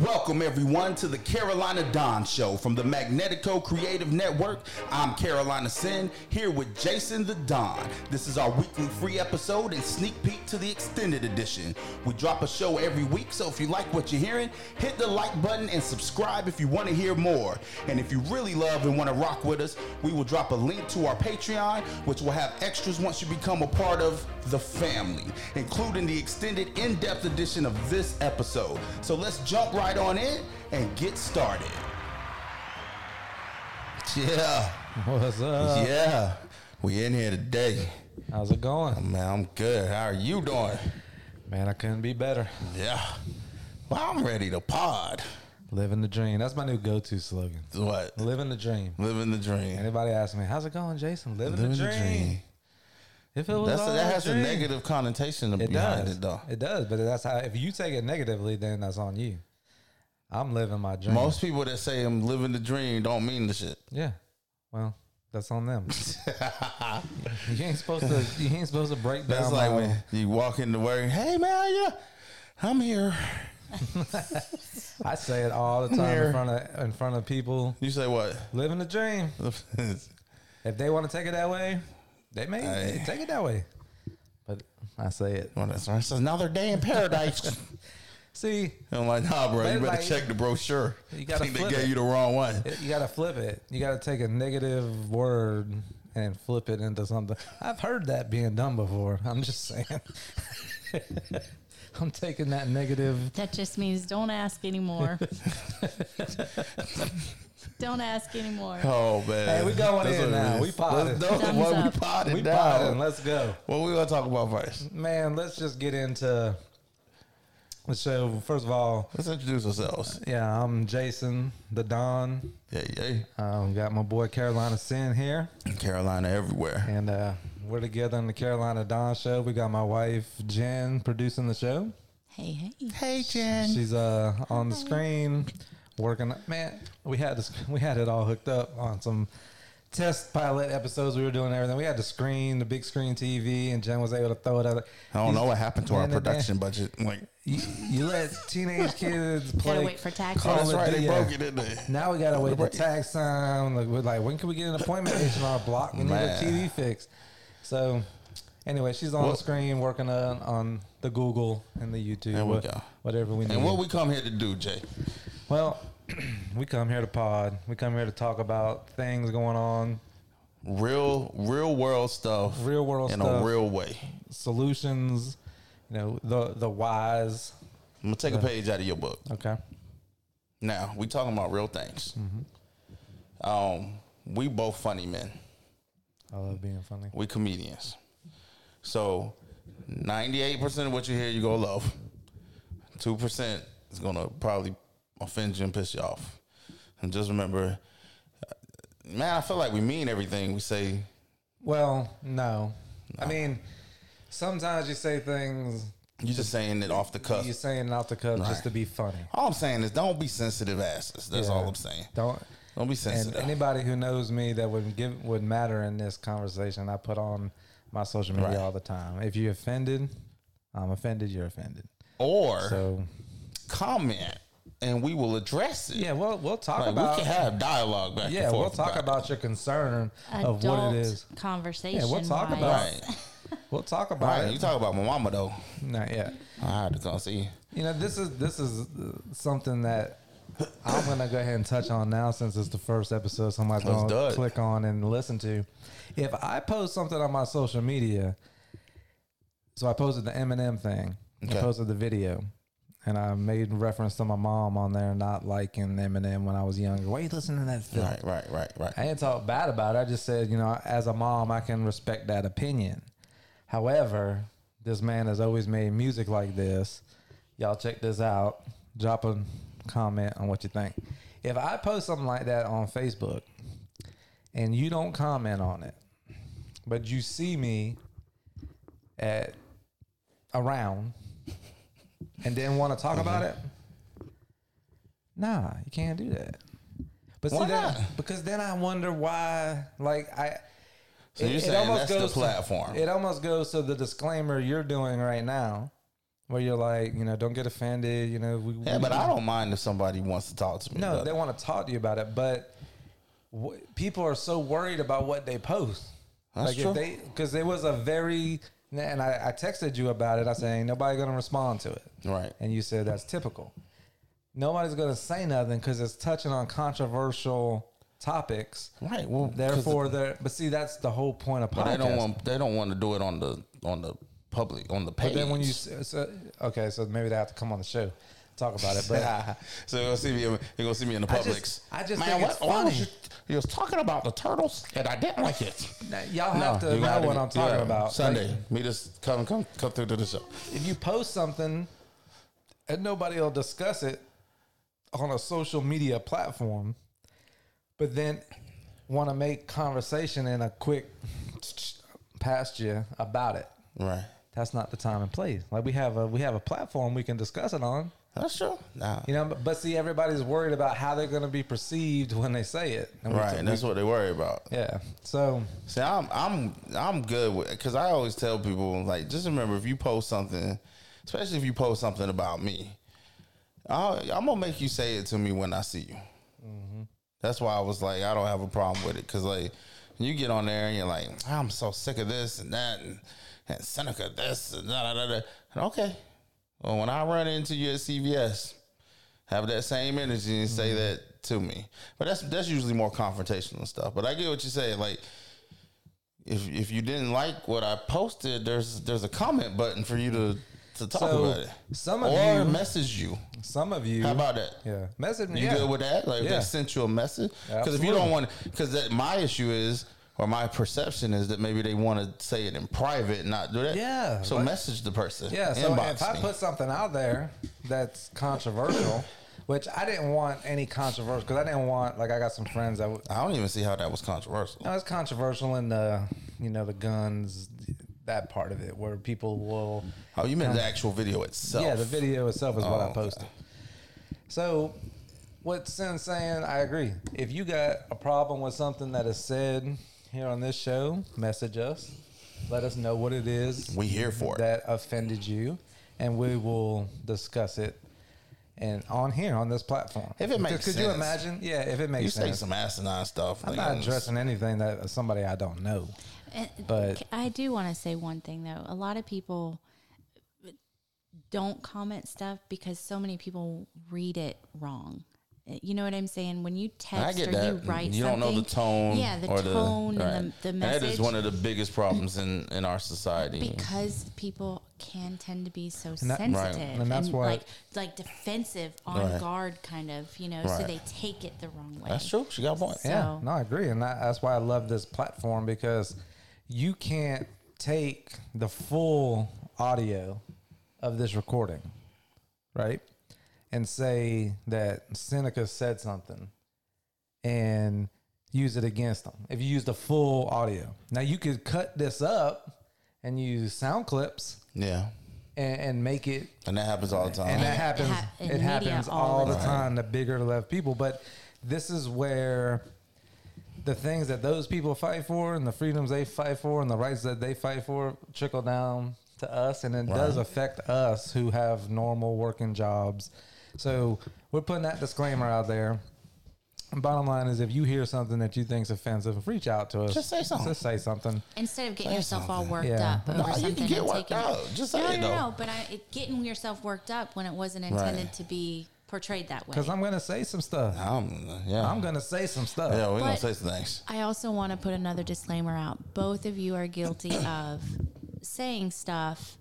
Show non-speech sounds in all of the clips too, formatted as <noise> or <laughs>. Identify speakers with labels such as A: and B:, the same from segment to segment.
A: Welcome, everyone, to the Carolina Don Show from the Magnetico Creative Network. I'm Carolina Sin, here with Jason the Don. This is our weekly free episode and sneak peek to the extended edition. We drop a show every week, so if you like what you're hearing, hit the like button and subscribe if you want to hear more. And if you really love and want to rock with us, we will drop a link to our Patreon, which will have extras once you become a part of the family, including the extended in depth edition of this episode. So let's jump right on in and get started. Yeah,
B: What's up?
A: yeah, we in here today.
B: How's it going?
A: Man, I'm good. How are you doing?
B: Man, I couldn't be better.
A: Yeah, well, I'm ready to pod.
B: Living the dream. That's my new go to slogan.
A: What?
B: Living the dream.
A: Living the dream.
B: Anybody ask me, how's it going, Jason? Living, the, dream. If it was
A: That's a,
B: all
A: that has a
B: dream-
A: negative connotation
B: It
A: behind
B: does.
A: it, though.
B: It does, but that's how, if you take it negatively, then that's on you. I'm living my dream.
A: Most people that say I'm living the dream don't mean the shit.
B: Yeah. Well, that's
A: <laughs>
B: on them. you ain't supposed to, you ain't supposed to break down.
A: That's like
B: my-
A: when you walk into work, hey man, how you? I'm here.
B: I say it all the
A: <laughs>
B: time
A: Here.
B: in front of, in front of people.
A: You say what? <laughs>
B: Living the dream. If they want to take it that way, they may
A: Hey.
B: take it that way. But I say it.
A: well, that's right. It's another day in paradise. <laughs>
B: See,
A: I'm like, nah, bro, you
B: They
A: better
B: like-
A: check the brochure.
B: <laughs> You gotta
A: I think <laughs> they
B: flip
A: gave
B: it.
A: you the wrong one.
B: it- you got to flip it. You got to take a negative word and flip it into something. I've heard that being done before. I'm just saying. <laughs> I'm taking that negative.
C: That just means don't
B: <laughs>
C: ask anymore. don't ask anymore.
A: Oh man,
B: Hey, we
A: what
B: going in
A: it
B: now.
A: is.
B: We
A: Let's
B: potted.
A: do it.
C: Thumbs
A: Well, we
C: up.
A: potted
B: We
A: now.
B: potting. Let's go.
A: What we gonna talk about first?
B: Man, let's just get into the show. First of all,
A: Let's introduce ourselves.
B: yeah, I'm Jason, the Don.
A: Yeah, yeah.
B: Um, got my boy Carolina Sin here.
A: Carolina everywhere.
B: And uh, we're together on the Carolina Dawn show. We got my wife Jen producing the show.
C: Hey, hey.
A: Hey, Jen.
B: She's uh, on the screen working. Man, we had this, we had it all hooked up on some test pilot episodes. We were doing everything. We had the screen, the big screen TV, and Jen was able to throw it out.
A: I don't know what happened to our
B: Man, that-
A: production budget. Like,
B: You, you let teenage kids play.
C: <laughs> Gotta wait for taxes.
A: oh,
B: Call
A: that's
B: it
A: right. They
B: the, uh,
A: broke it in there.
B: Now we gotta wait for tax time. Like, we're like, when can we get an appointment? It's on our block. We need
A: Man.
B: a TV fix. So, anyway, she's on
A: Well-
B: the screen working on, on the Google and the YouTube.
A: There we
B: wha-
A: go.
B: Whatever we need.
A: And what we come here to do, Jay?
B: well, <clears throat> we come here to pod. We come here to talk about things going on,
A: Real, real world stuff.
B: real world
A: in
B: stuff,
A: a real way.
B: solutions. You know, the the whys.
A: I'm gonna take a page out of your book.
B: Okay.
A: Now we talking about real things.
B: Mm-hmm.
A: Um, we both funny men.
B: I love being funny.
A: We comedians. So, ninety-eight percent of what you hear, you gonna love. Two percent is gonna probably offend you and piss you off. And just remember, uh, man, I feel like we mean everything we say.
B: Well, no. I mean, sometimes you say things
A: You're just saying it off the cuff.
B: you're saying off the cuff
A: Right.
B: just to be funny.
A: All I'm saying is, don't be sensitive asses. That's
B: Yeah.
A: all I'm saying.
B: Don't.
A: Don't be
B: And
A: sensitive.
B: anybody who knows me that would give would matter in this conversation, I put on my social media
A: Right.
B: all the time. If you're offended, I'm offended. You're offended.
A: or
B: So
A: comment, and we will address it.
B: yeah, we'll we'll talk
A: Like,
B: about
A: we can have dialogue back
B: yeah
A: and forth.
B: we'll talk about your concern of
C: Adult
B: what it is.
C: conversation.
B: Yeah, we'll talk
C: wise.
A: it.
B: about-
A: right.
B: We'll talk
A: All
B: about
A: right, you
B: it.
A: talk about my mama though.
B: Not yet.
A: I had to come see. you.
B: You know, this is this is uh, something that I'm gonna go ahead and touch on now since it's the first episode somebody's
A: Let's do
B: gonna
A: it.
B: click on and listen to. If I post something on my social media, so I posted the Eminem thing.
A: Okay.
B: I posted the video. And I made reference to my mom on there not liking Eminem when I was younger. Why you listening to that film?
A: Right, right, right, right.
B: I ain't talk bad about it. I just said, you know, as a mom, I can respect that opinion. However, this man has always made music like this. Y'all check this out. Drop a comment on what you think. If I post something like that on Facebook and you don't comment on it, but you see me at around and then want to talk about it, nah, you can't do that. But see
A: Why
B: that,
A: not?
B: because then I wonder why. Like I,
A: So you're saying that's the
B: to-
A: platform.
B: it almost goes to the disclaimer you're doing right now. where you're like, you know, don't get offended. You know, we,
A: Yeah, but I don't mind if somebody wants to talk to me.
B: No,
A: about
B: they
A: it.
B: want to talk to you about it, but wh- people are so worried about what they post.
A: That's
B: like
A: true.
B: if they because there was a very and I, I texted you about it. I said ain't nobody gonna respond to it,
A: right.
B: and you said that's typical. Nobody's gonna say nothing because it's touching on controversial topics.
A: Right. Well, 'cause
B: Therefore, they're but see that's the whole point of
A: but
B: podcast.
A: they don't want they don't want to do it on the on the public on the page.
B: But then when you s- so, okay, so maybe they have to come on the show talk about it.
A: <laughs>
B: But
A: so you're gonna see me. You're gonna see me in the
B: I
A: Publix.
B: just- I just
A: man,
B: think
A: what,
B: it's
A: why was
B: funny.
A: you, you was talking about the turtles and I didn't like
B: <laughs>
A: it.
B: y'all have to
A: you
B: know
A: gotta
B: what
A: get-
B: I'm talking
A: yeah,
B: about.
A: Sunday, meet us. Come, come, come through to the show.
B: if you post something and nobody will discuss it on a social media platform, but then want to make conversation in a quick past you about it,
A: Right.
B: that's not the time and place. Like we have a we have a platform we can discuss it on,
A: That's true. Nah.
B: you know. But, but see, everybody's worried about how they're going to be perceived when they say it. And we-
A: Right, and that's what they worry about.
B: yeah. So
A: See, I'm I'm I'm good with because I always tell people like just remember if you post something, especially if you post something about me, i I'm gonna make you say it to me when I see you. That's why I was like I don't have a problem with it because like you get on there and you're like I'm so sick of this and that and, and Seneca this and da da da da and okay, well when I run into you at CVS, have that same energy and
B: Mm-hmm.
A: say that to me. But that's that's usually more confrontational stuff. But I get what you say like if if you didn't like what I posted, there's there's a comment button for you to to talk
B: So,
A: about it.
B: some of
A: or
B: you-
A: message you.
B: some of you,
A: How about that?
B: yeah, message me.
A: You
B: yeah.
A: good with that? Like if
B: Yeah.
A: they sent you a message? Because if you
B: Absolutely.
A: don't want, because my issue is, or my perception is that maybe they want to say it in private, and not do that.
B: Yeah,
A: So
B: like-
A: message the person.
B: Yeah, so
A: Inbox
B: if I
A: me.
B: put something out there that's controversial, <coughs> which I didn't want any controversial because I didn't want like I got some friends that w-
A: I don't even see how that was controversial.
B: no, it's controversial in the you know the guns that part of it where people will
A: Oh, you meant the actual video itself?
B: yeah the video itself is what I
A: Oh.
B: posted. So what Sin's saying, I agree. If you got a problem with something that is said here on this show, message us. Let us know what it is
A: We here for it.
B: that offended you, and we will discuss it and on here on this platform.
A: If it makes
B: could, could you
A: sense.
B: imagine? Yeah, if it makes
A: You say
B: sense.
A: some asinine stuff. like,
B: I'm not
A: it's-
B: addressing anything that somebody I don't know.
C: And
B: But-
C: c- I do want to say one thing though. A lot of people don't comment stuff because so many people read it wrong. Uh, You know what I'm saying? When you
A: I
C: text
A: get
C: or
A: that.
C: you write,
A: you don't know the
C: something-
A: tone.
C: Yeah, the
A: or
C: tone
A: right.
C: and the, the
A: That
C: message.
A: is one of the biggest problems in in our society.
C: because people can tend to be so
B: that- Right.
C: sensitive
B: And that's why-
C: like like defensive on
A: Right.
C: guard kind of you know so
A: Right.
C: they take it the wrong way
A: That's true. She got one.
B: Yeah,
C: So-
B: no, I agree, and that, that's why I love this platform because you can't take the full audio of this recording, right, and say that Seneca said something and use it against them. If you use the full audio, now you could cut this up and use sound clips
A: Yeah,
B: and, and make it
A: and that happens all the time.
B: and that
C: it
B: happens.
C: hap- in
B: it
C: media
B: happens
C: all
B: all
C: the
B: the time. The bigger the left people, but this is where the things that those people fight for and the freedoms they fight for and the rights that they fight for trickle down to us, and it does affect us who have normal working jobs. So we're putting that disclaimer out there. Bottom line is, if you hear something that you think's offensive, reach out to us.
A: Just say something.
B: Just say something.
C: instead of getting yourself all worked
B: Yeah.
C: up over
A: No, you
C: something
A: can get
C: and
A: worked
C: taking,
A: up. Just say
C: no,
A: it,
C: no,
A: though.
C: no, but I, it, getting yourself worked up when it wasn't intended to be portrayed that way
B: Because I'm gonna say some stuff.
A: I'm, yeah,
B: I'm gonna say some stuff.
A: yeah, we're gonna
C: But-
A: say some things.
C: I also want to put another disclaimer out. Both of you are <coughs> guilty of saying stuff,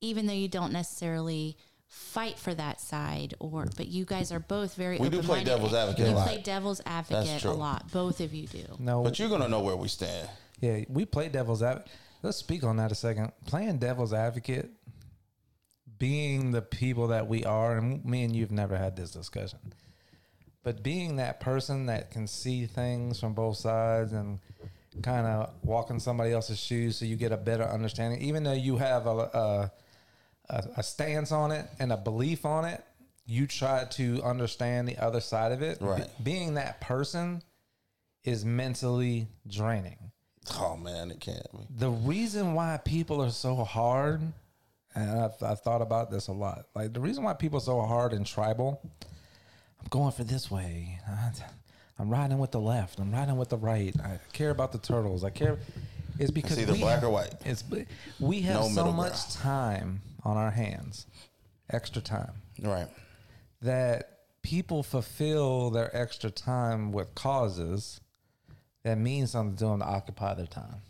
C: even though you don't necessarily fight for that side. Or, but you guys are both very.
A: We do play
C: open-minded.
A: devil's advocate a
C: You
A: lot.
C: play devil's advocate
A: true.
C: a lot. Both of you do.
B: No,
A: But you're gonna know where we stand.
B: Yeah, we play devil's advocate. Let's speak on that a second. Playing devil's advocate, being the people that we are, and me and you've never had this discussion, but being that person that can see things from both sides and kind of walk in somebody else's shoes so you get a better understanding, even though you have a, a, a, a stance on it and a belief on it, you try to understand the other side of it.
A: Right.
B: being that person is mentally draining
A: Oh man, it can't be.
B: the reason why people are so hard and I've, I've thought about this a lot. Like the reason why people are so hard and tribal, I'm going for this way. <laughs> I'm riding with the left. I'm riding with the right. I care about the turtles. I care. It's because
A: either
B: we
A: black
B: have-
A: or white.
B: It's we have
A: No
B: so
A: middle
B: much
A: ground.
B: time on our hands, extra time
A: Right.
B: that people fulfill their extra time with causes that mean something to them to occupy their time.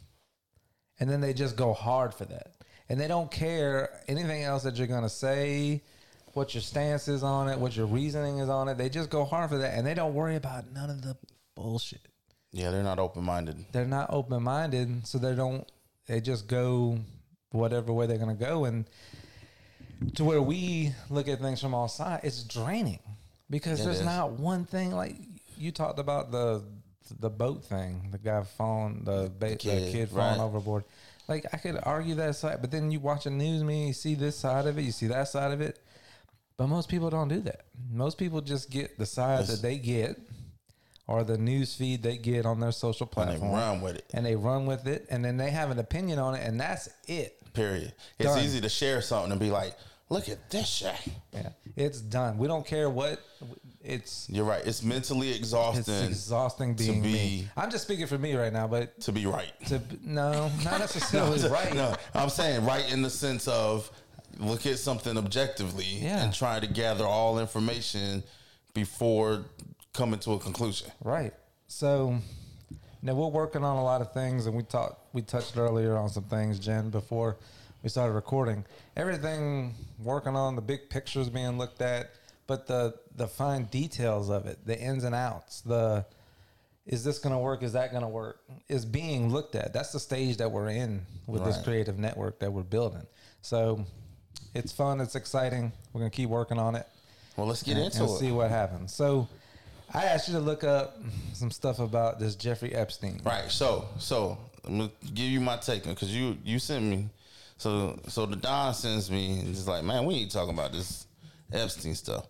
B: And then they just go hard for that. And they don't care anything else that you're going to say, what your stance is on it, what your reasoning is on it. They just go hard for that and they don't worry about none of the bullshit.
A: Yeah, they're not open minded.
B: They're not open minded, so they don't, they just go whatever way they're going to go. And to where we look at things from all sides, it's draining because
A: It
B: there's
A: is.
B: not one thing like you talked about the the boat thing, the guy falling, the, ba- the kid,
A: kid,
B: falling
A: right.
B: overboard. Like I could argue that side, but then you watch the news, me you see this side of it, you see that side of it. But most people don't do that. Most people just get the side that they get, or the news feed they get on their social
A: And they
B: platform,
A: run with it.
B: and they run with it, and then they have an opinion on it, and that's it.
A: Period. It's
B: Done.
A: easy to share something and be like, look at this shit.
B: Yeah, it's done. We don't care what it's.
A: You're right. It's mentally
B: It's
A: exhausting
B: exhausting being me.
A: be-
B: I'm just speaking for me right now, but
A: to be right.
B: to no,
A: <laughs>
B: not necessarily right.
A: No, I'm saying right in the sense of look at something objectively
B: Yeah.
A: and try to gather all information before coming to a conclusion.
B: Right. So now we're working on a lot of things, and we talked, we touched earlier on some things, Jen, before we started recording. Everything working on the big pictures being looked at, but the the fine details of it, the ins and outs, the is this going to work? Is that going to work? Is being looked at. That's the stage that we're in with this
A: Right.
B: creative network that we're building. So it's fun. It's exciting. We're going to keep working on it
A: Well, let's get
B: and
A: into it.
B: see what happens. So I asked you to look up some stuff about this Jeffrey Epstein.
A: Right. So, so I'm gonna give you my take because you you sent me. So so the Don sends me and it's like, man, we ain't talking about this Epstein stuff.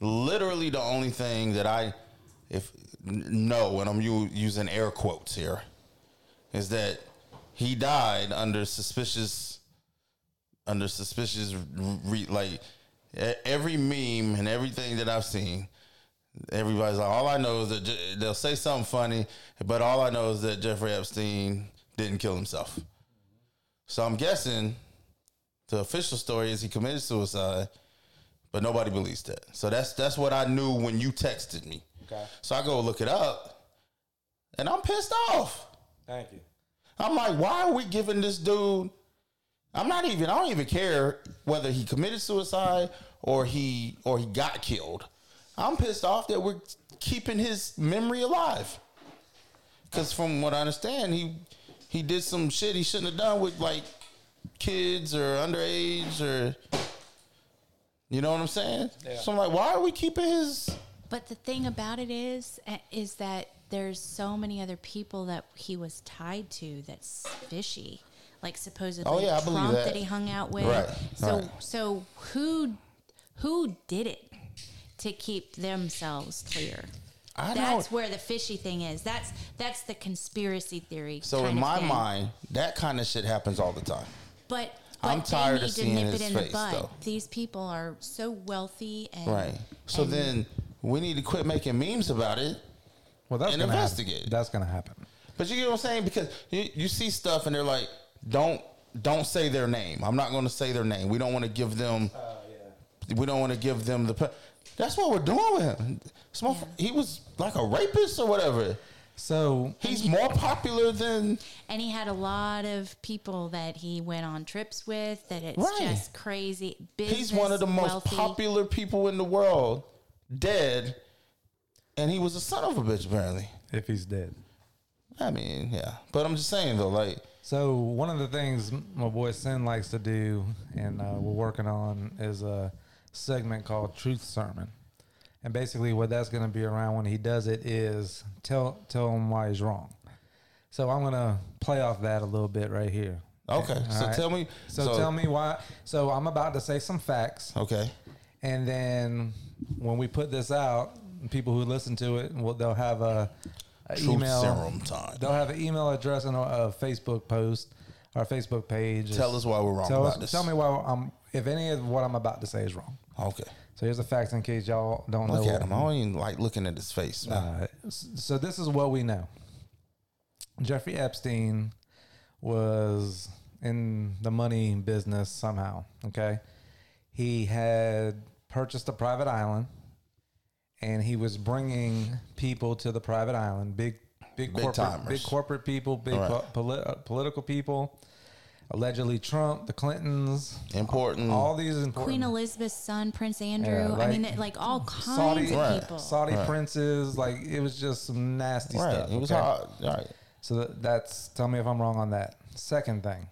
A: Literally, the only thing that I if n- know, and I'm u- using air quotes here, is that he died under suspicious under suspicious re, like e- every meme and everything that I've seen everybody's like, all I know is that Je- they'll say something funny, but all I know is that Jeffrey Epstein didn't kill himself. So I'm guessing the official story is he committed suicide, but nobody believes that. So that's that's what I knew when you texted me.
B: Okay.
A: So I go look it up, and I'm pissed off.
B: Thank you.
A: I'm like, why are we giving this dude? I'm not even. I don't even care whether he committed suicide or he or he got killed. I'm pissed off that we're keeping his memory alive. Because from what I understand, he he did some shit he shouldn't have done with like kids or underage or you know what I'm saying. So I'm like, why are we keeping his?
C: But the thing about it is, eh, is that there's so many other people that he was tied to that's fishy, like supposedly
A: Oh, yeah, I believe
C: Trump
A: that.
C: that. he hung out with.
A: Right,
C: So,
A: right.
C: so who, who did it to keep themselves clear?
A: I
C: that's
A: don't-
C: where the fishy thing is. That's that's the conspiracy theory.
A: So
C: kind
A: in
C: of
A: my
C: thing.
A: mind, that kind of shit happens all the time.
C: but. But
A: I'm tired
C: they
A: of
C: need
A: seeing
C: to nip
A: his
C: it in
A: face,
C: the bud.
A: though.
C: These people are so wealthy and
A: Right. So
C: and
A: then we need to quit making memes about it.
B: Well, that's
A: And
B: gonna
A: investigate.
B: Happen. That's going to happen.
A: But you get what I'm saying? Because you, you see stuff and they're like, don't don't say their name. I'm not going to say their name. We don't want to give them.
C: Oh,
A: We don't want to give them the. pe- That's what we're doing with him. This motherf- He was like a rapist or whatever.
B: So
A: He's more popular than
C: and he had a lot of people that he went on trips with that it's
A: Right.
C: just crazy business
A: he's one of the most
C: wealthy.
A: popular people in the world, dead, and he was a son of a bitch apparently.
B: if he's dead.
A: I mean, yeah. But I'm just saying though, like,
B: So one of the things my boy Sin likes to do, and uh, we're working on, is a segment called Truth Sermon. And basically, what that's going to be around when he does it is tell tell him why he's wrong. So I'm going to play off that a little bit right here.
A: okay.
B: All
A: so
B: right?
A: tell me.
B: So, tell me why. So I'm about to say some facts,
A: Okay.
B: and then when we put this out, people who listen to it, will they'll have a, a
A: Truth
B: email.
A: serum time.
B: They'll have an email address and a, a Facebook post our Facebook page.
D: Tell us why we're wrong
B: Tell,
D: about
B: us,
D: this.
B: tell me why I'm, if any of what I'm about to say is wrong.
D: Okay.
B: So here's the facts in case y'all don't
D: Look
B: know.
D: at him. I don't even like looking at his face. man.
B: Uh, s- so this is what we know. Jeffrey Epstein was in the money business somehow. Okay, he had purchased a private island, and he was bringing people to the private island. Big, big,
D: Big
B: corporate,
D: timers.
B: big corporate people, big
D: All
B: po-
D: right.
B: poli- uh, political people. Allegedly, Trump, the Clintons,
D: Important.
B: all these important
C: Queen Elizabeth's son, Prince Andrew. I
B: like-
C: mean, it- like all kinds
B: Saudi,
C: of
D: Right.
C: people.
B: Saudi princes. Like it was just some nasty
D: right.
B: stuff.
D: it was
B: okay?
D: hard. All right.
B: So tha- that's tell me if I'm wrong on that. Second thing,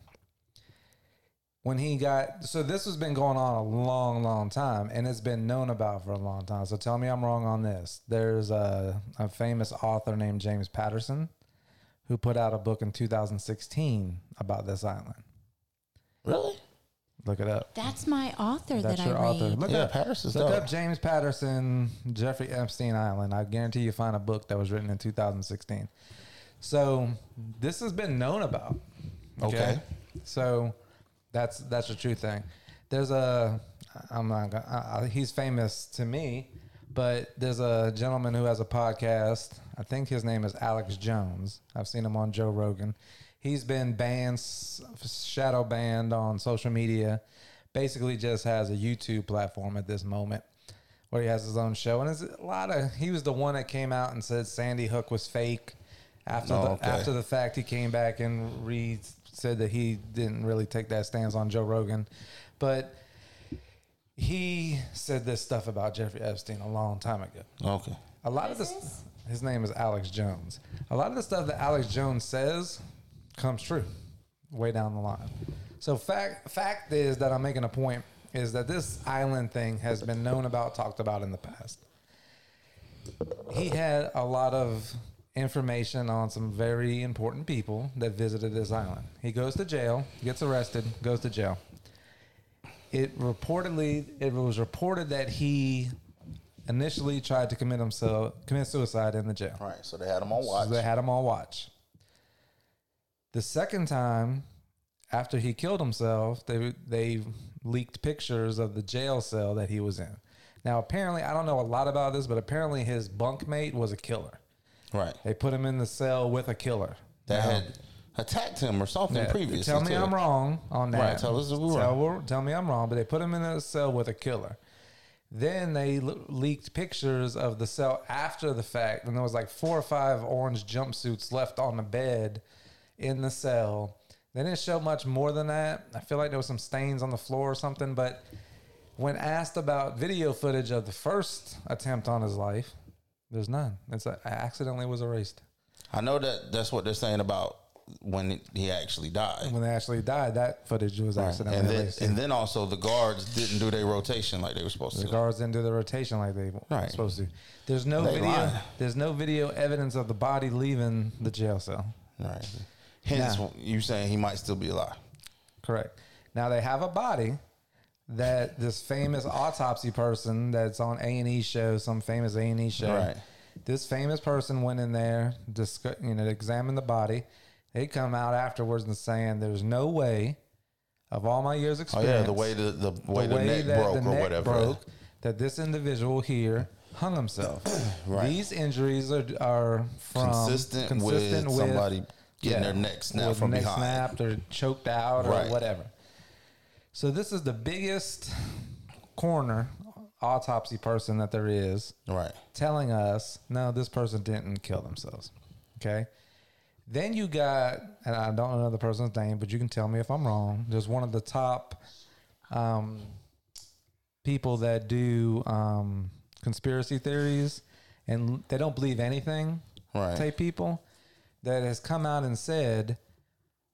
B: when he got so this has been going on a long, long time, and it's been known about for a long time. So tell me I'm wrong on this. There's a, a famous author named James Patterson who put out a book in 2016 about this island.
D: Really?
B: Look it up.
C: That's my author
B: That's
C: that
B: your
C: I read.
B: author. Look
D: Yeah,
B: up.
D: Patterson's
B: Look
D: dope.
B: up James Patterson, Jeffrey Epstein Island. I guarantee you find a book that was written in 2016. So this has been known about.
D: Okay.
B: So that's that's the true thing. There's a I'm not gonna, I, I, he's famous to me, but there's a gentleman who has a podcast. I think his name is Alex Jones. I've seen him on Joe Rogan. He's been banned, s- shadow banned on social media. Basically, just has a YouTube platform at this moment where he has his own show, and it's a lot of. He was the one that came out and said Sandy Hook was fake. After
D: Oh,
B: the
D: okay.
B: after the fact, he came back and re said that he didn't really take that stance on Joe Rogan, but he said this stuff about Jeffrey Epstein a long time ago.
D: Okay.
B: A lot of this, his name is Alex Jones. A lot of the stuff that Alex Jones says comes true way down the line. So fact fact is that I'm making a point is that this island thing has been known about, talked about in the past. He had a lot of information on some very important people that visited this island. He goes to jail, gets arrested, goes to jail. It reportedly it was reported that he initially tried to commit himself commit suicide in the jail.
D: All right. So they had him on watch.
B: So they had him on watch. The second time, after he killed himself, they they leaked pictures of the jail cell that he was in. Now, apparently, I don't know a lot about this, but apparently his bunkmate was a killer.
D: right.
B: They put him in the cell with a killer.
D: That
B: Now-
D: had attacked him or something
B: yeah,
D: previously.
B: Tell me
D: too.
B: I'm wrong on that.
D: Right, tell us if we're
B: Tell, we're- tell me I'm wrong, but they put him in a cell with a killer. Then they l- leaked pictures of the cell after the fact, and there was like four or five orange jumpsuits left on the bed in the cell. They didn't show much more than that. I feel like there was some stains on the floor or something, but when asked about video footage of the first attempt on his life, there's none. It's a, accidentally was erased.
D: I know that that's what they're saying about when he actually died.
B: When they actually died, that footage was accidentally
D: And then,
B: erased.
D: and then also the guards didn't do their rotation like they were supposed
B: The
D: to.
B: guards didn't do the rotation like they were
D: Right.
B: supposed to. There's no
D: They
B: video.
D: lying.
B: There's no video evidence of the body leaving the jail cell.
D: Right. Hence,
B: Nah.
D: you saying he might still be alive.
B: Correct. Now they have a body that this famous autopsy person that's on A and E show, some famous A and E show.
D: Right.
B: This famous person went in there, discuss, you know, examined the body. They come out afterwards and saying, "There's no way." Of all my years'
D: Oh
B: experience,
D: yeah, the way the, the way the, neck broke or whatever.
B: that this individual here hung himself.
D: <clears throat> Right.
B: These injuries are, are from
D: um, Consistent with somebody getting their neck snapped
B: with
D: from
B: neck
D: behind.
B: snapped or choked out or
D: Right.
B: whatever. So this is the biggest coroner autopsy person that there is
D: Right.
B: telling us, no, this person didn't kill themselves. Okay. Then you got, and I don't know the person's name, but you can tell me if I'm wrong. There's one of the top um, people that do um, conspiracy theories and they don't believe anything
D: Right.
B: type people that has come out and said,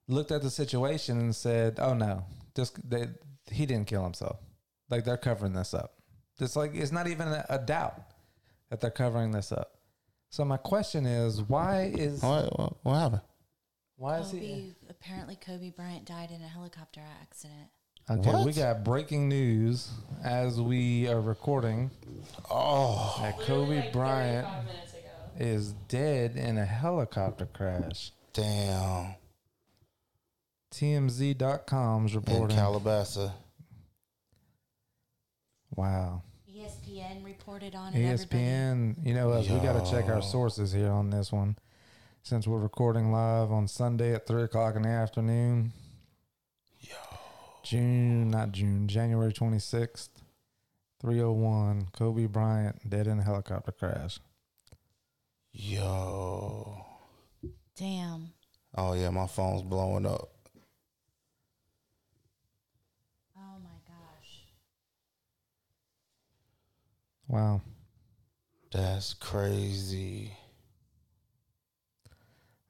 B: looked at the situation and said, oh no, this, they, he didn't kill himself. Like they're covering this up. It's like, it's not even a, a doubt that they're covering this up. So my question is, why is
D: What, what, what happened?
B: why is he?
C: Kobe, apparently, Kobe Bryant died in a helicopter accident.
B: Okay, we
D: What?
B: got breaking news as we are recording
D: Oh,
B: that Kobe Bryant
A: Five minutes ago.
B: is dead in a helicopter crash.
D: damn.
B: TMZ.com's
A: in
B: reporting.
A: Calabasa.
B: wow.
C: E ESPN reported on
A: E
B: E
C: it. Everybody.
B: ESPN, you know us, we got to check
A: Yo.
B: our sources here on this one. Since we're recording live on Sunday at 3 o'clock in the afternoon. June, not June, January 26th, 301, Kobe Bryant dead in a helicopter crash.
A: Yo.
C: Damn.
A: Oh yeah, my phone's blowing up.
C: Oh my gosh.
B: Wow.
A: That's crazy.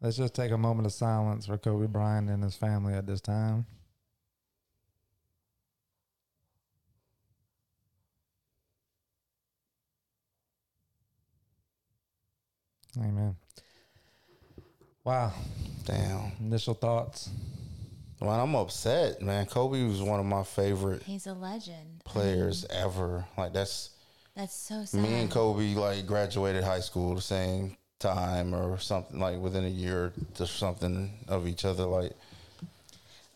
B: Let's just take a moment of silence for Kobe Bryant and his family at this time. Amen. Wow.
A: Damn.
B: Initial thoughts.
A: Man, I'm upset, man. Kobe was one of my favorite
C: He's a legend. I
A: players
C: mean,
A: ever. Like that's
C: that's so sad.
A: me and Kobe like graduated high school the same time or something like within a year or something of each other. Like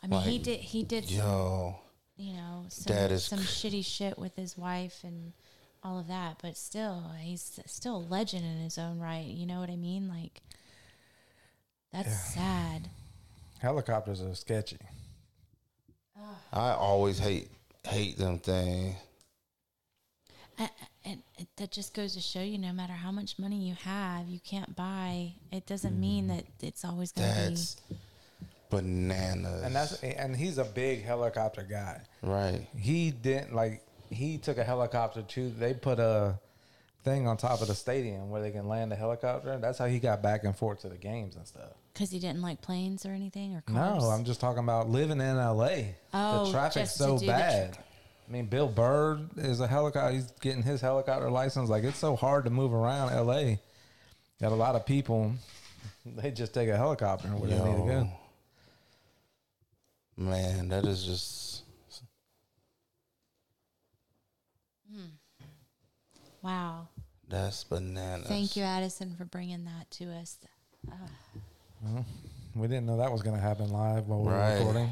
C: I mean, he
A: like,
C: did. He did.
A: yo,
C: You know, some,
A: Dad is
C: some
A: cr-
C: shitty shit with his wife and all of that. But still, he's still a legend in his own right. You know what I mean? Like, that's sad.
B: Helicopters are sketchy.
A: I always hate hate them things.
C: I, I- and it, that just goes to show you, no matter how much money you have, you can't buy. It doesn't mean
B: Mm-hmm.
C: that it's always going to be.
A: That's bananas.
B: And that's and he's a big helicopter guy.
A: right.
B: He didn't like he took a helicopter to they put a thing on top of the stadium where they can land the helicopter. That's how he got back and forth to the games and stuff.
C: Because he didn't like planes or anything or cars.
B: No, I'm just talking about living in LA.
C: Oh,
B: the traffic's
C: just to
B: so
C: do the tra-
B: bad. I mean, Bill Bird is a helicopter. He's getting his helicopter license. Like it's so hard to move around LA. Got a lot of people. <laughs> They just take a helicopter where they need to go.
A: Yo. Man, that is just
C: Wow.
A: that's bananas.
C: Thank you, Addison, for bringing that to us.
B: We didn't know that was going to happen live while we were
A: Right.
B: recording.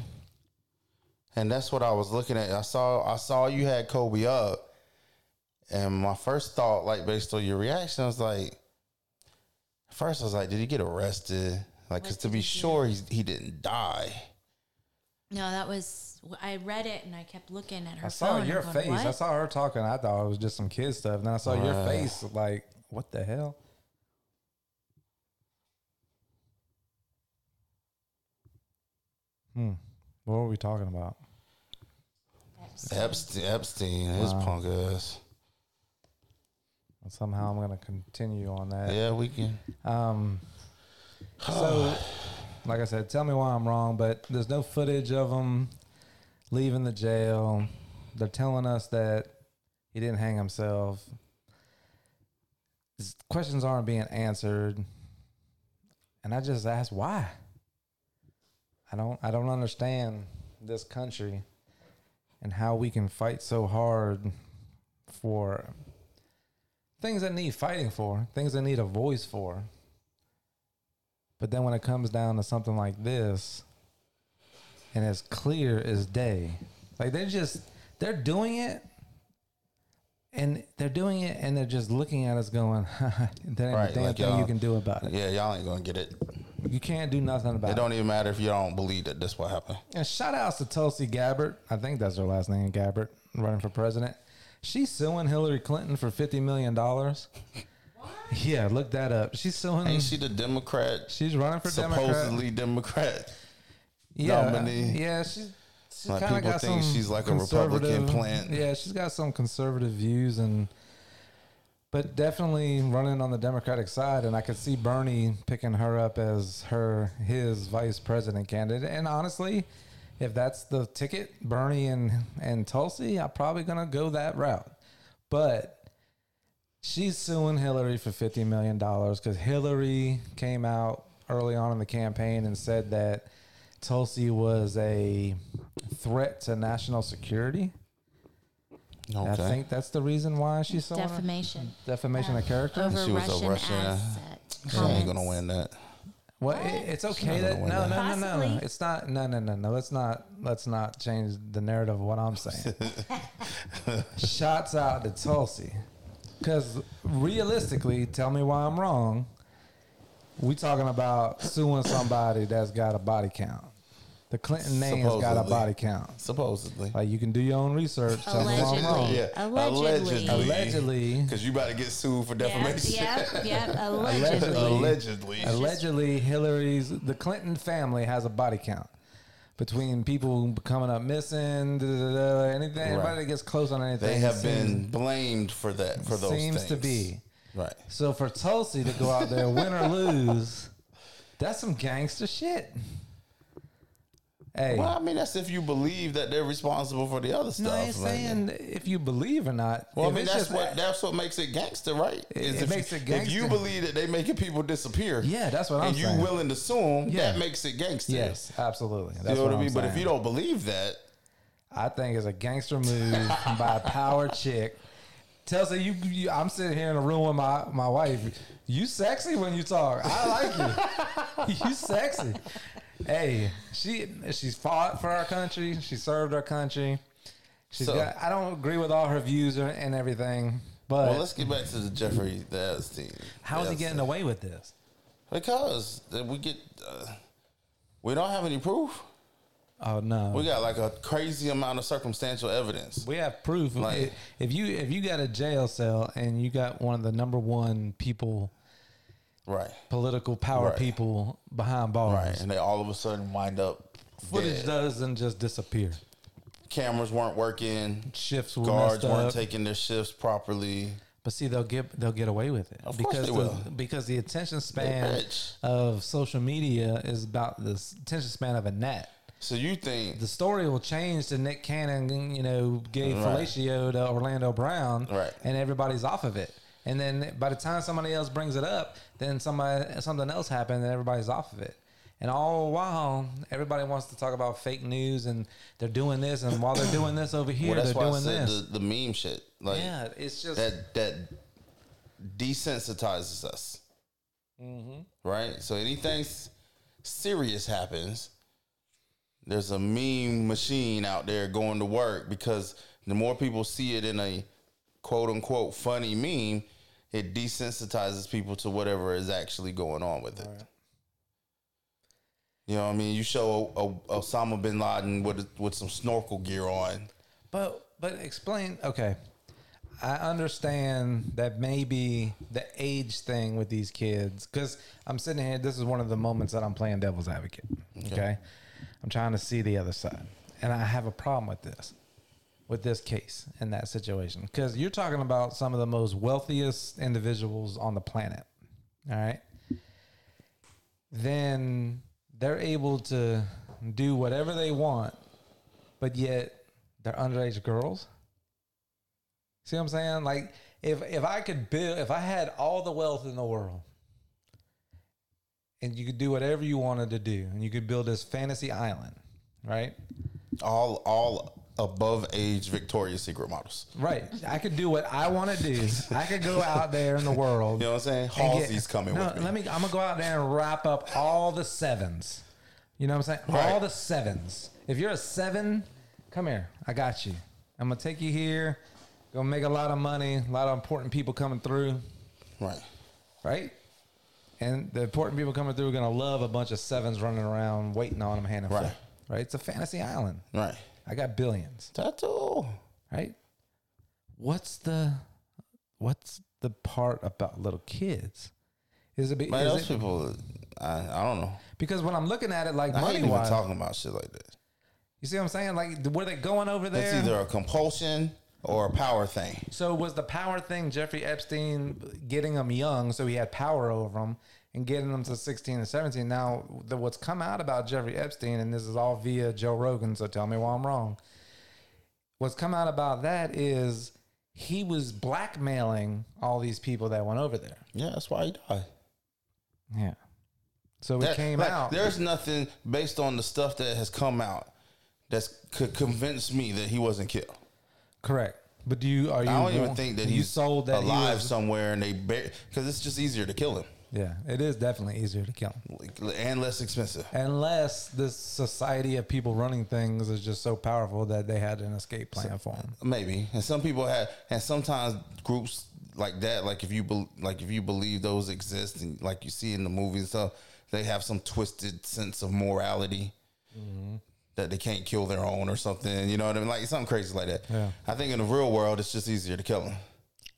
A: And that's what I was looking at. I saw I saw you had Kobe up, and my first thought, like based on your reaction, I was like, first I was like, did he get arrested? Like, because to be sure, he's, he didn't die.
C: No, that was. I read it and I kept looking at her.
B: I saw
C: phone
B: your
C: and
B: face.
C: going, "What?"
B: I saw her talking. I thought it was just some kid stuff. And then I saw your
A: Right.
B: face. Like, what the hell? Hmm. What were we talking about?
A: Epstein, Epstein, his
B: Wow.
A: punk ass.
B: Well, somehow I'm going to continue on that.
A: Yeah, we can.
B: Um, so, like I said, tell me why I'm wrong, but there's no footage of him leaving the jail. They're telling us that he didn't hang himself. S- Questions aren't being answered, and I just ask why. I don't. I don't understand this country and how we can fight so hard for things that need fighting for, things that need a voice for. But then when it comes down to something like this, and it's clear as day, like they're just they're doing it, and they're doing it, and they're just looking at us going, <laughs> "There ain't
A: Right,
B: a damn
A: like,
B: thing
A: y'all-
B: you can do about it.
A: Yeah, y'all ain't gonna get it.
B: You can't do nothing about
A: It
B: it."
A: don't even matter if you don't believe that that's what happened.
B: And shout outs to Tulsi Gabbard. I think that's her last name, Gabbard, running for president. She's suing Hillary Clinton for $50 million. Yeah, look that up. She's suing.
A: Ain't she the Democrat?
B: she's running for Mm. Democrat.
A: supposedly Democrat.
B: Yeah,
A: nominee.
B: yeah, she's. she's
A: Like,
B: kinda
A: people
B: got
A: think
B: some
A: she's like a Republican
B: conservative-
A: plant.
B: Yeah, she's got some conservative views and, but definitely running on the Democratic side. And I could see Bernie picking her up as her his vice president candidate. And honestly, if that's the ticket, Bernie and and Tulsi, I'm probably gonna go that route. But she's suing Hillary for $50 million because Hillary came out early on in the campaign and said that Tulsi was a threat to national security.
A: Okay.
B: I think that's the reason why she's suing her.
C: defamation
B: defamation of character.
C: over
A: She was a
C: Russian
A: Russian, uh,
C: asset.
A: she ain't
C: comments.
A: gonna win that.
B: Well, it, it's okay. That, no, no, no, no.
C: Possibly.
B: It's not. No, no, no, no. Let's not. Let's not change the narrative of what
A: <laughs>
B: I'm saying. Shots out to Tulsi, because realistically, tell me why I'm wrong. We talking about suing somebody that's got a body count. The Clinton name's got a
A: Supposedly.
B: body count.
A: Supposedly.
B: Like you can do your own research. Tell me why I'm wrong.
C: Allegedly. Allegedly.
B: Allegedly.
A: Because you about to get sued for
C: Yep,
A: defamation.
C: yep, yep.
A: <laughs>
C: Allegedly.
A: Allegedly.
B: Allegedly, Hillary's the Clinton family has a body count between people coming up missing, da, da, da, da, anything. Anybody that gets close on anything,
A: They have
B: seems-
A: been blamed for that, for those
B: seems
A: things.
B: to be.
A: Right.
B: So for Tulsi to go out there, win or lose, that's some gangster shit. Hey,
A: Well, I mean, that's if you believe that they're responsible for the other
B: no,
A: stuff.
B: I ain't
A: like-
B: saying if you believe or not.
A: Well,
B: If
A: I mean,
B: it's
A: that's
B: just-
A: what that's what makes it gangster, right? Is
B: it
A: if,
B: makes it
A: If you
B: gangster.
A: believe that they making people disappear,
B: Yeah, that's what I'm
A: and you
B: saying.
A: willing to assume
B: Yeah.
A: that makes it gangster.
B: Yes, absolutely. That's
A: you know what, I
B: I'm
A: mean. But if
B: saying.
A: you don't believe that,
B: I think is a gangster move <laughs> by a power chick. Tells her you, you I'm sitting here in a room with my, my wife. You sexy when you talk. I like <laughs> you. you sexy. Hey, she she's fought for our country. She served our country. She's
A: So-
B: got I don't agree with all her views or, and everything, but
A: well, let's get back to the Jeffrey Daz team.
B: how is he
A: Yes.
B: getting away with this?
A: Because that we get, uh, we don't have any proof.
B: Oh no.
A: We got like a crazy amount of circumstantial evidence.
B: We have proof.
A: Like-
B: if you if you got a jail cell and you got one of the number one people
A: Right.
B: political power
A: Right.
B: people behind
A: Right.
B: bars.
A: And they all of a sudden wind up.
B: Footage
A: dead.
B: doesn't just disappear.
A: Cameras weren't working.
B: Shifts were
A: Guards
B: messed
A: weren't
B: up.
A: taking their shifts properly.
B: but see, they'll get they'll get away with it
A: Of course
B: because
A: they
B: the,
A: will.
B: because the attention span
A: rich.
B: of social media is about the s- attention span of a gnat.
A: So you think
B: The story will change to Nick Cannon, you know, gave
A: Right.
B: fellatio to Orlando Brown,
A: Right.
B: and everybody's off of it. And then by the time somebody else brings it up, then somebody something else happened, and everybody's off of it. And all the while, everybody wants to talk about fake news, and they're doing this, and while they're doing this over here,
A: Well, that's
B: they're
A: why I
B: doing
A: said
B: this.
A: the, the meme shit. Like
B: yeah, it's just
A: that that desensitizes us, right? So anything s- serious happens, there's a meme machine out there going to work because the more people see it in a quote unquote funny meme, it desensitizes people to whatever is actually going on with it. You know what I mean? You show o- O- Osama bin Laden with with some snorkel gear on.
B: But but explain. Okay, I understand that maybe the age thing with these kids because I'm sitting here. This is one of the moments that I'm playing devil's advocate. Okay. I'm trying to see the other side, and I have a problem with this, with this case and that situation because you're talking about some of the most wealthiest individuals on the planet. All right then they're able to do whatever they want, but yet they're underage girls. See what I'm saying? Like if if I could build if I had all the wealth in the world and you could do whatever you wanted to do and you could build this fantasy island, right?
A: all all above age Victoria's Secret models.
B: Right. I could do what I want to do. I could go out there in the world.
A: <laughs> You know what I'm saying?
B: and get-
A: Halsey's coming
B: no,
A: with me.
B: Let me. I'm gonna go out there and wrap up all the sevens. You know what I'm saying?
A: Right.
B: All the sevens. If you're a seven, come here. I got you. I'm gonna take you here. Gonna make a lot of money. A lot of important people coming through,
A: right.
B: right? And the important people coming through are gonna love a bunch of sevens running around waiting on them hand and
A: Right.
B: foot. Right. It's a fantasy island.
A: Right.
B: I got billions.
A: Tattoo.
B: Right. What's the What's the part about little kids? Is it, be-
A: Man,
B: is
A: those
B: it
A: people I, I don't know.
B: Because when I'm looking at it, like
A: I ain't
B: money
A: even
B: wise,
A: talking about shit like that.
B: you see what I'm saying? Like, th- were they going over
A: It's
B: there?
A: either a compulsion or a power thing.
B: so was the power thing Jeffrey Epstein getting them young, so he had power over them, and getting them to 16 and 17? Now, the, what's come out about Jeffrey Epstein, and this is all via Joe Rogan, so tell me why I'm wrong. What's come out about that is he was blackmailing all these people that went over there.
A: Yeah, that's why he died.
B: Yeah. So it
A: That-
B: came
A: like,
B: out.
A: There's nothing based on the stuff that has come out that could convince me that he wasn't killed.
B: Correct. But do you are you
A: I don't even
B: want-
A: think that
B: Mm-hmm. you
A: he's
B: sold that he
A: alive
B: was-
A: somewhere, and they because it's just easier to kill him.
B: Yeah, it is definitely easier to kill 'em.
A: and less expensive.
B: unless this society of people running things is just so powerful that they had an escape plan for them.
A: Maybe, and some people have, and sometimes groups like that, like if you bel like if you believe those exist, and like you see in the movies and stuff, they have some twisted sense of morality that they can't kill their own or something. You know what I mean? Like something crazy like that.
B: Yeah.
A: I think in the real world, it's just easier to kill them.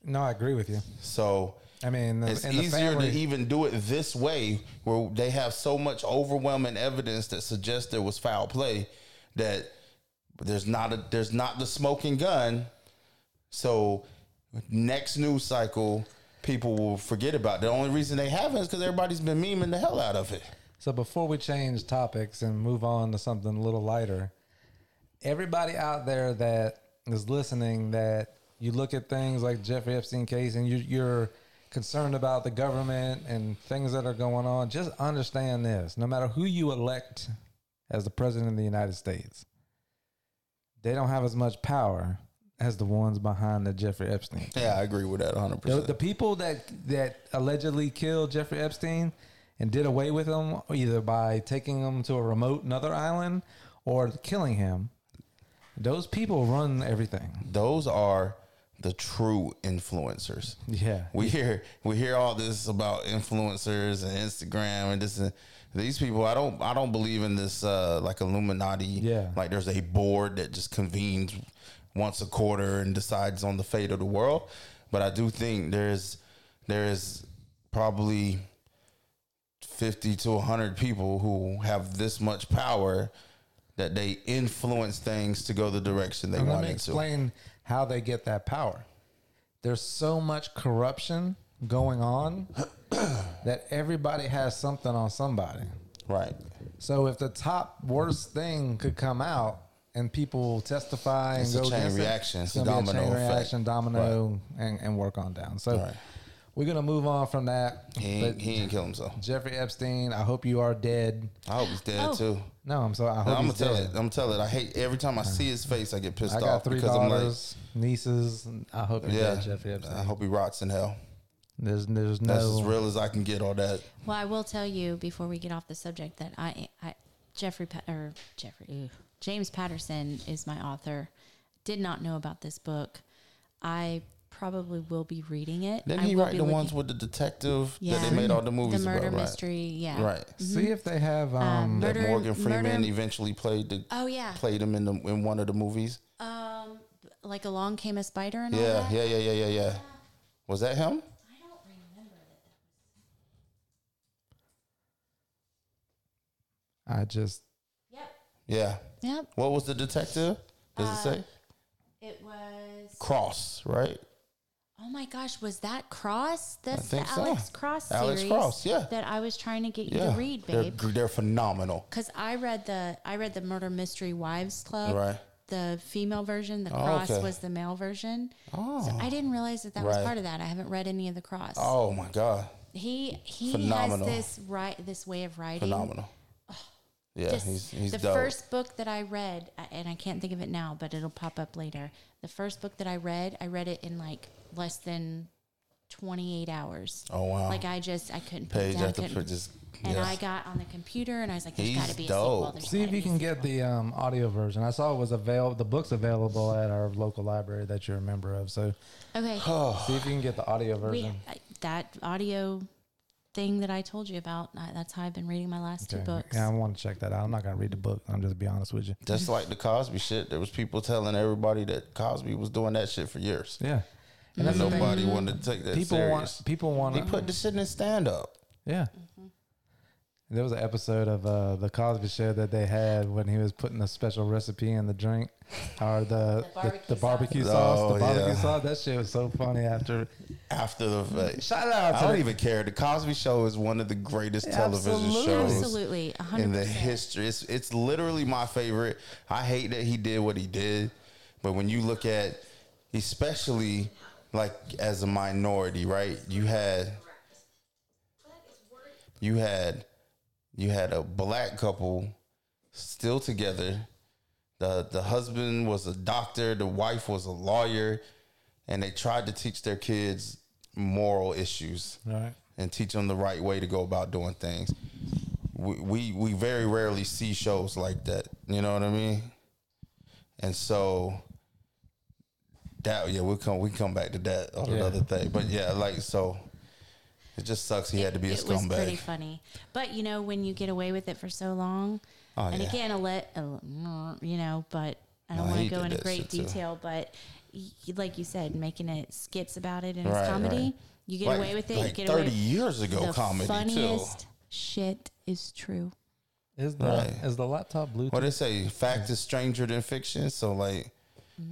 B: No, I agree with you.
A: So
B: I mean, the,
A: it's
B: in the
A: easier
B: family,
A: to even do it this way, where they have so much overwhelming evidence that suggests there was foul play that there's not a there's not the smoking gun. So next news cycle, people will forget about. it. The only reason they haven't is because everybody's been memeing the hell out of it.
B: So before we change topics and move on to something a little lighter, everybody out there that is listening, that you look at things like Jeffrey Epstein case and you, you're concerned about the government and things that are going on, just understand this: no matter who you elect as the president of the United States, they don't have as much power as the ones behind the Jeffrey Epstein
A: Yeah, I agree with that 100.
B: the,
A: percent
B: the people that that allegedly killed Jeffrey Epstein and did away with him either by taking him to a remote another island or killing him. Those people run everything.
A: Those are the true influencers.
B: Yeah.
A: we hear we hear all this about influencers and Instagram and this and these people. I don't I don't believe in this uh, like Illuminati.
B: Yeah.
A: like there's a board that just convenes once a quarter and decides on the fate of the world. But I do think there's there is probably fifty to hundred people who have this much power that they influence things to go the direction they
B: And let
A: want it
B: me
A: to.
B: explain how they get that power. There's so much corruption going on <coughs> that everybody has something on somebody.
A: Right.
B: So if the top worst thing could come out and people testify
A: It's a
B: and go
A: chain
B: against it,
A: reaction. It's a
B: gonna be
A: domino effect.
B: reaction, domino, and, and work on down. So
A: Right.
B: we're gonna move on from that.
A: He
B: But
A: ain't, he ain't kill himself.
B: Jeffrey Epstein, I hope you are dead.
A: I hope he's dead
C: Oh.
A: too.
B: No, I'm sorry. I hope
A: I'm
B: I'm
A: gonna
B: he's
A: tell
B: dead.
A: it. I'm gonna tell it. I hate every time I see his face. I get pissed
B: I
A: off
B: got three
A: because
B: daughters, nieces. and I hope
A: I'm
B: you're
A: like, yeah.
B: dead, Jeffrey Epstein.
A: I hope he rots in hell.
B: There's there's
A: That's
B: no
A: as real as I can get. All that.
C: Well, I will tell you before we get off the subject that I, I Jeffrey Pa- or Jeffrey ew, James Patterson is my author. Did not know about this book. I probably will be reading it.
A: Didn't
C: I
A: he
C: will
A: write
C: be
A: the
C: looking-
A: ones with the detective that
C: Yeah.
A: they made all the
C: the
A: movies
C: murder
A: about? Right.
C: mystery? Yeah,
A: Right.
B: See if they have um,
A: That
C: Murder-
A: Morgan Freeman
C: murder-
A: eventually played the
C: Oh yeah,
A: played him in the in one of the movies.
C: um, like along came a spider and all
A: Yeah.
C: that.
A: Yeah. Yeah. Yeah. Yeah. Yeah. Was that him?
C: I don't remember that.
B: I just
A: Yeah.
C: Yep,
A: What was the detective? Does
C: Uh,
A: it say
C: it was.
A: Cross? Right.
C: Oh my gosh, was that Cross? That's the
A: think so.
C: Alex Cross series.
A: Alex Cross, yeah.
C: That I was trying to get you
A: Yeah.
C: to read,
A: They're-
C: babe.
A: They're, phenomenal.
C: Because I read the I read the Murder Mystery Wives Club,
A: Right. Oh,
C: the female version. The Cross
A: okay.
C: was the male version.
A: Oh.
C: So I didn't realize that that was
A: Right.
C: part of that. I haven't read any of the Cross.
A: Oh my God.
C: He he
A: Phenomenal.
C: has this right this way of writing.
A: Phenomenal. Yeah.
C: Just
A: he's he's
C: the
A: dope.
C: first book that I read, I- and I can't think of it now, but it'll pop up later. The first book that I read, I read it in like less than twenty eight hours.
A: Oh wow.
C: Like I just I couldn't put it
A: page
C: down.
A: after
C: couldn't-
A: page. Just,
C: and
A: yeah.
C: I got on the computer and I was like, "There's
A: He's
C: got to be a sequel."
A: dope.
C: There's
B: See if
C: gotta
B: you
C: be a
B: can get
C: sequel.
B: the um, audio version. I saw it was available. The book's available at our local library that you're a member of. So
C: okay.
A: <sighs>
B: see if you can get the audio
C: we,
B: version.
C: I- that audio thing that I told you about. I, that's how I've been reading my last two books.
B: Yeah, I want to check that out. I'm not gonna read the book. I'm just be honest with you.
A: Just like the Cosby shit, there was people telling everybody that Cosby was doing that shit for years,
B: Yeah, and
A: and
B: that's the thing.
A: nobody wanted to take that
B: People
A: Mm-hmm. serious.
B: want. People want.
A: he put the shit in stand up.
B: yeah. There was an episode of uh, the Cosby Show that they had when he was putting a special recipe in the drink, or the the, the barbecue sauce.
A: Oh,
B: The barbecue
A: yeah.
B: sauce. That shit was so funny. After
A: After the fact,
B: Mm. shout out
A: I
B: to
A: don't
B: the-
A: even care. The Cosby Show is one of the greatest television
B: Absolutely.
A: shows
C: Absolutely, a
A: in
C: hundred
A: the
C: percent.
A: history. It's it's literally my favorite. I hate that he did what he did, but when you look at, especially like as a minority, right? You had you had you had a black couple still together. The the husband was a doctor, the wife was a lawyer, and they tried to teach their kids moral issues
B: Right.
A: and teach them the right way to go about doing things. We we, we very rarely see shows like that. You know what I mean? And so that yeah, we'll come we come back to that on
B: Yeah.
A: another thing. But yeah, like so it just sucks he had to be a
C: it was pretty
A: scumbag.
C: funny. But you know, when you get away with it for so long,
A: Oh,
C: and
A: yeah.
C: again, a let a- you know, but I don't
A: No,
C: want
A: he
C: to go
A: did
C: into
A: that
C: great
A: shit too.
C: detail. But y- like you said, making it skits about it in
A: Right,
C: his comedy,
A: right.
C: you get
A: Like-
C: away with it.
A: like
C: you get away
A: thirty years ago,
C: the
A: comedy
C: funniest
A: too.
C: shit is true.
B: Is the
A: Right.
B: is the laptop Bluetooth?
A: What they say, fact is stranger than fiction. So like,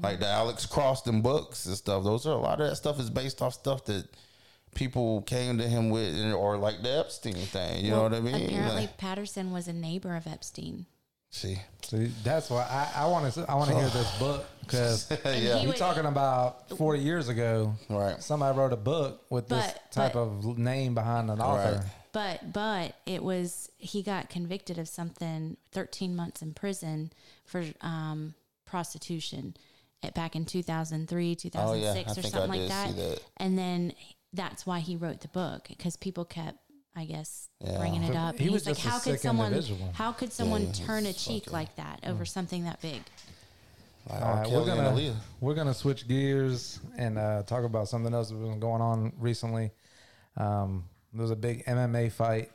A: like the Alex Cross them books and stuff. Those are a lot of that stuff is based off stuff that people came to him with, and, or like the Epstein thing. You know what I mean? <laughs>
C: Apparently,
A: Like,
C: Patterson was a neighbor of Epstein.
A: see,
B: See, that's why I want to I want to hear this book
A: <laughs>
B: because
A: yeah,
C: he
B: you're
C: would-
B: talking about 40 years ago.
A: Right.
B: Somebody wrote a book with this
C: But-
B: type
C: but-
B: of name behind an author.
A: Right.
C: But but it was he got convicted of something 13 months in prison for um, prostitution at, back in
A: Oh
C: 2003
A: yeah,
C: 2006
A: I
C: or
A: think I
C: something
A: did
C: like that.
A: see that.
C: and then that's why he wrote the book because people kept I guess
A: Yeah.
C: bringing it
B: But
C: up.
B: he
C: And
B: was
C: like,
B: just a
C: how could
B: sick
C: someone
B: individual."
C: how could someone
A: he
C: turn a
A: was
C: cheek like that over something that big?
A: Like
B: All
A: R.
B: right,
A: Kelly
B: Uh, we're
A: and
B: gonna
A: Aaliyah.
B: we're gonna switch gears and uh, talk about something else that's been going on recently. Um, there was a big MMA fight.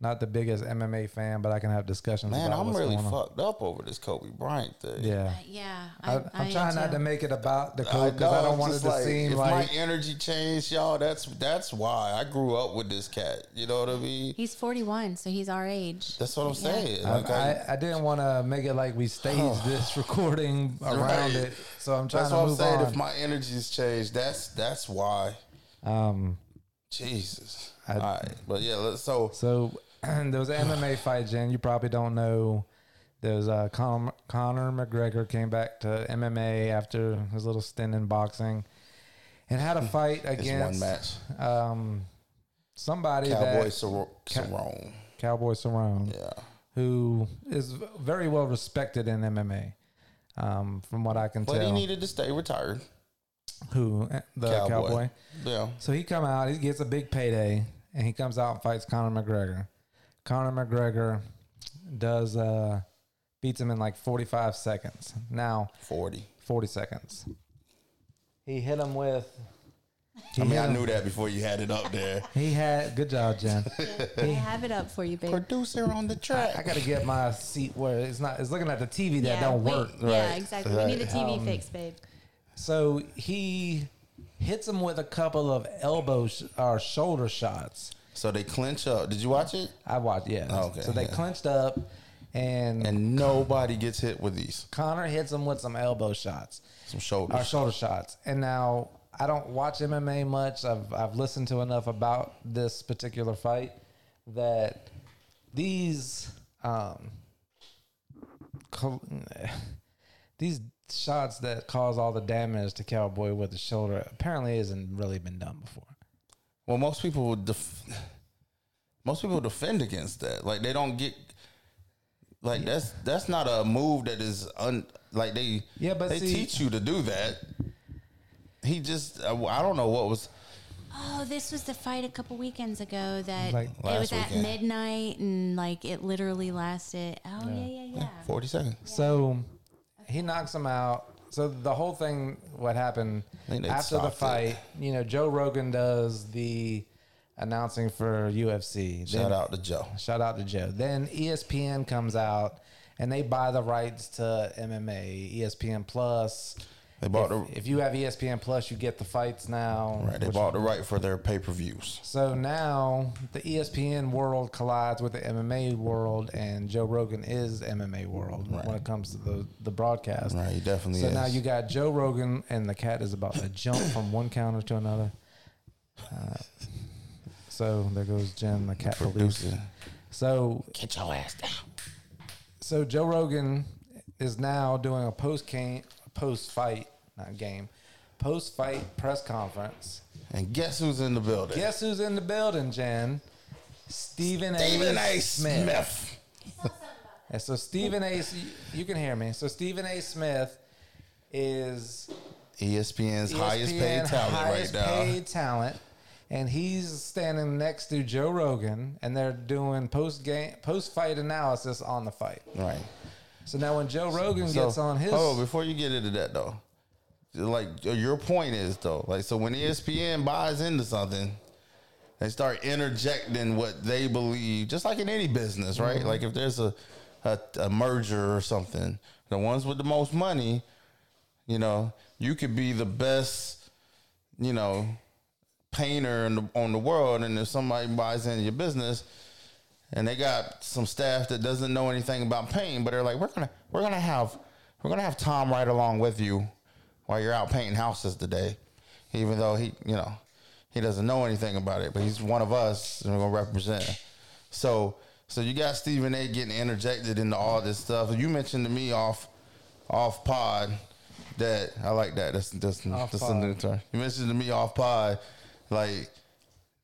B: Not the biggest MMA fan, but I can have discussions.
A: Man,
B: about
A: I'm
B: what's
A: really
B: going on.
A: fucked up over this Kobe Bryant thing.
B: Yeah,
C: Yeah,
B: I,
C: I,
B: I'm
C: I am
B: trying not
C: too.
B: to make it about the
A: I
B: coach because I,
A: know,
B: don't
A: I'm
B: want it
A: just
B: to
A: like,
B: seem
A: if
B: like
A: my energy changed, y'all. That's that's why I grew up with this cat. You know what I mean?
C: He's 41, so he's our age.
A: That's what I'm
C: Yeah.
A: saying.
B: I,
A: Like I,
B: I, I didn't want to make it like
A: <sighs>
B: we staged this recording around
A: Right.
B: it, so I'm trying
A: that's
B: to
A: what I'm
B: move
A: saying.
B: on.
A: If my energy's changed, that's that's why.
B: um,
A: Jesus.
B: I-
A: All right, but yeah. Let's, so
B: So <clears throat> there was an MMA fight, Jen. You probably don't know. There was uh, Con- Conor McGregor came back to MMA after his little stint in boxing, and had a fight
A: Hmm. it's one
B: against
A: match.
B: um, somebody
A: Cowboy
B: that
A: Sar- Sarone.
B: Cowboy Cerrone,
A: Yeah.
B: who is very well respected in MMA, um, from what I can
A: But
B: tell.
A: he needed to stay retired.
B: who eh, the
A: Cowboy.
B: cowboy.
A: Yeah.
B: So he come out, he gets a big payday, and he comes out and fights Conor McGregor. Conor McGregor does uh beats him in like 45 seconds. Now,
A: Forty.
B: 40 seconds. He hit him with
A: I mean,
B: hit
A: I
B: him-
A: knew that before you had it up
B: <laughs>
A: there.
B: he had good job, Jen.
C: I have it up for you, babe.
A: Producer on the track.
B: I got to get my seat where it's not it's looking at the TV that don't
C: wait.
B: work.
C: Yeah,
A: Right. Um,
C: exactly. We need a TV fix, babe.
B: So he hits him with a couple of elbow sh- or shoulder shots.
A: So they clinch up. Did you watch it?
B: I watched, yeah.
A: Oh, Okay,
B: so they
A: yeah.
B: clenched up and
A: And nobody gets hit with these.
B: Connor hits him with some elbow shots
A: Some
B: or
A: shoulders.
B: shoulder shots. And now I don't watch MMA much. I've I've listened to enough about this particular fight that these um col- <sighs> these shots that cause all the damage to Cowboy with the shoulder apparently isn't really been done before.
A: Well, most people would def- most people defend against that. Like they don't get like that's that's not a move that is un like they
B: Yeah, but
A: they
B: see-
A: teach you to do that. He just I, I don't know what was
C: Oh, this was the fight a couple weekends ago that
B: Like
C: it
A: last
C: was at
A: weekend.
C: midnight and like it literally lasted. Oh yeah, yeah, yeah.
A: forty seconds.
B: So he knocks him out. So the whole thing, what happened
A: think they
B: after the
A: stopped it.
B: fight, you know, Joe Rogan does the announcing for UFC.
A: Shout
B: Then-
A: out to Joe.
B: Shout out to Joe. Then E ESPN comes out and they buy the rights to MMA, ESPN Plus.
A: They bought
B: if,
A: the
B: if you have E ESPN Plus, you get the fights now.
A: right. They
B: which-
A: bought the right for their pay per views.
B: so now the E ESPN world collides with the MMA world, and Joe Rogan is MMA world when it comes to the, the broadcast.
A: Right, he definitely
B: So
A: is.
B: now you got Joe Rogan, and the cat is about to jump from one counter to another. Uh, so there goes Jen, the cat police.
A: Producer.
B: So
A: Get your ass down.
B: so Joe Rogan is now doing a post game, post fight, not game, post fight press conference.
A: And guess who's in the building?
B: Guess who's in the building, Jen? Stephen A.
A: David A.
B: Smith.
A: Smith.
B: And so Stephen A. S- You can hear me. So Stephen A. Smith is
A: ESPN's highest paid
B: ESPN
A: talent
B: highest
A: right now.
B: paid talent, and he's standing next to Joe Rogan, and they're doing post game, post fight analysis on the fight.
A: Right.
B: So now when Joe Rogan gets on his,
A: Oh, before you get into that though, like uh, your point is though, like so when E ESPN buys into something, they start interjecting what they believe, just like in any business, right?
B: Mm-hmm.
A: Like if there's a, a a merger or something, the ones with the most money, you know, you could be the best, you know, painter in the, on the world, and if somebody buys into your business, and they got some staff that doesn't know anything about painting, but they're like, we're gonna we're gonna have we're gonna have Tom right along with you while you're out painting houses today, even though he you know he doesn't know anything about it, but he's one of us and we're gonna represent. him." So so you got Stephen A. getting interjected into all this stuff. You mentioned to me off off pod that I like that. That's that's, that's a
B: pod.
A: new term. You mentioned to me off pod like.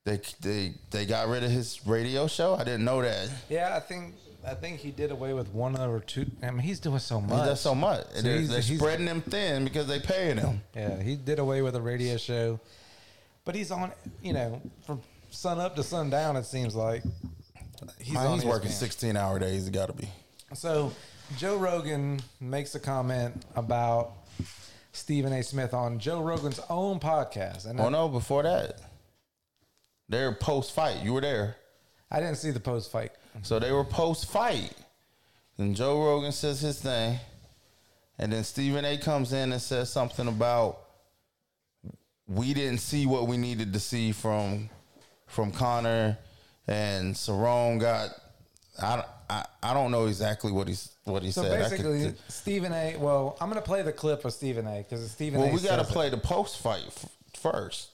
A: They, they they got rid of his radio show. I didn't know that.
B: yeah, I think I think he did away with one or two. I mean, he's doing so much.
A: He does so much. And they're
B: he's-
A: they're
B: he's-
A: spreading him thin because they paying him.
B: Yeah, he did away with a radio show, but he's on. You know, from sun up to sundown, it seems like he's,
A: Man, he's working
B: ESPN.
A: sixteen hour days. He got to be.
B: So Joe Rogan makes a comment about Stephen A. Smith on Joe Rogan's own podcast, and
A: Oh no! Before that, they're post fight. You were there,
B: I didn't see the post fight.
A: so they were post fight. And Joe Rogan says his thing, and then Stephen A. comes in and says something about we didn't see what we needed to see from from Connor, and Cerrone got. I, don't- I, I don't know exactly what he's what he
B: So
A: said. I could-
B: basically, Stephen A. Well, I'm gonna play the clip of Stephen A. because it's Stephen A.
A: Well, we got to
B: says it.
A: play the post fight f- first.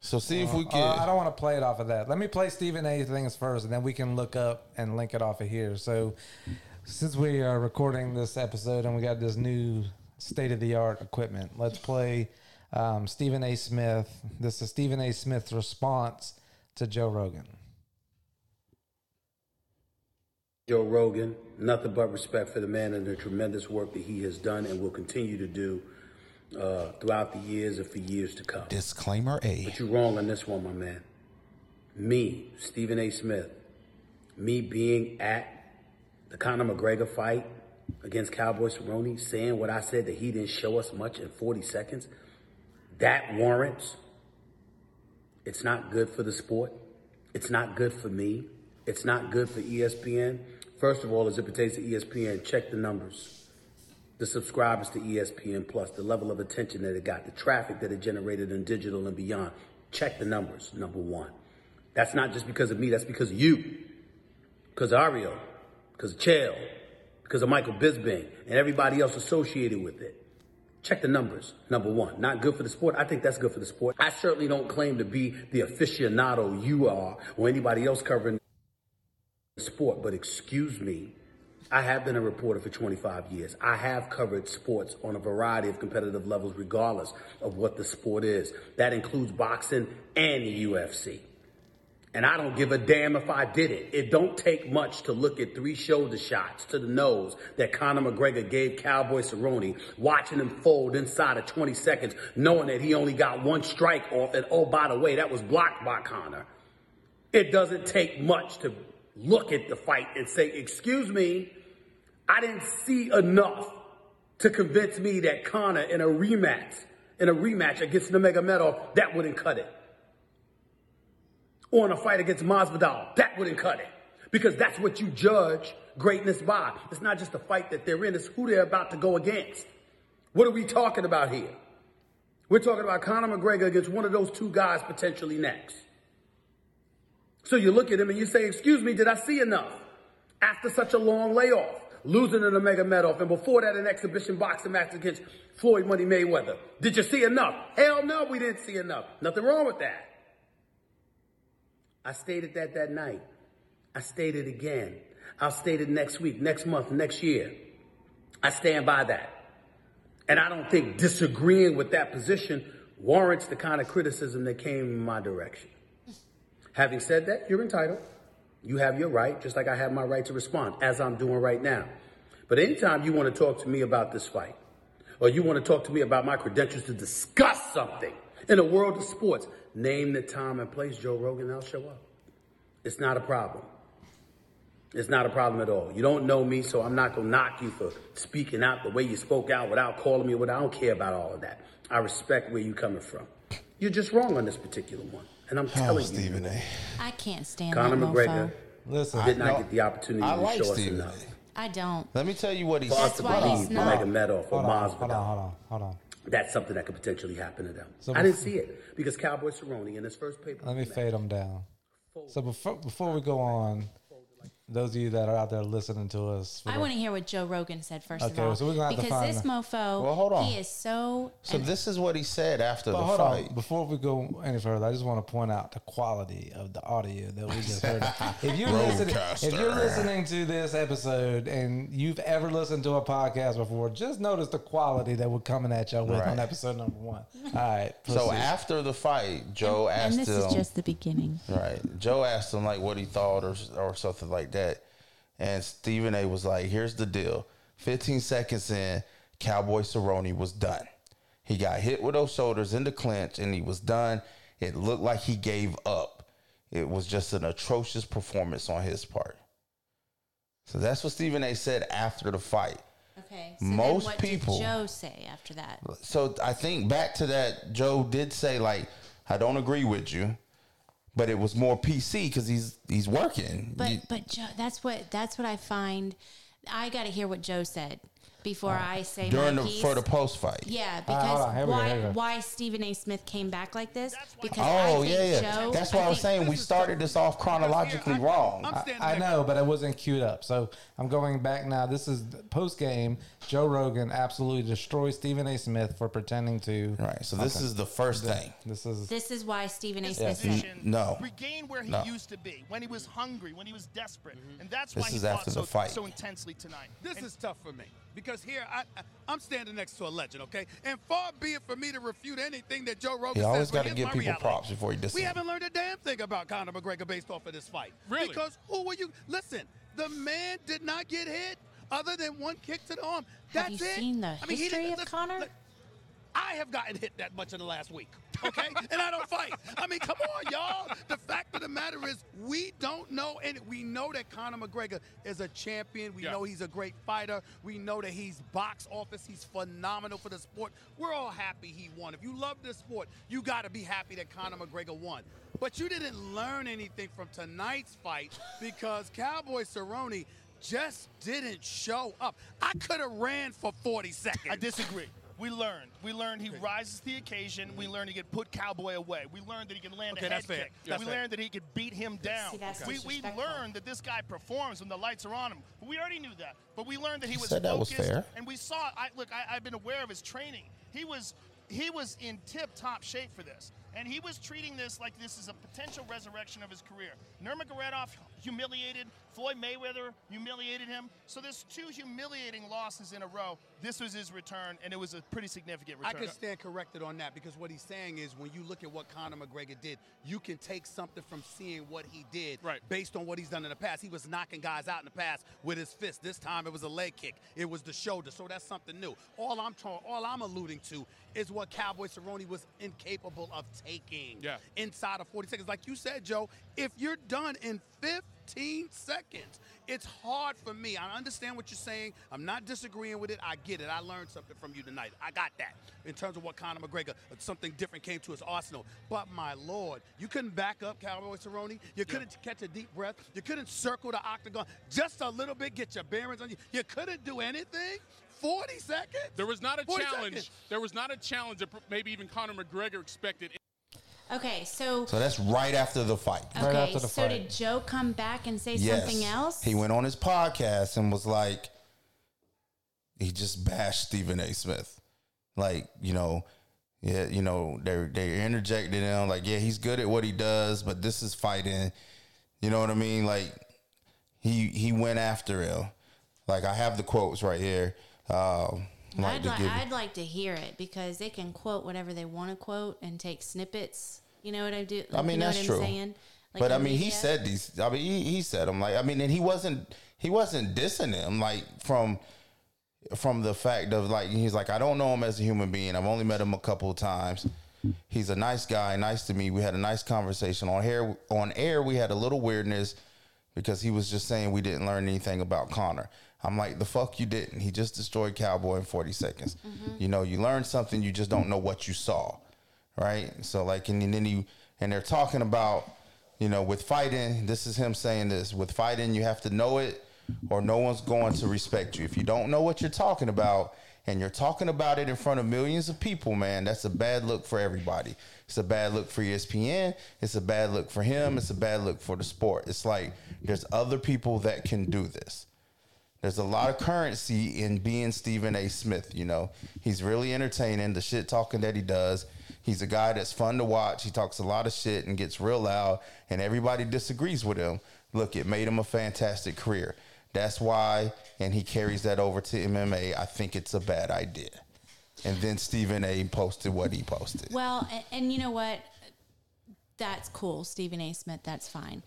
A: So see if we
B: Uh,
A: can.
B: I don't want to play it off of that. Let me play Stephen A. things first, and then we can look up and link it off of here. So, since we are recording this episode and we got this new state of the art equipment, let's play um, Stephen A. Smith. This is Stephen A. Smith's response to Joe Rogan.
E: Joe Rogan, nothing but respect for the man and the tremendous work that he has done and will continue to do uh, throughout the years and for years to come.
A: Disclaimer A.
E: But you're wrong on this one, my man. Me, Stephen A. Smith, me being at the Conor McGregor fight against Cowboy Cerrone, saying what I said that he didn't show us much in 40 seconds, that warrants. It's not good for the sport. It's not good for me. It's not good for E ESPN. First of all, as it pertains to E ESPN, check the numbers the subscribers to E ESPN Plus, the level of attention that it got, the traffic that it generated in digital and beyond. Check the numbers, number one. That's not just because of me, that's because of you. Because of Ario, because of Chael, because of Michael Bisbing, and everybody else associated with it. Check the numbers, number one. Not good for the sport. I think that's good for the sport. I certainly don't claim to be the aficionado you are or anybody else covering sport, but excuse me. I have been a reporter for 25 years. I have covered sports on a variety of competitive levels, regardless of what the sport is. That includes boxing and the UFC. And I don't give a damn if I did it. It don't take much to look at three shoulder shots to the nose that Conor McGregor gave Cowboy Cerrone, watching him fold inside of 20 seconds, knowing that he only got one strike off, and oh, by the way, that was blocked by Conor. It doesn't take much to look at the fight and say, excuse me, I didn't see enough to convince me that Connor in a rematch, in a rematch against Nurmagomedov, that wouldn't cut it. Or in a fight against Masvidal, that wouldn't cut it. Because that's what you judge greatness by. It's not just the fight that they're in, it's who they're about to go against. What are we talking about here? We're talking about Conor McGregor against one of those two guys potentially next. So you look at him and you say, Excuse me, did I see enough? After such a long layoff, losing an Omega Medoff, and before that, an exhibition boxing match against Floyd Money Mayweather. Did you see enough? Hell no, we didn't see enough. Nothing wrong with that. I stated that that night. I stated again. I'll state it next week, next month, next year. I stand by that. And I don't think disagreeing with that position warrants the kind of criticism that came in my direction. Having said that, you're entitled. You have your right, just like I have my right to respond, as I'm doing right now. But anytime you want to talk to me about this fight, or you want to talk to me about my credentials to discuss something, In the world of sports, name the time and place Joe Rogan, I'll show up. It's not a problem. It's not a problem at all. You don't know me, so I'm not gonna knock you for speaking out the way you spoke out without calling me. What I don't care about all of that. I respect where you coming from. You're just wrong on this particular one, and I'm
A: Oh,
E: telling you,
A: Stephen A.
C: I can't stand
E: Conor
C: that
E: McGregor
C: mofo.
B: Listen,
E: did not
A: No,
E: get the opportunity
A: I
E: to
A: like
E: show us
A: Stephen
E: enough.
A: A.
C: I don't.
A: Let me tell you what he
E: For us
C: That's
E: to
C: why
E: believe
C: he's
E: we're
C: not-
E: like a Madoff or
B: hold on, hold on,
E: Masvidal.
B: hold on, hold on.
E: That's something that could potentially happen to them.
B: So
E: I didn't
B: bef-
E: see it because Cowboy Cerrone in his first paper.
B: Let me fade them down. So before before we go on, those of you that are out there listening to us, for
C: I
B: the-
C: want to hear what Joe Rogan said first
B: Okay,
C: of all.
B: so we're gonna have to
C: because
B: find
C: this
B: the-
C: mofo,
A: Well, hold on.
C: he is so.
A: So this is what he said after
B: But
A: the
B: hold
A: fight.
B: on, before we go any further, I just want to point out the quality of the audio that we just
A: <laughs>
B: heard. if you're listening, if you're listening to this episode and you've ever listened to a podcast before, just notice the quality that we're coming at y'all with
A: Right.
B: on episode number one. All right,
A: <laughs> So
B: proceed.
A: after the fight, Joe
C: and
A: asked
C: this is
A: him.
C: just the beginning.
A: Right. Joe asked him like what he thought or or something like that, and Stephen A. was like, "Here's the deal. 15 seconds in, Cowboy Cerrone was done. He got hit with those shoulders in the clinch, and he was done. It looked like he gave up. It was just an atrocious performance on his part. So that's what Stephen A. said after the fight.
C: Okay.
A: so then Most what did people-
C: Did Joe
A: Joe
C: say after that?
A: So I think back to that, Joe did say like, "I don't agree with you." But it was more PC because he's he's working.
C: But
A: You-
C: but Joe, that's what that's what I find. I got to hear what Joe said before I say
A: during
C: my
A: the
C: piece.
A: for the post fight.
C: Yeah,
B: right,
C: because
B: Oh. Ah, hold on, here we go,
C: why
B: here we go.
C: why Stephen A. Smith came back like this? Because
A: Oh
C: I think
A: yeah, yeah.
C: Joe.
A: That's why I, was
C: think-
A: saying we started this off chronologically wrong.
B: I know, but it wasn't queued up. So I'm going back now. This is post game. Joe Rogan absolutely destroys Stephen A. Smith for pretending to.
A: right. So this is the first thing.
B: This is
C: This is why Stephen A.
F: his
C: Smith said.
F: position,
A: No.
F: regain where he
A: No. Mm-hmm.
F: used to be when he was hungry, when he was desperate, and that's
A: This
F: why he
A: is
F: fought
A: after
F: so,
A: the fight.
F: so intensely tonight.
G: This is tough for me because here I, I I'm standing next to a legend, okay? And far be it for me to refute anything that Joe Rogan
A: You
G: says.
A: always
G: but
A: got to
G: here's
A: give
G: my
A: people
G: reality.
A: props before you diss
G: We
A: them.
G: haven't learned a damn thing about Conor McGregor based off of this fight.
F: Really?
G: Because who were you? Listen, the man did not get hit other than one kick to the arm.
C: Have
G: That's
C: you
G: it.
C: seen the
G: I mean, he
C: history
G: didn't-
C: of
G: listen,
C: Connor?
G: look, I have gotten hit that much in the last week, okay? <laughs> and I don't fight. I mean, come on, y'all. The fact of the matter is, we don't know, and we know that Conor McGregor is a champion. We
F: Yeah.
G: know he's a great fighter. We know that he's box office. He's phenomenal for the sport. We're all happy he won. If you love this sport, you got to be happy that Conor McGregor won. But you didn't learn anything from tonight's fight because Cowboy Cerrone just didn't show up. I could have ran for 40 seconds.
F: I disagree. We learned. We learned he rises to the occasion. We learned he could put Cowboy away. We learned that he can land
G: Okay,
F: a head
G: that's fair.
F: kick.
G: That's
F: we
G: fair.
F: learned that he could beat him down.
C: See, that's
F: we, we
C: disrespectful.
F: learned that this guy performs when the lights are on him. We already knew that, but we learned that he was
A: said that was
F: focused.
A: fair.
F: And we saw. I look. I, I've been aware of his training. He was he was in tip-top shape for this, and he was treating this like this is a potential resurrection of his career. Nurmagomedov humiliated Floyd Mayweather, humiliated him. So there's two humiliating losses in a row. This was his return, and it was a pretty significant
G: I
F: return.
G: can stand corrected on that because what he's saying is when you look at what Conor McGregor did, you can take something from seeing what he did
F: Right.
G: based on what he's done in the past. He was knocking guys out in the past with his fist. This time it was a leg kick. It was the shoulder. So that's something new. All I'm tra- all I'm alluding to is what Cowboy Cerrone was incapable of taking
F: Yeah.
G: inside of 40 seconds. Like you said, Joe, if you're done in 15 seconds, it's hard for me. I understand what you're saying. I'm not disagreeing with it. I get it. I learned something from you tonight. I got that in terms of what Conor McGregor, uh, something different came to his arsenal. But my lord, you couldn't back up Cowboy Cerrone. You couldn't catch a deep breath. You couldn't circle the octagon just a little bit, get your bearings on you. You couldn't do anything. 40 seconds?
H: There was not a
G: 40
H: challenge.
G: seconds.
H: There was not a challenge that pr- maybe even Conor McGregor expected.
C: Okay, so
A: So that's right after the fight.
C: okay,
B: Right after the
C: so
B: fight.
C: did Joe come back and say
A: Yes.
C: something else?
A: He went on his podcast and was like, he just bashed Stephen A. Smith. Like, you know, yeah, you know, they they interjected him, like, yeah, he's good at what he does, but this is fighting. You know what I mean? Like, he he went after him. Like, I have the quotes right here. Um,
C: I'd,
A: to
C: like
A: give-
C: I'd like to hear it because they can quote whatever they want to quote and take snippets. You know what I do?
A: I
C: you
A: mean,
C: know
A: that's
C: what I'm
A: true.
C: Saying? Like
A: but I
C: in
A: mean, he
C: media?
A: said these. I mean, he, he said them. Like I mean, and he wasn't he wasn't dissing him. Like from from the fact of like he's like I don't know him as a human being. I've only met him a couple of times. He's a nice guy, nice to me. We had a nice conversation on air. On air, we had a little weirdness because he was just saying we didn't learn anything about Connor. I'm like, the fuck you didn't. He just destroyed Cowboy in 40 seconds. You know, you learned something, you just don't know what you saw, right? So like, and then you and they're talking about, you know, with fighting. This is him saying this. With fighting, you have to know it, or no one's going to respect you. If you don't know what you're talking about, and you're talking about it in front of millions of people, man, that's a bad look for everybody. It's a bad look for E ESPN. It's a bad look for him. It's a bad look for the sport. It's like there's other people that can do this. There's a lot of currency in being Stephen A. Smith. You know, he's really entertaining. The shit talking that he does. He's a guy that's fun to watch. He talks a lot of shit and gets real loud, and everybody disagrees with him. Look, it made him a fantastic career. That's why, and he carries that over to MMA. I think it's a bad idea. And then Stephen A. posted what he posted.
C: Well, and, and you know what? That's cool, Stephen A. Smith. That's fine.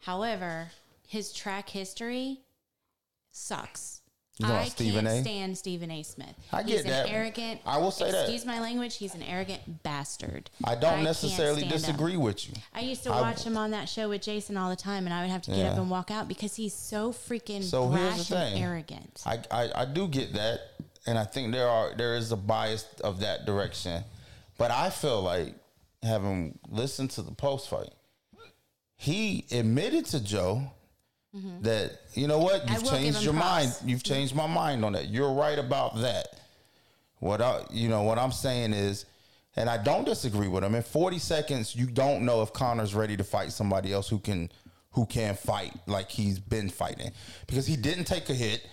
C: However, his track history sucks.
A: You know,
C: I
A: Stephen
C: can't
A: A?
C: stand Stephen A. Smith.
A: I
C: he's
A: get that.
C: An arrogant.
A: I will say that.
C: Excuse my language. He's an arrogant bastard.
A: I don't
C: can't
A: necessarily
C: stand him.
A: disagree with you.
C: I used to
A: I-
C: watch him on that show with Jason all the time, and I would have to get up
A: Yeah.
C: and walk out because he's so freaking
A: So here's the
C: brash and
A: thing.
C: arrogant.
A: I, I I do get that, and I think there are there is a bias of that direction, but I feel like having listened to the post fight, he admitted to Joe that you know what
C: Mm-hmm. I
A: you've
C: will give
A: changed
C: him
A: your mind.
C: props. Mm-hmm.
A: You've changed my mind on that. You're right about that. What I you know what I'm saying is. And I don't disagree with him. In 40 seconds, you don't know if Connor's ready to fight somebody else who can who can fight like he's been fighting because he didn't take a hit.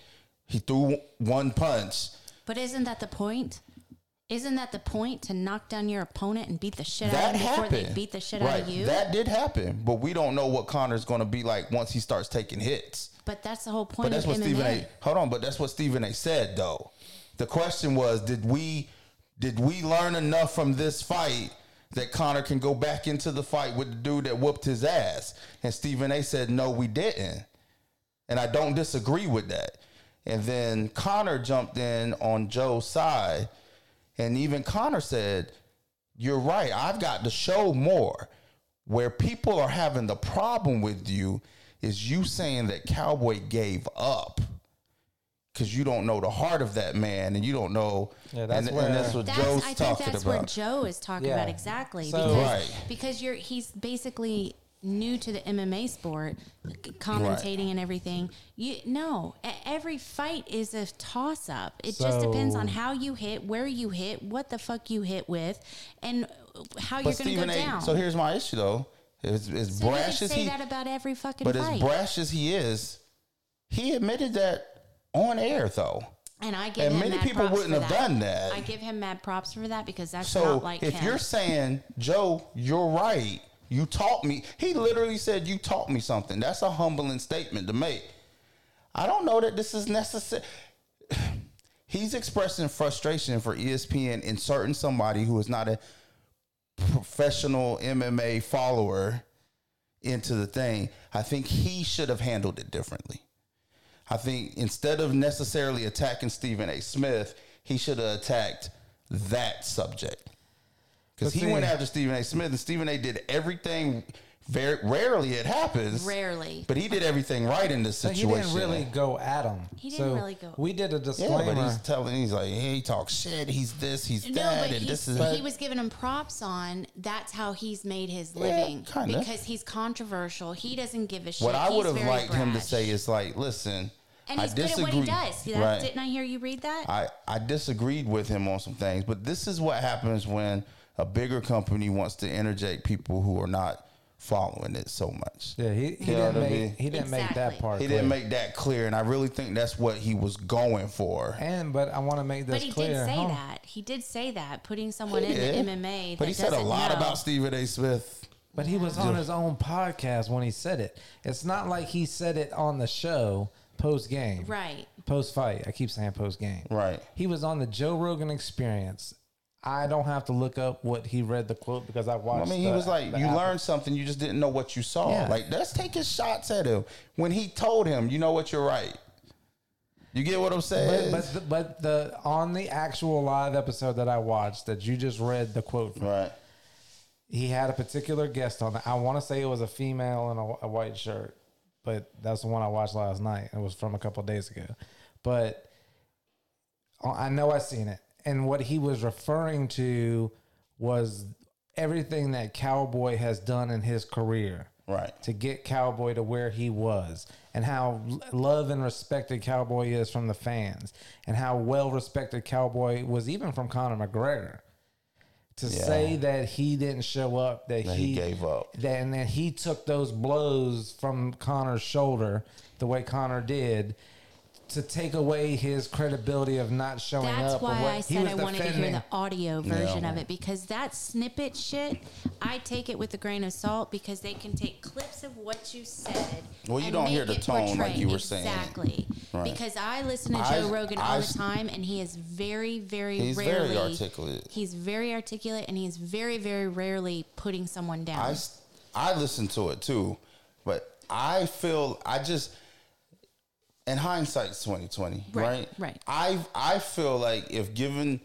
A: He threw one punch.
C: But isn't that the point? Isn't that the point to knock down your opponent and beat the shit out
A: that
C: of them before
A: happened.
C: they beat the shit
A: right.
C: out of you?
A: That did happen, but we don't know what Connor's going to be like once he starts taking hits.
C: but that's the whole
A: But
C: point of
A: that's what Stephen
C: MMA.
A: A. Hold on, but that's what Stephen A. said though. The question was, did we did we learn enough from this fight that Connor can go back into the fight with the dude that whooped his ass? And Stephen A. said, no, we didn't. And I don't disagree with that. And then Connor jumped in on Joe's side, and even Connor said, you're right. I've got to show more. Where people are having the problem with you is you saying that Cowboy gave up because you don't know the heart of that man and you don't know.
B: Yeah, that's
A: and,
B: where-
A: and that's what
C: That's,
A: Joe's
C: I think
A: talking
C: that's
A: about.
C: where Joe is talking
B: Yeah.
C: about exactly
B: So-
C: because,
A: Right.
C: because you're he's basically new to the MMA sport, c- commentating and everything. You no, e- every fight is a toss up. It just depends on
B: So-
C: how you hit, where you hit, what the fuck you hit with, and how
A: but
C: you're going to go
A: Stephen A.
C: down.
A: So here's my issue though. As, as
C: So you could
A: brash as
C: say
A: he,
C: that about every fucking
A: but
C: fight.
A: as brash as he is, he admitted that on air though.
C: and I give
A: and
C: him
A: many
C: mad
A: people
C: props
A: wouldn't
C: for
A: have
C: that.
A: done that.
C: I give him mad props for that because that's
A: So
C: not like
A: if
C: him.
A: you're saying, Joe, you're right. You taught me. He literally said, You taught me something. That's a humbling statement to make. I don't know that this is necessary. <sighs> He's expressing frustration for E ESPN inserting somebody who is not a professional MMA follower into the thing. I think he should have handled it differently. I think instead of necessarily attacking Stephen A. Smith, he should have attacked that subject. Because
B: But
A: he
B: see-
A: went after Stephen A. Smith, and Stephen A. did everything. Very rarely it happens,
C: Rarely.
A: but he did everything right in this
B: So he
A: situation.
B: didn't really go at him.
C: He didn't
B: so
C: really go-
B: We did a
A: Yeah,
B: disclaimer.
A: but he's telling, he's like, hey, he talks shit. He's this, he's
C: No,
A: that,
C: but
A: and
C: he's,
A: this is.
C: he was giving him props on. That's how he's made his living
A: kinda.
C: because he's controversial. He doesn't give a shit.
A: what I
C: He's
A: would have
C: very
A: liked him to
C: brash.
A: say is like, listen,
C: and he's
A: I
C: good
A: disagree.
C: at what he does. That-
A: Right.
C: Didn't I hear you read that?
A: I, I disagreed with him on some things, but this is what happens when a bigger company wants to interject people who are not following it so much.
B: yeah, he, he
A: You know
B: didn't
A: what I
B: make
A: mean?
B: he didn't make that
C: Exactly.
B: part.
A: He didn't
B: clear.
A: make that clear, and I really think that's what he was going for.
B: And but I want to make this
C: but he
B: clear.
C: did say
B: huh?
C: that. He did say that putting someone
A: He did.
C: in the MMA.
A: but
C: that
A: he said a
C: doesn't
A: lot
C: know-
A: about Stephen A. Smith.
B: But he was on his own podcast when he said it. It's not like he said it on the show post game.
C: Right.
B: Post fight. I keep saying post game.
A: Right.
B: He was on the Joe Rogan experience. I don't have to look up what he read the quote because I
A: I
B: watched.
A: mean, he
B: the-
A: was like,
B: the
A: you
B: app-
A: learned something, you just didn't know what you saw.
B: Yeah.
A: Like, that's taking shots at him when he told him, you know what, you're right. You get what I'm
B: But,
A: saying?
B: but the, but the on the actual live episode that I watched that you just read the quote from,
A: right.
B: he had a particular guest on. I want to say it was a female in a, a white shirt, but that's the one I watched last night. It was from a couple of days ago, but I I know I seen it, and what he was referring to was everything that Cowboy has done in his career
D: Right.
B: to get Cowboy to where he was, and how l- loved and respected Cowboy is from the fans, and how well respected Cowboy was even from Conor McGregor. To say that he didn't show up, that,
A: That he gave up.
B: that, and that he took those blows from Connor's shoulder the way Connor did. To take away his credibility of not showing
C: That's
B: up, or
C: why
B: what-
C: I
B: he
C: said
B: was
C: I wanted to hear
B: defending-
C: the audio version of it because that snippet shit, I take it with a grain of salt because they can take clips of what you said.
D: Well, you
C: and
D: don't
C: make
D: hear the
C: it
D: tone like
C: portray-
D: you were saying.
C: Exactly.
D: Right.
C: Because I listen to Joe
A: I-
C: Rogan all
A: I-
C: the time and he is very, very
A: He's very
C: rarely.
A: articulate.
C: He's very articulate and he's very, very rarely putting someone down.
A: I s- I listen to it too, but I feel I just in hindsight's twenty twenty,
C: Right,
A: right?
C: right.
A: I I feel like if given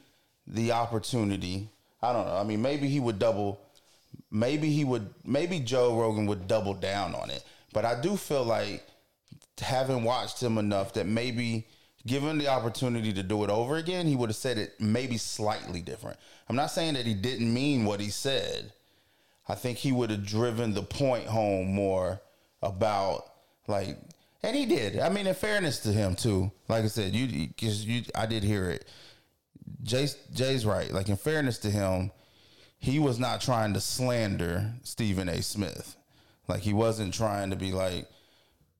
A: the opportunity, I don't know. I mean, maybe he would double. Maybe he would. Maybe Joe Rogan would double down on it. But I do feel like having watched him enough that maybe given the opportunity to do it over again, he would have said it maybe slightly different. I'm not saying that he didn't mean what he said. I think he would have driven the point home more about like, and he did. I mean, in fairness to him too, like I said, you because you, I did hear it. Jay's Jay's right. Like in fairness to him, he was not trying to slander Stephen A. Smith. Like he wasn't trying to be like,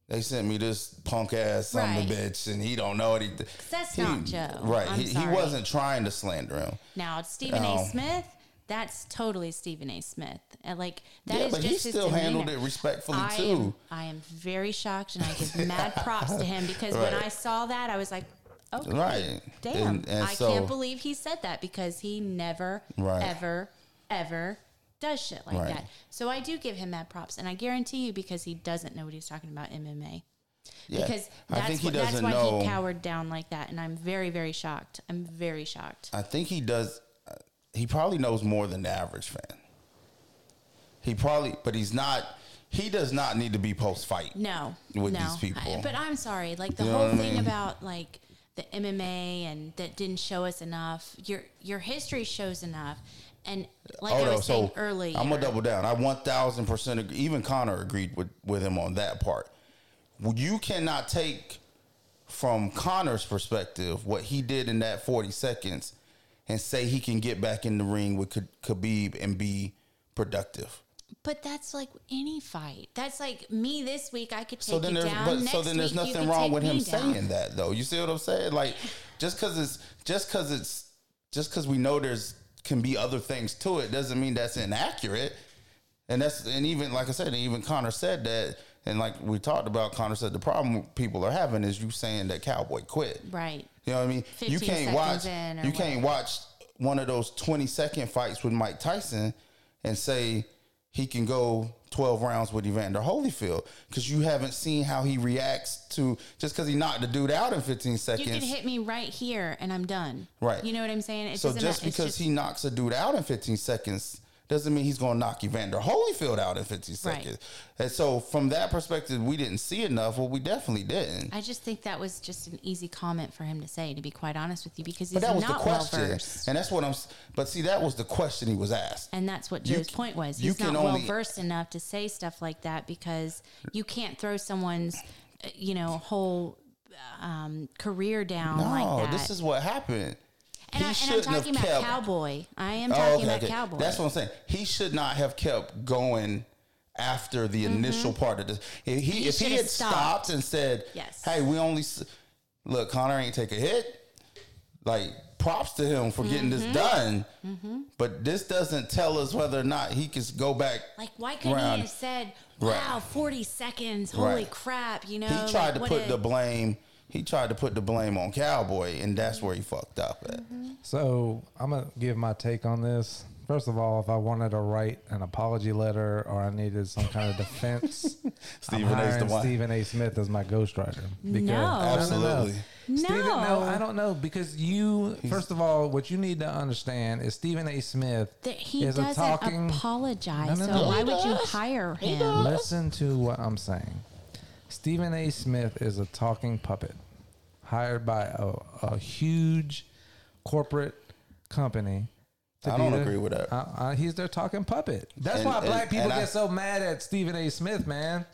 A: they sent me this punk ass son of a
C: Right.
A: bitch, and he don't know anything.
C: That's
A: He-
C: not Joe.
A: Right.
C: I'm
A: He, he
C: sorry.
A: wasn't trying to slander him.
C: Now Stephen A.
A: Um,
C: Smith. That's totally Stephen A. Smith. And like that is
A: Yeah, but he
C: just his
A: still handled
C: demeanor.
A: it respectfully,
C: I
A: too.
C: Am, I am very shocked, and I give mad props to him because when
A: Right.
C: I saw that, I was like, "Okay,
A: Right.
C: damn,
A: And- and
C: I
A: so-
C: can't believe he said that because he never,
A: Right.
C: ever, ever." Does shit like
A: Right.
C: that. So I do give him mad props. And I guarantee you because he doesn't know what he's talking about MMA.
A: Yeah.
C: Because
A: I think
C: that's,
A: he
C: what, that's
A: doesn't
C: why
A: know-
C: he cowered down like that. And I'm very, very shocked. I'm very shocked.
A: I think he does. uh, He probably knows more than the average fan. He probably, but he's not. He does not need to be post fight.
C: no
A: with
C: no.
A: these people.
C: I- but I'm sorry, like the
A: You know
C: whole
A: what I
C: thing
A: mean?
C: about like the MMA and that didn't show us enough. Your your history shows enough, and like I was saying earlier,
A: I'm gonna double down. I 1,000 percent. agree. Even Connor agreed with with him on that part. Well, You cannot take from Connor's perspective what he did in that 40 seconds and say he can get back in the ring with K- Khabib and be productive.
C: But that's like any fight. That's like me this week. I could take
A: so then
C: you
A: there's
C: down.
A: but
C: Next
A: so then there's
C: week, you
A: nothing
C: could
A: wrong
C: take
A: with
C: me
A: him
C: down.
A: saying that though. You see what I'm saying? Like just cuz it's just cuz it's just cuz we know there's can be other things to it doesn't mean that's inaccurate. And that's and even like I said and even Connor said that and like we talked about Connor said the problem people are having is you saying that cowboy quit.
C: right.
A: You know what I mean? You
C: 15
A: can't
C: seconds
A: watch.
C: in or
A: You can't watch one of those twenty second fights with Mike Tyson and say he can go twelve rounds with Evander Holyfield because you haven't seen how he reacts to just because he knocked the dude out in fifteen
C: You
A: seconds.
C: could hit me right here, and I'm done.
A: Right.
C: You know what I'm saying? It
A: so
C: doesn't
A: just
C: matter. It's
A: because he knocks a dude out in fifteen seconds doesn't mean he's going to knock Evander Holyfield out in fifteen
C: Right.
A: seconds. And so from that perspective, we didn't see enough. Well, we definitely didn't.
C: I just think that was just an easy comment for him to say, to be quite honest with you, because he's
A: but that was the
C: not well
A: question,
C: versed.
A: and that's what I'm. s- But see, that was the question he was asked.
C: And that's what
A: You
C: Joe's
A: c-
C: point was.
A: you
C: He's
A: can
C: not well
A: only-
C: versed enough to say stuff like that because you can't throw someone's, uh, you know, whole um, career down
A: No,
C: like that.
A: this is what happened.
C: and, I, and I'm talking about cowboy. I am
A: Oh,
C: talking
A: okay,
C: about
A: okay.
C: cowboy.
A: That's what I'm saying. He should not have kept going after the initial part of this. If he, if
C: should
A: he
C: have
A: had stopped.
C: Mm-hmm. stopped.
A: and said,
C: Yes.
A: "Hey, we only s- look Connor ain't take a hit." Like props to him for getting
C: Mm-hmm.
A: this done, but this doesn't tell us whether or not he can go back.
C: like, why couldn't
A: round.
C: he have said,
A: Right.
C: wow, 40 seconds, holy
A: Right.
C: crap, you know?
A: He tried
C: like,
A: to
C: what
A: put
C: a-
A: the blame. He tried to put the blame
C: Mm-hmm.
A: on Cowboy, and that's where he fucked up at.
B: So I'm gonna give my take on this First of all, if I wanted to write an apology letter or I needed some kind
A: <laughs>
B: of defense,
A: Stephen
B: I'm
A: A's the
B: hiring
A: one.
B: Stephen A. Smith as my ghostwriter.
C: No.
A: Absolutely.
C: No.
B: Stephen, no, I don't know because you. first of all, what you need to understand is Stephen A. Smith
C: That he
B: is a
C: doesn't
B: talking.
C: apologize.
B: No, no, no.
C: So why
B: He
C: would you hire him?
B: Listen to what I'm saying. Stephen A. Smith is a talking puppet hired by a, a huge corporate company. to
A: I
B: be
A: don't
B: their-
A: agree with that.
B: Uh, uh, he's their talking puppet. That's
A: And-
B: why
A: and-
B: black people
A: and I-
B: get so mad at Stephen A. Smith, man.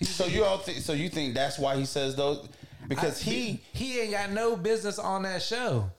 A: So you all think so you think that's why he says those because he
B: he ain't got no business on that show.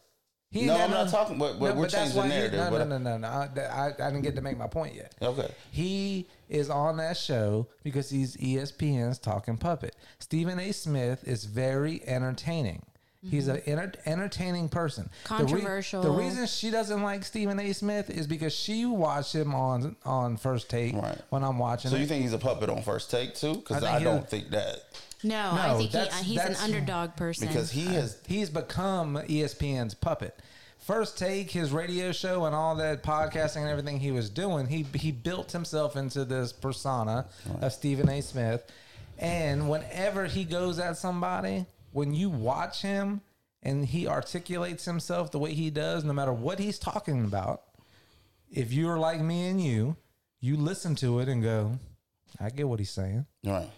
B: He ain't
A: No,
B: got
A: I'm not talking- but- but we're
B: that's
A: changing
B: why he-
A: narrative,
B: No,
A: but-
B: no, no, no, no. I, that- I, I didn't get to make my point yet.
A: Okay.
B: He is on that show because he's E ESPN's talking puppet. Stephen A. Smith is very entertaining. He's an enter- entertaining person. The re-
C: Controversial.
B: The, reason she doesn't like Stephen A. Smith is because she watched him on on first take
A: Right.
B: when I'm watching.
A: so
B: it.
A: you think he's a puppet on first take too? Because
B: I think
A: I,
B: he-
A: don't think that
C: No, I
B: No,
C: think he, uh,
B: that's-
C: he's an
B: that's-
C: underdog person.
A: because he has
B: He's become E ESPN's puppet. First take, his radio show, and all that podcasting and everything he was doing, he he built himself into this persona of Stephen A. Smith. And whenever he goes at somebody, when you watch him and he articulates himself the way he does, no matter what he's talking about, if you're like me and you, you listen to it and go, I get what he's saying
A: right.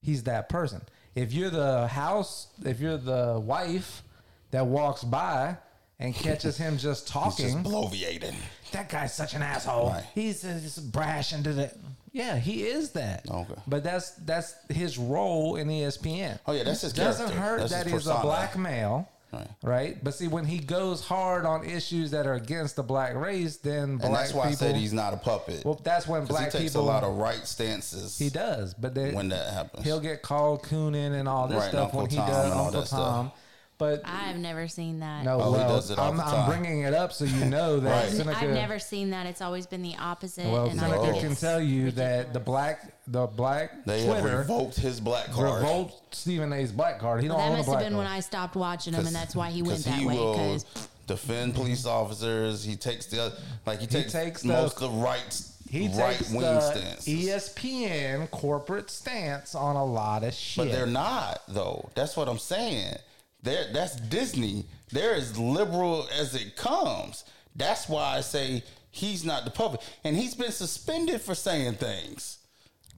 B: he's that person. If you're the house, if you're the wife that walks by
A: <laughs>
B: and catches him just
A: He's just
B: talking,
A: bloviating.
B: that guy's such an asshole.
A: Right.
B: He's uh, just brash and did it. Yeah, he is that.
A: Okay.
B: But that's that's his role in E ESPN.
A: Oh yeah, that's his
B: doesn't
A: character.
B: hurt
A: that's
B: that
A: his
B: he's a
A: persona.
B: black male.
A: Right.
B: Right, but see when he goes hard on issues that are against the black race, then black
A: And that's why
B: people.
A: I said he's not a puppet.
B: well, that's when
A: 'Cause
B: black
A: he takes a
B: people.
A: lot of right stances.
B: he does, but they,
A: when that happens.
B: He'll get called Coonin and all this
A: Right, and
B: stuff when
A: Uncle
B: he
A: Tom
B: does
A: and all
B: Uncle
A: that stuff.
B: Tom. But
C: I've never seen that.
B: no,
A: Oh, he
B: well,
A: does it all
B: I'm,
A: the
B: I'm
A: time.
B: bringing it up so you know that
A: Right.
B: Seneca.
C: I've never seen that. It's always been the opposite.
B: well,
C: and I
B: Seneca
C: think
B: can
C: it's
B: tell you that the black, the black
A: they have
B: Twitter
A: revoked his black card.
B: revolt Stephen A's black card. He don't
C: That
B: own a
C: must have
B: black
C: been when
B: card.
C: I stopped watching him, and that's why he went
A: 'cause
C: that
A: he
C: way.
A: will
C: Because
A: defend police officers. He takes the other, like he takes,
B: takes the-
A: most of the right
B: he
A: right
B: takes
A: wing
B: the E
A: stances.
B: ESPN corporate stance on a lot of shit.
A: But they're not though. That's what I'm saying. They're, that's Disney. They're as liberal as it comes. That's why I say he's not the puppet, and he's been suspended for saying things.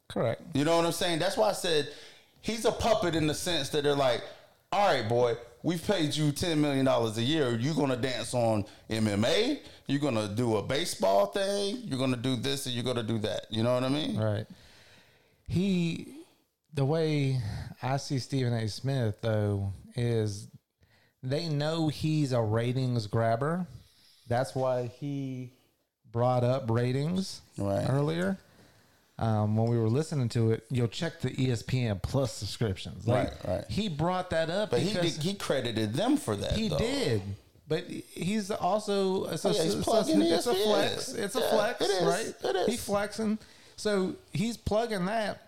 B: correct.
A: You know what I'm saying? That's why I said he's a puppet in the sense that they're like, all right, boy, we've paid you $10 million a year. You're going to dance on MMA. You're going to do a baseball thing. You're going to do this and you're going to do that. You know what I mean?
B: Right. He, the way I see Stephen A. Smith though is, they know he's a ratings grabber. That's why he brought up ratings
A: Right.
B: earlier. Um, when we were listening to it, you'll check the E ESPN Plus subscriptions.
A: Right, right.
B: He brought that up,
A: But he,
B: because
A: did, he credited them for that.
B: he
A: though.
B: did. But he's also it's a,
A: Oh, yeah, he's
B: it's a-
A: plugging
B: it's a
A: ESPN.
B: flex. It's a
A: Yeah,
B: flex,
A: it is.
B: right?
A: It is.
B: He flexing. So he's plugging that.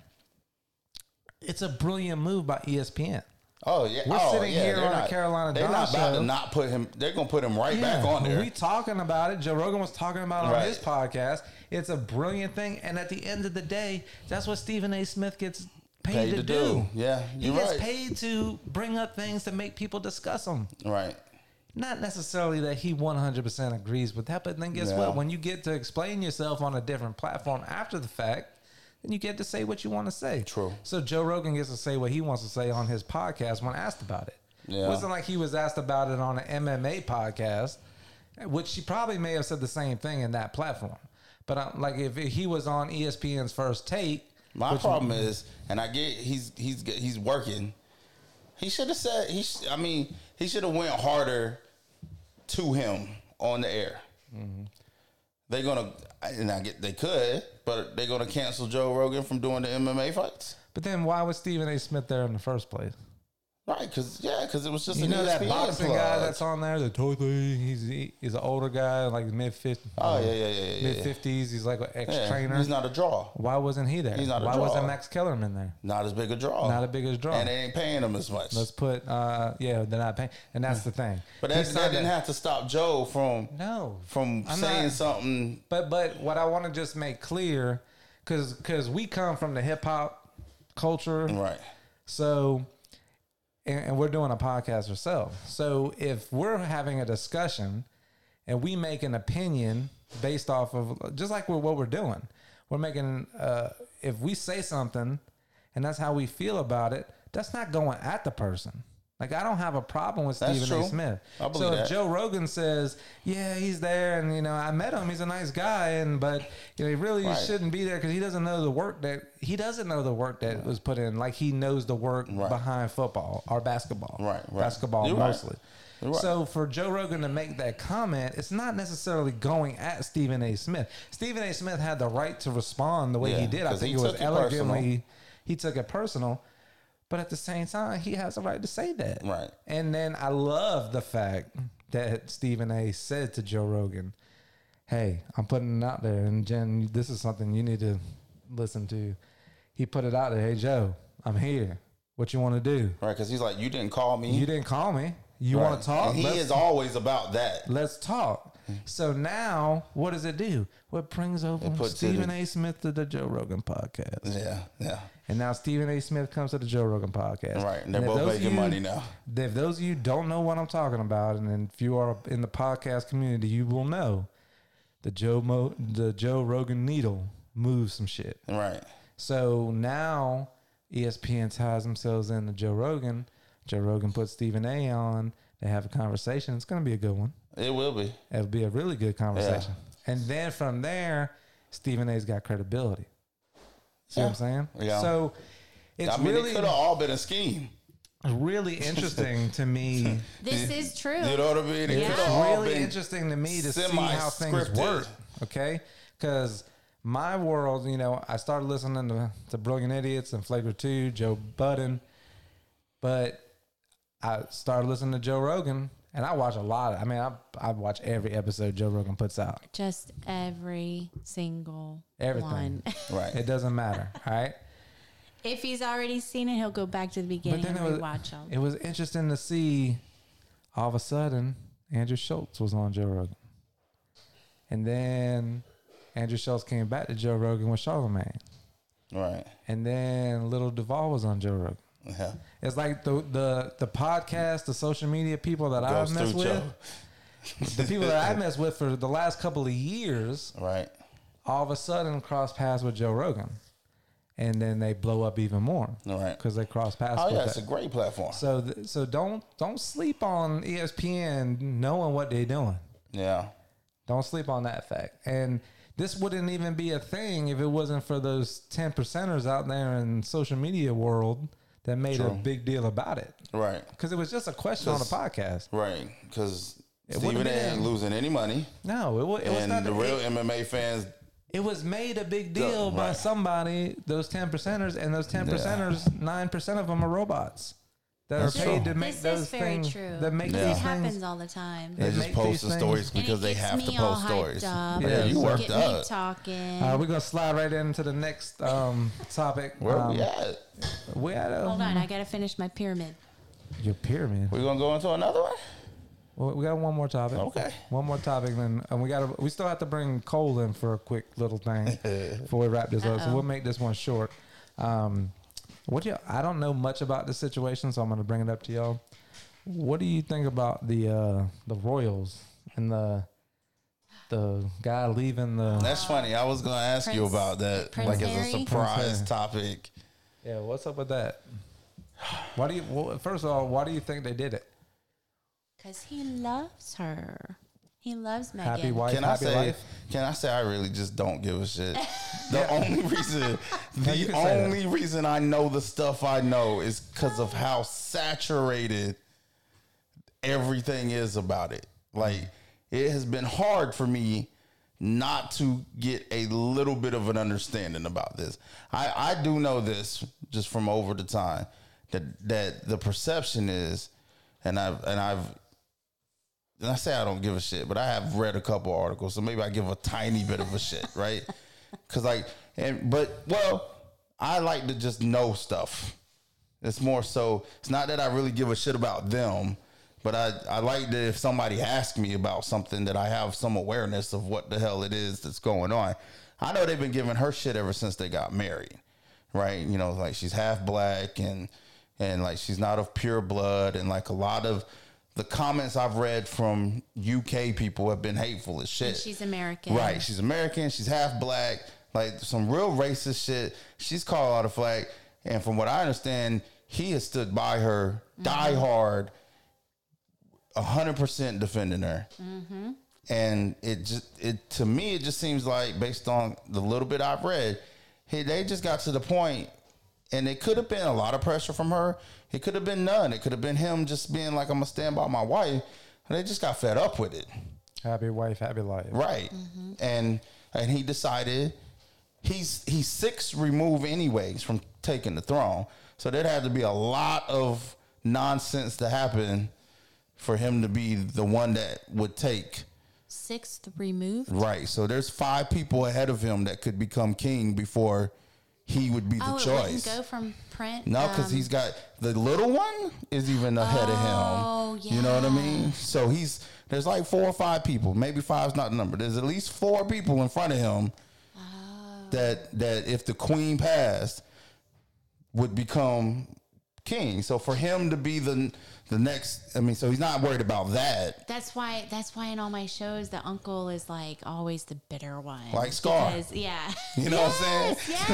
B: It's a brilliant move by E ESPN.
A: Oh, yeah.
B: We're
A: oh,
B: sitting
A: yeah,
B: here
A: they're
B: on a
A: not-
B: Carolina
A: They're
B: Dawn
A: not about
B: show.
A: to not put him, they're going to put him right back on there.
B: We talking about it. Joe Rogan was talking about it on
A: Right.
B: his podcast. It's a brilliant thing. And at the end of the day, that's what Stephen A. Smith gets paid,
A: Paid
B: to,
A: to
B: do.
A: do. Yeah,
B: He
A: you're
B: gets
A: right.
B: paid to bring up things to make people discuss them.
A: right.
B: not necessarily that he 100% agrees with that, but then guess
A: Yeah.
B: what? When you get to explain yourself on a different platform after the fact, then you get to say what you want to say.
A: True.
B: So Joe Rogan gets to say what he wants to say on his podcast when asked about it.
A: Yeah.
B: It wasn't like he was asked about it on an MMA podcast, which she probably may have said the same thing in that platform. But i like if he was on E ESPN's first take,
A: My problem is, and I get he's he's he's working. He should have said he. Sh- I mean, he should have went harder to him on the air.
B: Mm-hmm.
A: They're gonna, and I get they could, but they're gonna cancel Joe Rogan from doing the MMA fights.
B: but then why was Stephen A. Smith there in the first place?
A: Right, because yeah, because it was just
B: You
A: an E
B: know that
A: ESPN
B: boxing
A: plug.
B: guy that's on there, the totally he's he's an older guy, like mid fifties.
A: Oh, yeah, yeah, yeah, yeah, yeah.
B: mid fifties. He's like an ex
A: Yeah,
B: trainer.
A: He's not a draw.
B: Why wasn't he there?
A: he's not a
B: Why
A: draw.
B: wasn't Max Kellerman there?
A: Not as big a draw.
B: Not a big as draw.
A: And they ain't paying him as much.
B: Let's put uh yeah, they're not paying, and that's the thing.
A: but
B: He
A: that,
B: said
A: that didn't have to stop Joe from
B: no
A: from
B: I'm
A: saying
B: not-
A: something.
B: But but what I want to just make clear, because because we come from the hip hop culture,
A: Right.
B: So, and, and we're doing a podcast ourselves. So, if we're having a discussion and we make an opinion based off of just like we're, what we're doing, we're making, uh, if we say something and that's how we feel about it, that's not going at the person. Like, I don't have a problem with
A: That's
B: Stephen A.
A: true.
B: Smith.
A: I believe
B: so, if
A: that.
B: Joe Rogan says, Yeah, he's there, and you know, I met him, he's a nice guy, and but you know, he really
A: Right.
B: shouldn't be there because he doesn't know the work that he doesn't know the work that was put in. Like he knows the work
A: Right.
B: behind football or basketball,
A: Right, right.
B: Basketball
A: You're right.
B: mostly.
A: You're right.
B: So for Joe Rogan to make that comment, it's not necessarily going at Stephen A. Smith. Stephen A. Smith had the right to respond the way he
A: Yeah,
B: did. I
A: 'cause
B: think
A: he
B: it was
A: took it
B: elegantly.
A: personal.
B: He took it personal, but at the same time, he has a right to say that.
A: Right.
B: And then I love the fact that Stephen A. said to Joe Rogan, "Hey, I'm putting it out there, and Jen, this is something you need to listen to." He put it out there. Hey, Joe, I'm here. What you want to do?
A: Right. Because he's like, you didn't call me.
B: You didn't call me. You
A: Right.
B: want to talk?
A: And he
B: Let's-
A: is always about that.
B: Let's talk. So now, what does it do? What brings over
A: puts it
B: Stephen
A: in-
B: A. Smith to the Joe Rogan podcast?
A: Yeah. Yeah.
B: And now Stephen A. Smith comes to the Joe Rogan podcast.
A: Right, and they're
B: if
A: both
B: those of
A: making money now.
B: If those of you don't know what I'm talking about, and if you are in the podcast community, you will know the Joe Mo- the Joe Rogan needle moves some shit.
A: Right.
B: So now E ESPN ties themselves into Joe Rogan. Joe Rogan puts Stephen A. on. They have a conversation. It's going to be a good one.
A: It will be.
B: It'll be a really good conversation. And then from there, Stephen A.'s got credibility. See what I'm saying?
A: Yeah.
B: So it's
A: I mean, it
B: really,
A: could have all been a scheme.
B: really
A: <laughs>
B: interesting to me.
C: This is true.
A: You know what I mean? It
C: Yeah.
A: could
B: It's
A: have all
B: really
A: been.
B: interesting to me to see how things
A: semi-scripted.
B: work. Okay, because my world, you know, I started listening to, to Brilliant Idiots and Flavor Two, Joe Budden, but I started listening to Joe Rogan, and I watch a lot. Of, I mean, I I watch every episode Joe Rogan puts out.
C: Just every single
B: Everything.
C: one. <laughs>
A: Right.
B: It doesn't matter. All right.
C: if he's already seen it, he'll go back to the beginning and
B: it
C: rewatch
B: was,
C: them.
B: it was interesting to see all of a sudden Andrew Schultz was on Joe Rogan. And then Andrew Schultz came back to Joe Rogan with Charlemagne.
A: right.
B: And then Little Duvall was on Joe Rogan.
A: Yeah.
B: It's like the the the podcast, the social media people that I
A: Goes
B: mess
A: through
B: with,
A: Joe.
B: the people that I mess with for the last couple of years,
A: <laughs> Right.
B: all of a sudden cross paths with Joe Rogan. And then they blow up even more.
A: Right.
B: Because they cross paths
A: Oh
B: with
A: yeah,
B: that-
A: it's a great platform.
B: So th- so don't don't sleep on E ESPN knowing what they're doing.
A: yeah.
B: Don't sleep on that fact. And this wouldn't even be a thing if it wasn't for those ten percenters out there in social media world that made a big deal about it
A: Right.
B: because it was just a question on a podcast.
A: Right. Because
B: would've
A: Stephen A. ain't
B: been-
A: losing any money,
B: No, it was it was
A: and
B: not
A: the
B: a-
A: real
B: it,
A: MMA fans
B: it was made a big deal
A: Yeah,
B: by
A: right.
B: somebody. Those ten percenters and those ten percenters, nine percent of them are robots that
A: That's
B: are paid
A: true.
B: to make
C: This
B: those
C: is very
B: things
C: true.
B: that make
A: Yeah.
C: It
B: these
C: happens
B: things.
C: all the time.
A: they
B: They
A: just
B: make these
A: post the
B: things-
A: stories
C: And it
A: because they
C: gets
A: have
C: me
A: to
C: all
A: post
C: hyped
A: stories.
C: Up.
A: Yeah,
B: Yeah,
A: you
B: so-
A: worked
C: Get me
A: up.
C: talking.
B: Uh, we're gonna slide right into the next um, topic.
A: Where
B: um,
A: we at?
B: We at a,
C: Hold on, I gotta finish my pyramid.
B: your pyramid.
A: We gonna go into another one?
B: Well, we got one more topic.
A: Okay.
B: One more topic, then, and we got to we still have to bring Cole in for a quick little thing before we wrap this up. So we'll make this one short. Um, what do you, I don't know much about this situation, so I'm gonna bring it up to y'all. What do you think about the uh, the Royals and the the guy leaving the?
A: That's funny. I was gonna ask you
C: Uh, Prince-
A: about that,
C: Prince
A: like as a
C: Harry?
A: surprise
B: Prince
A: topic.
B: Yeah, what's up with that? Why do you? Well, first of all, why do you think they did it?
C: Cause he loves her. He loves Megan.
B: Happy wife,
A: Can I
B: happy
A: say?
B: life.
A: Can I say? I really just don't give a shit.
B: <laughs>
A: The only reason,
B: No, you
A: the
B: can say that.
A: only reason I know the stuff I know is because of how saturated everything is about it. Like it has been hard for me not to get a little bit of an understanding about this. I I do know this just from over the time that that the perception is, and I've and I've and I say I don't give a shit, but I have read a couple articles, so maybe I give a tiny bit of a shit, right? Because like, and but well, I like to just know stuff. It's more so. It's not that I really give a shit about them, but I I like that if somebody asks me about something that I have some awareness of what the hell it is that's going on. I know they've been giving her shit ever since they got married, right? You know, like she's half black and and like she's not of pure blood and like a lot of the comments I've read from UK people have been hateful as shit.
C: And she's American.
A: Right. She's American. She's half black. Like some real racist shit. She's called out a flag. And from what I understand, he has stood by her die hard, 100% defending her. And it just, it to me, it just seems like based on the little bit I've read, hey, they just got to the point and it could have been a lot of pressure from her. It could have been none. It could have been him just being like, I'm going to stand by my wife. They just got fed up with it.
B: Happy wife, happy life.
A: Right.
C: Mm-hmm.
A: And and he decided he's he's six removed anyways from taking the throne. So there'd have to be a lot of nonsense to happen for him to be the one that would take.
C: Sixth removed.
A: Right. So there's five people ahead of him that could become king before he would be the
C: oh, it
A: choice.
C: wouldn't go from print.
A: No, because
C: um,
A: he's got the little one is even ahead
C: Oh,
A: of him. You know what I
C: yeah.
A: mean? So he's there's like four or five people. Maybe five's not the number. There's at least four people in front of him
C: Oh.
A: that that if the queen passed would become king. So for him to be the the next, I mean, so he's not worried about that.
C: That's why. That's why in all my shows, the uncle is like always the bitter one.
A: Like Scar.
C: Because- yeah.
A: <laughs> You know what I'm saying?
C: Yes,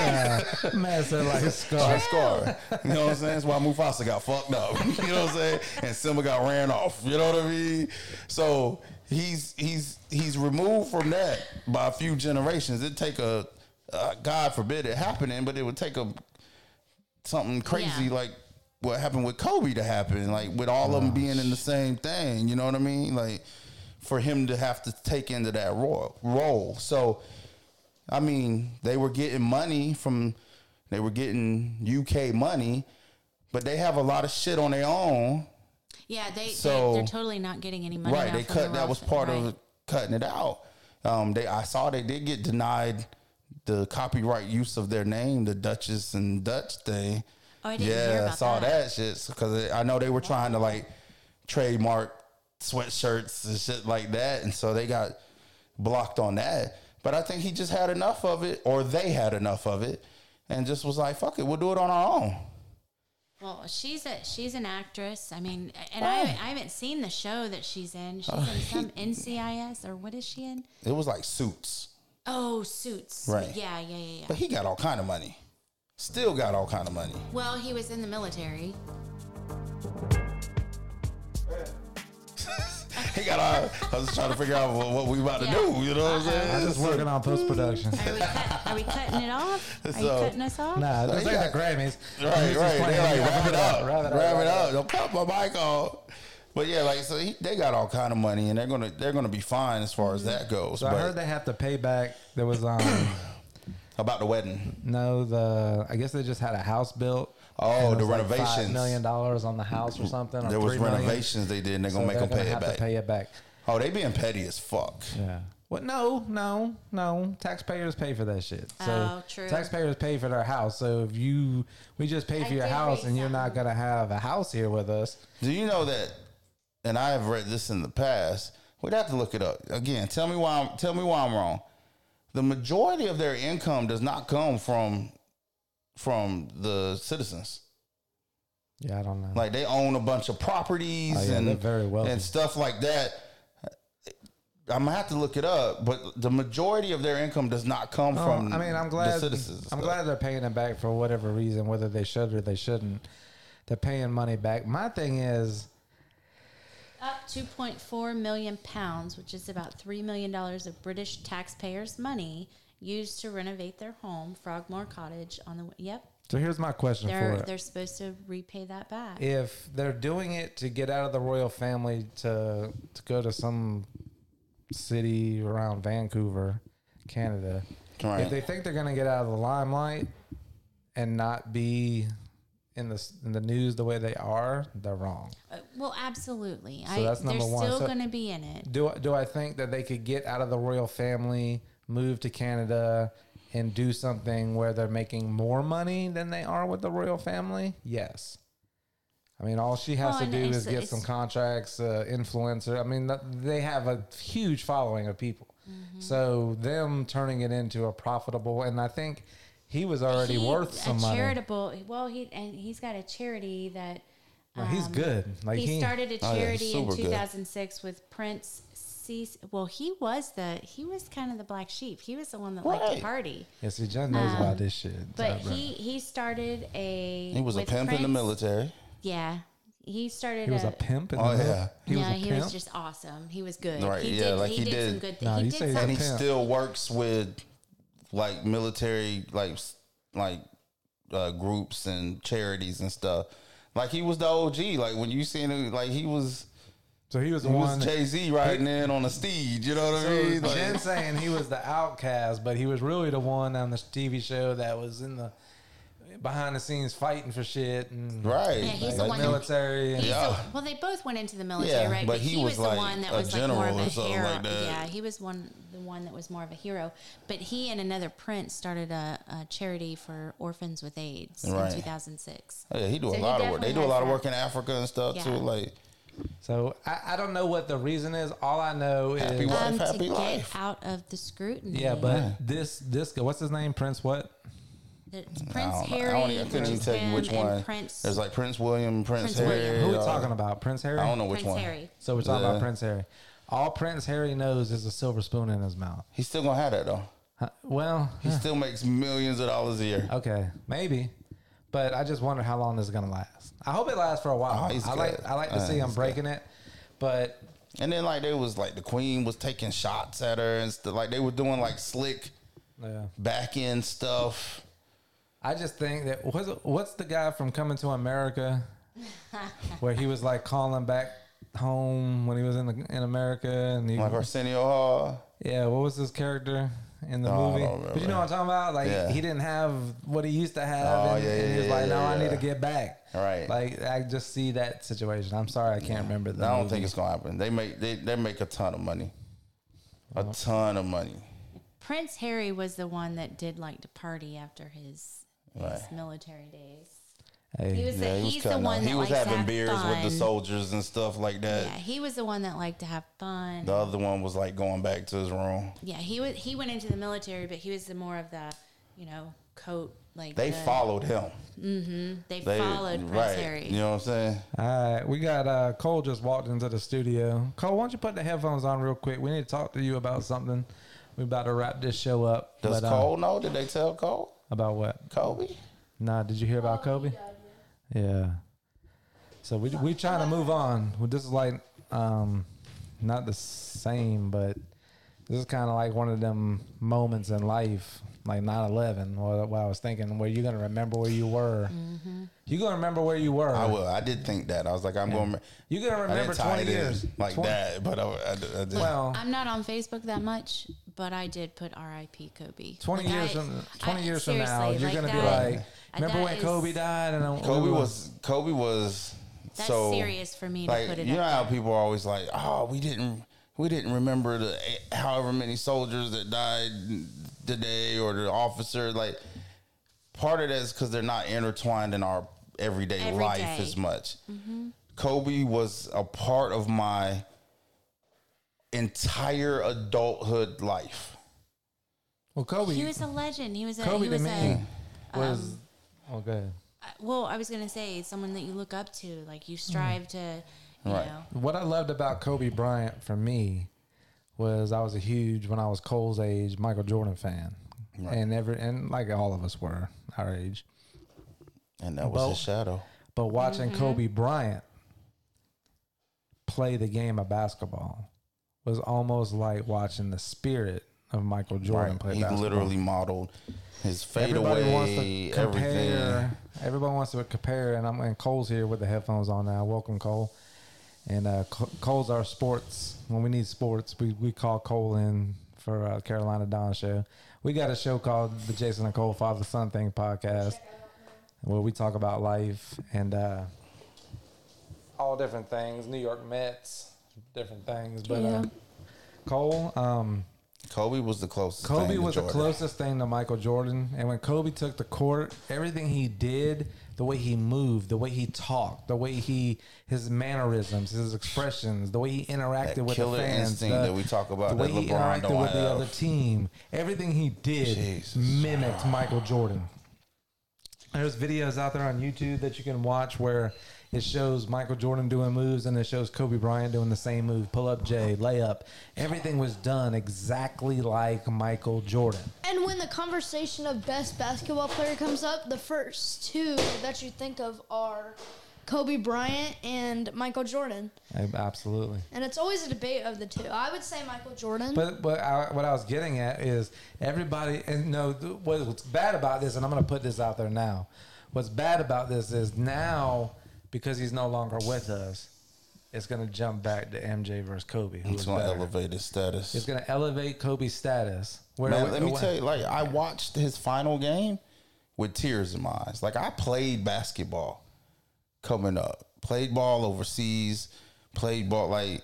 A: <laughs>
B: <laughs>
C: yes.
B: Man said like a scar.
A: Like Scar. You know what I'm saying? That's why Mufasa got fucked up. <laughs> You know what I'm saying? And Simba got ran off. You know what I mean? So he's he's he's removed from that by a few generations. It take a uh, God forbid it happening, but it would take a something crazy
C: Yeah.
A: like what happened with Kobe to happen, like with all of them being in the same thing. You know what I mean? Like for him to have to take into that role. role. So, I mean, they were getting money from, they were getting UK money, but they have a lot of shit on their own.
C: yeah. They,
A: So-
C: they. are totally not getting any money.
A: right.
C: now
A: They
C: from
A: cut,
C: the
A: that
C: royal
A: was
C: fam-
A: part
C: right.
A: of cutting it out. Um, they, I saw they did get denied the copyright use of their name, the Duchess and Dutch thing.
C: Oh, I didn't hear
A: I
C: about
A: saw
C: that.
A: that, shit because I know they were trying to like trademark sweatshirts and shit like that, and so they got blocked on that. But I think he just had enough of it, or they had enough of it, and just was like, "Fuck it, we'll do it on our own."
C: Well, she's a she's an actress. I mean, and I, haven't- I haven't seen the show that she's in.
A: <laughs>
C: She's in some NCIS or what is she in?
A: It was like suits,
C: Oh, Suits.
A: Right.
C: Yeah, yeah, yeah, yeah.
A: but he got all kind of money. Still got all kind of money.
C: Well, he was in the military.
A: <laughs> He got all. I was trying to figure out what, what we about to do. You know what I'm saying?
B: I just working on post production.
C: Are we, cut, are we cutting
A: <laughs>
C: it off? Are you
A: So-
C: cutting us off?
B: Nah,
A: So
B: it's
A: he
B: like the
A: got-
B: Grammys.
A: Right,
B: Music's
A: right.
B: playing,
A: They're like,
B: yeah,
A: wrap it up,
B: wrap it up,
A: wrap it up. Don't cut my mic off. But yeah, like so, he, they got all kind of money, and they're gonna they're gonna be fine as far as that goes.
B: So
A: but
B: I heard they have to pay back. There was um
A: <coughs> about the wedding,
B: no the I guess they just had a house built.
A: Oh,
B: and it
A: the
B: was like
A: renovations.
B: Five million dollars on the house or something. or
A: there was
B: three million.
A: renovations they did, and they're
B: So
A: gonna make
B: they're
A: them pay
B: gonna
A: it
B: have
A: back.
B: To pay it back.
A: oh, they being petty as fuck.
B: Yeah. What? No, no, no. Taxpayers pay for that shit. So
C: Oh, true.
B: Taxpayers pay for their house. So if you, we just pay
C: I
B: for your
C: did
B: house,
C: read
B: and you're not gonna have a house here with us.
A: Do you know that? And I have read this in the past. We'd have to look it up again. Tell me why. I'm, tell me why I'm wrong. The majority of their income does not come from from the citizens.
B: Yeah, I don't know.
A: Like they own a bunch of properties
B: Oh, yeah, they're
A: and
B: very wealthy.
A: and stuff like that. I'm gonna have to look it up, but the majority of their income does not come
B: No,
A: from.
B: Oh, I mean, I'm glad.
A: the citizens.
B: I'm
A: though.
B: glad they're paying it back for whatever reason, whether they should or they shouldn't. They're paying money back. My thing is,
C: Up 2.4 million pounds, which is about $3 million of British taxpayers' money used to renovate their home, Frogmore Cottage on the yep.
B: so here's my question for
C: They're
B: it.
C: they're supposed to repay that back.
B: if they're doing it to get out of the royal family to to go to some city around Vancouver, Canada,
A: Right.
B: if they think they're going to get out of the limelight and not be in the s- in the news the way they are, they're wrong.
C: Uh, well, absolutely.
B: So
C: I,
B: that's
C: they're
B: number one.
C: still
B: So-
C: going to be in it.
B: Do I- do I think that they could get out of the royal family, move to Canada, and do something where they're making more money than they are with the royal family? Yes. I mean, all she has
C: Well,
B: to
C: and
B: do
C: it's-
B: is get
C: it's-
B: some contracts, uh, influencer. I mean, th- they have a huge following of people.
C: Mm-hmm.
B: So them turning it into a profitable, and I think he was already
C: He-
B: worth
C: a
B: some money.
C: Charitable. Well, he and he's got a charity that
B: Well, Oh, he's good. Like
C: um, he,
B: he,
C: started a
A: Oh, yeah,
C: charity in
A: super good.
C: 2006 with Prince C. Well, he was the he was kind of the black sheep. He was the one that liked to
A: Right.
C: party.
B: Yes, he John knows
C: Um,
B: about this shit.
C: But
B: so, bro.
C: he he started a
A: He was a
C: with
A: pimp in the
C: Prince-
A: military.
C: Yeah, he started.
B: he was a pimp. In
A: Oh,
B: the
A: yeah.
B: He
C: no,
B: was a
C: he
B: pimp.
C: was just awesome. He was good.
A: Right,
C: He
A: yeah,
C: did,
A: like he
C: he, did, some
A: did.
C: good
B: No,
C: things.
B: you
C: he
B: say
C: did
B: that-
A: and
C: some,
A: he
B: pimp.
A: still works with like military like s- like uh, groups and charities and stuff. Like he was the OG. Like when you seen him, like he was
B: so he was the
A: he
B: one.
A: was Jay Z riding in on a steed. You know what I mean? Like,
B: Jen saying he was the outcast, but he was really the one on this TV show that was in the behind the scenes fighting for shit and
A: right.
C: Yeah, he's the
A: Like,
C: one that-
B: military. and-
C: He's
A: Yeah.
C: the- well, they both went into the military,
A: Yeah,
C: right?
A: but he was, like,
C: the one that
A: a
C: was like more of
A: general
C: a
A: or something
C: hero.
A: like that.
C: Yeah, he was one the one that was more of a hero. But he and another prince started a, a charity for orphans with AIDS
A: Right.
C: in 2006.
A: yeah, he do
C: So
A: a
C: he
A: lot of work. They
C: definitely
A: do a
C: has
A: lot of
C: that.
A: work in Africa and stuff
C: Yeah.
A: too. Like
B: So I, I don't know what the reason is. All I know is
A: Happy wife,
C: Um, to
A: happy
C: get
A: life.
C: out of the scrutiny.
B: yeah, but this this guy- what's his name? Prince what?
C: It's
A: I,
C: Prince
A: don't, know. I,
C: Harry.
A: don't, I couldn't even
C: Prince
A: tell you
C: Pam,
A: which
C: and
A: one.
C: Prince.
A: There's like Prince William, Prince,
C: Prince
A: Harry.
C: William.
B: Who are we
A: uh,
B: talking about? Prince Harry.
A: I don't know which
C: Prince
A: one.
C: Harry.
B: So we're talking about
A: Yeah.
B: Prince Harry. All Prince Harry knows is a silver spoon in his mouth.
A: He's still gonna have that though.
B: Huh, Well,
A: He still makes millions of dollars a year.
B: Okay, maybe. But I just wonder how long this is gonna last. I hope it lasts for a while.
A: Oh, he's
B: I like
A: good.
B: I like to
A: Uh,
B: see him
A: he's
B: breaking it, but
A: And then like they was like the queen was taking shots at her and stuff. Like they were doing like slick
B: yeah.
A: back end stuff.
B: I just think that what's what's the guy from Coming to America, where he was like calling back home when he was in the, in America and he,
A: Like Arsenio Hall.
B: yeah, what was his character in the
A: Oh, I
B: movie?
A: don't
B: But you know
A: remember.
B: what I'm talking about? Like
A: Yeah.
B: he didn't have what he used to have,
A: Oh,
B: and,
A: yeah,
B: and he
A: yeah,
B: was
A: yeah,
B: like,
A: yeah,
B: "No, I need
A: yeah.
B: to get back."
A: Right.
B: Like I just see that situation. I'm sorry, I can't remember. The
A: I don't
B: movie.
A: think it's gonna happen. They make they, they make a ton of money. A ton of money.
C: Prince Harry was the one that did like to party after his, his
A: Right.
C: military days.
B: Hey.
C: He was the,
A: he was
C: he's the
A: cutting
C: one
A: up.
C: that
A: he was
C: likes to
A: having
C: have
A: beers
C: fun.
A: with the soldiers and stuff like that.
C: Yeah, he was the one that liked to have fun.
A: The other one was like going back to his room.
C: Yeah, he was. He went into the military, but he was the more of the, you know, coat like
A: They
C: the-
A: followed him.
C: They,
A: They
C: followed Prince
A: right.
C: Harry.
A: You know what I'm saying?
B: All right, we got uh, Cole just walked into the studio. Cole, why don't you put the headphones on real quick? We need to talk to you about something. We about to wrap this show up.
A: Does
B: But, uh,
A: Cole know? Did they tell Cole?
B: about what?
A: Kobe?
B: Nah, did you hear about Kobe? Yeah. So we we trying to move on. Well, this is like um, not the same, but this is kind of like one of them moments in life, like 9-11, what, what I was thinking, where you're gonna remember where you were. You're gonna remember where you were.
A: I will. I did think that. I was like, I'm going.
B: You're gonna
A: I
B: remember
A: didn't tie
B: 20
A: it
B: years
A: in like
B: 20
A: that, but I, I, I did.
B: Well,
C: I'm not on Facebook that much, but I did put R.I.P. Kobe.
B: 20
C: Like,
B: years
C: I-
B: from 20
C: I-
B: years from now,
C: seriously,
B: you're gonna be
C: that-
B: like, remember
C: that
B: when
C: is-
B: Kobe died? And uh, I-
A: Kobe was Kobe was
C: That's
A: so
C: serious for me to
A: Like
C: put it
A: you know
C: up
A: how
C: there.
A: people are always like, oh, we didn't we didn't remember the eh, however many soldiers that died today or the officer. Like part of that is because they're not intertwined in our everyday
C: Every
A: life
C: day. Mm-hmm.
A: as much. Kobe was a part of my entire adulthood life.
B: well, Kobe.
C: He was a legend. He was a.
B: Kobe
C: he
B: to
C: was um,
B: me
C: a.
B: was oh, go ahead.
C: Well, I was gonna say someone that you look up to, like you strive to. You
A: Right.
C: know,
B: What I loved about Kobe Bryant for me was I was a huge when I was Cole's age Michael Jordan fan, and every and like all of us were our age.
A: And that was his shadow.
B: But watching
C: Mm-hmm.
B: Kobe Bryant play the game of basketball was almost like watching the spirit of Michael Jordan
A: Right.
B: play
A: He
B: basketball.
A: literally modeled his
B: Everybody wants
A: fadeaway,
B: to
A: everything.
B: compare. Everyone wants to compare, and I'm and Cole's here with the headphones on now. Welcome, Cole. And uh, Co- Cole's our sports. When we need sports, we, we call Cole in for uh, Carolina Don show. We got a show called the Jason and Cole Father Son Thing podcast. where we talk about life and uh, all different things, New York Mets, different things. But uh, Cole, um,
A: Kobe was the closest.
B: Kobe
A: thing to
B: was the
A: Jordan.
B: closest thing to Michael Jordan. And when Kobe took the court, everything he did, the way he moved, the way he talked, the way he his mannerisms, his expressions, the way he interacted
A: That
B: with
A: killer
B: the fans,
A: instinct
B: the-
A: that we talk about
B: the way
A: that
B: he
A: LeBron
B: interacted
A: don't
B: with the
A: have.
B: other team, everything he did
A: Jesus.
B: mimicked Michael Jordan. There's videos out there on YouTube that you can watch where it shows Michael Jordan doing moves and it shows Kobe Bryant doing the same move, pull up J, layup. Everything was done exactly like Michael Jordan.
I: And when the conversation of best basketball player comes up, the first two that you think of are Kobe Bryant and Michael Jordan.
B: Ab- Absolutely.
I: And it's always a debate of the two. I would say Michael Jordan.
B: But but I, what I was getting at is everybody and no th- what- what's bad about this and I'm going to put this out there now. What's bad about this is now because he's no longer with us, it's going to jump back to MJ versus Kobe. Who
A: He's
B: was
A: gonna
B: better.
A: elevate his status.
B: It's going to elevate Kobe's status. Where
A: Man, let me tell you, like I watched his final game with tears in my eyes. Like I played basketball coming up, played ball overseas, played ball like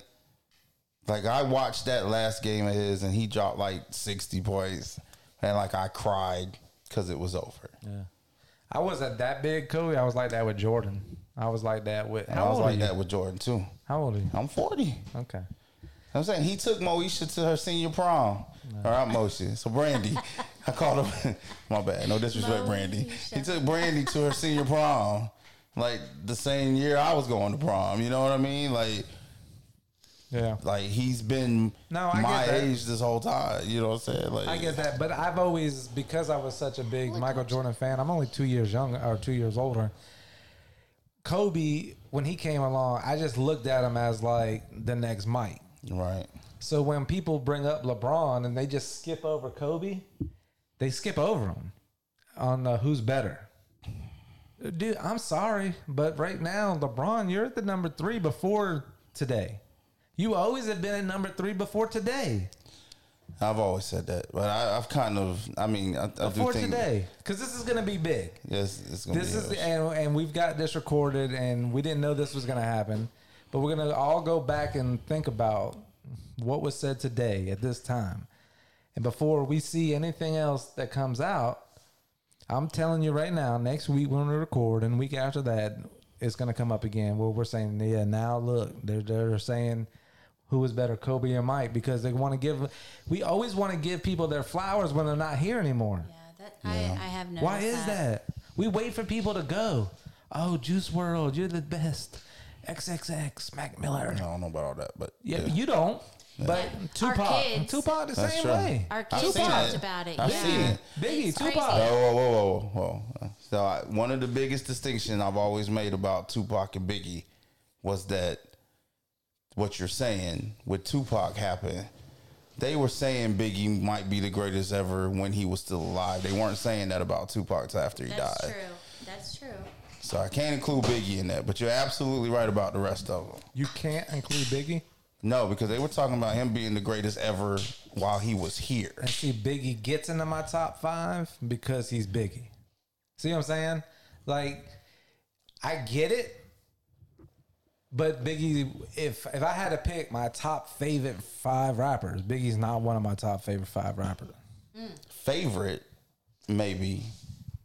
A: like I watched that last game of his, and he dropped like sixty points, and like I cried because it was over.
B: I wasn't that big Kobe. I was like that with Jordan. I was like that with.
A: And
B: How
A: I was
B: old
A: like
B: are you?
A: that with Jordan too.
B: How old are you?
A: I'm forty.
B: Okay.
A: I'm saying he took Moesha to her senior prom. All right, Moesha. So
B: <laughs>
A: Brandy, I called her. my bad. No disrespect, Brandy. He
C: Moesha.
A: took Brandy to her senior prom, like the same year I was going to prom. You know what I mean? Like,
B: Yeah.
A: like he's been
B: No, I get
A: my
B: that.
A: age this whole time. You know what I'm saying? Like,
B: I get that, but I've always because I was such a big Michael Jordan fan. I'm only two years younger or two years older. Kobe, when he came along, I just looked at him as like the next Mike.
A: Right.
B: So when people bring up LeBron and they just skip over Kobe, they skip over him on uh, who's better. Dude, I'm sorry, but right now, LeBron, you're at the number three before today. You always have been at number three before today.
A: I've always said that, but I, I've kind of. I mean, I, I do
B: Before
A: think
B: today. Because this is going to be big.
A: Yes, it's gonna
B: This
A: be
B: is
A: huge.
B: and, and we've got this recorded, and we didn't know this was going to happen, but we're going to all go back and think about what was said today at this time, and before we see anything else that comes out, I'm telling you right now, next week when we record, and week after that, it's going to come up again. Where we're saying, yeah, now look, they're they're saying. Who is better, Kobe or Mike? Because they want to give, we always want to give people their flowers when they're not here anymore.
C: Yeah, that I, I have no.
B: Why is that? We wait for people to go. Oh, Juice World, you're the best. XXX, Mac Miller.
A: I don't know about all that, but
B: Yeah, you don't. But Tupac,
C: kids-
B: Tupac the
A: That's
B: same
A: true.
B: way.
C: Our
A: I've
C: kids
A: seen
C: talked
A: it.
C: about it.
A: I've
C: yeah.
A: seen it.
B: Biggie,
C: It's
B: Tupac.
C: crazy.
A: Oh, Whoa, whoa, whoa, whoa, whoa. So I, one of the biggest distinction I've always made about Tupac and Biggie was that what you're saying with Tupac happened. They were saying Biggie might be the greatest ever when he was still alive. They weren't saying that about Tupac till after he
C: That's
A: died.
C: true. That's true.
A: So I can't include Biggie in that, but you're absolutely right about the rest of them.
B: You can't include Biggie.
A: No, because they were talking about him being the greatest ever while he was here.
B: And see, Biggie gets into my top five because he's Biggie. See what I'm saying? Like, I get it. But Biggie, if if I had to pick my top favorite five rappers, Biggie's not one of my top favorite five rappers.
A: Favorite, maybe,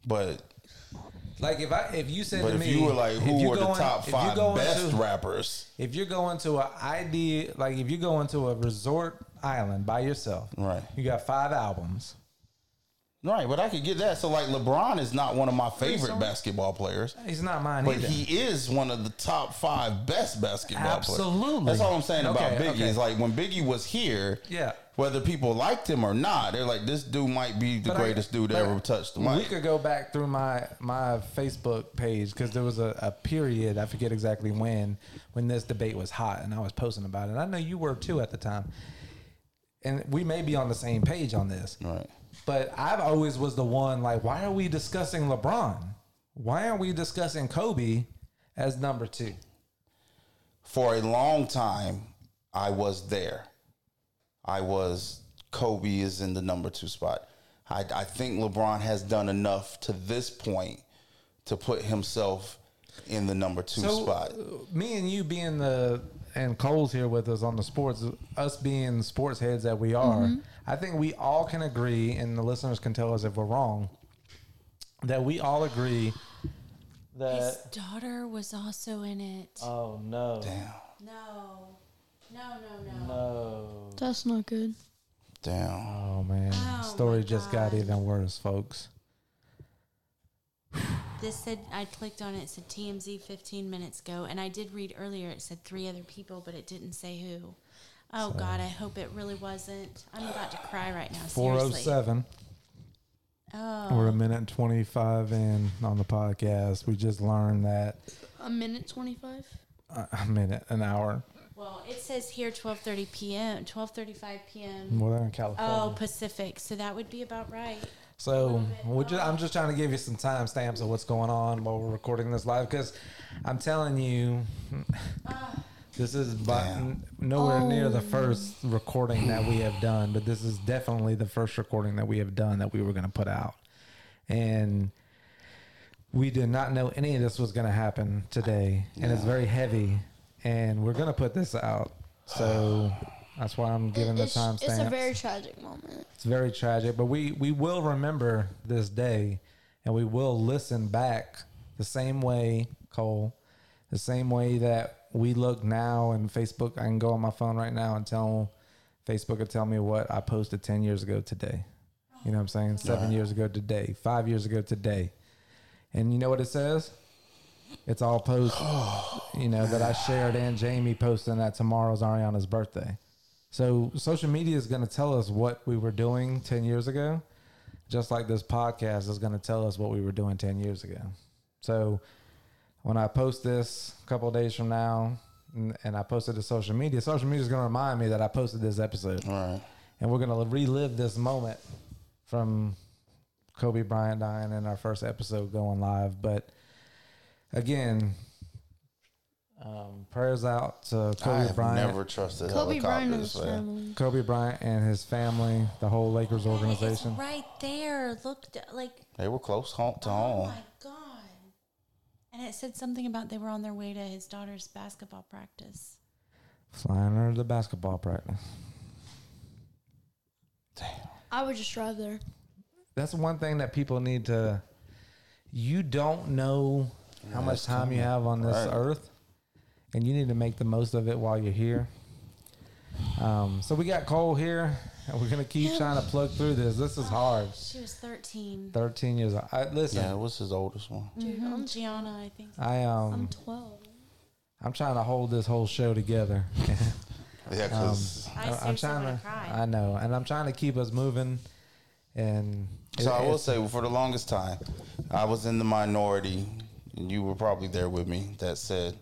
A: but
B: Like if I if you said
A: But
B: to
A: if
B: me,
A: you were like,
B: if
A: who
B: you
A: were the
B: go in-
A: top
B: if you
A: five
B: go
A: best
B: into-
A: rappers?
B: If you're going to a ID, like if you go into a resort island by yourself,
A: Right.
B: You got five albums.
A: Right, but I could get that. So like LeBron is not one of my favorite basketball players,
B: He's not mine
A: but
B: either.
A: he is one of the top five best basketball players.
B: Absolutely.
A: That's all I'm saying about
B: Okay,
A: Biggie.
B: okay.
A: Is like when Biggie was here,
B: Yeah.
A: whether people liked him or not, they're like, this dude might be the
B: But I-
A: greatest dude that
B: but
A: ever touched the
B: We
A: mic.
B: could go back through my my Facebook page because there was a, a period I forget exactly when when this debate was hot and I was posting about it. And I know you were too at the time, and we may be on the same page on this.
A: right.
B: But I've always was the one like, why are we discussing LeBron? Why aren't we discussing Kobe as number two?
A: For a long time, I was there. I was Kobe is in the number two spot. I, I think LeBron has done enough to this point to put himself in the number two spot.
B: uh, Me and you being the and Cole's here with us on the sports, us being sports heads that we are,
C: Mm-hmm.
B: I think we all can agree, and the listeners can tell us if we're wrong, that we all agree
C: His
B: that.
C: daughter was also in it.
B: Oh no!
C: No. No, no, no.
B: Oh,
I: That's not good.
A: Damn.
B: oh man!
C: Oh,
B: Story
C: my
B: just got
C: God.
B: even worse, folks.
C: This said, I clicked on it, it said TMZ 15 minutes ago. And I did read earlier, it said three other people, but it didn't say who. Oh, God, I hope it really wasn't. I'm about to cry right now.
B: Four oh
C: Seriously.
B: seven. We're a minute and twenty five in on the podcast. We just learned that
I: A minute twenty-five.
B: uh, a minute, an hour.
C: Well, it says here 12:30 p.m., 12:35 p.m.
B: Well, they're in California.
C: Oh, Pacific. So that would be about right.
B: So we're ju- I'm just trying to give you some timestamps of what's going on while we're recording this live because I'm telling you, <laughs> this is by, n- nowhere near the first recording that we have done, but this is definitely the first recording that we have done that we were going to put out, and we did not know any of this was going to happen today, and it's very heavy, and we're going to put this out, so. That's why I'm giving the
I: It's,
B: timestamps.
I: it's a very tragic moment.
B: It's very tragic, but we we will remember this day, and we will listen back the same way, Cole, the same way that we look now. And Facebook, I can go on my phone right now and tell Facebook will tell me what I posted ten years ago today. You know what I'm saying? Seven years ago today, five years ago today, and you know what it says? It's all posted. you know that I shared and Jamie posting that tomorrow's Ariana's birthday. So social media is going to tell us what we were doing 10 years ago, just like this podcast is going to tell us what we were doing 10 years ago. So when I post this a couple of days from now and, and I post it to social media, social media is going to remind me that I posted this episode.
A: All
B: And we're going to relive this moment from Kobe Bryant dying in our first episode going live. But again, um, prayers out to
A: right. I
B: Kobe
A: have
B: Bryant.
A: never trusted
I: Kobe Bryant and
A: helicopters.
I: his
A: man.
I: family.
B: Kobe Bryant and his family, the whole Lakers
C: It's
B: organization.
C: right there. Look, d- like,
A: They were close home to
C: oh
A: home.
C: my God. And it said something about they were on their way to his daughter's basketball practice.
B: Flying under the basketball practice.
I: I would just drive there.
B: That's one thing that people need to. You don't know how much time you have on this
A: Right.
B: earth, and you need to make the most of it while you're here. Um, so we got Cole here, and we're gonna keep trying to plug through this. This is hard.
C: She was 13.
B: Thirteen years old. I, listen,
A: Yeah, it was his oldest one.
I: Dude, I'm,
C: Gianna, I think.
B: I
I: I'm
B: um,
I: twelve.
B: I'm trying to hold this whole show together.
A: Yeah,
B: Um,
A: because
C: I
B: I'm
C: seriously
B: trying
C: want
B: to.
C: to cry.
B: I know, and I'm trying to keep us moving. And
A: so I
B: it-
A: will
B: it's-
A: say for the longest time, I was in the minority. and You were probably there with me. That said,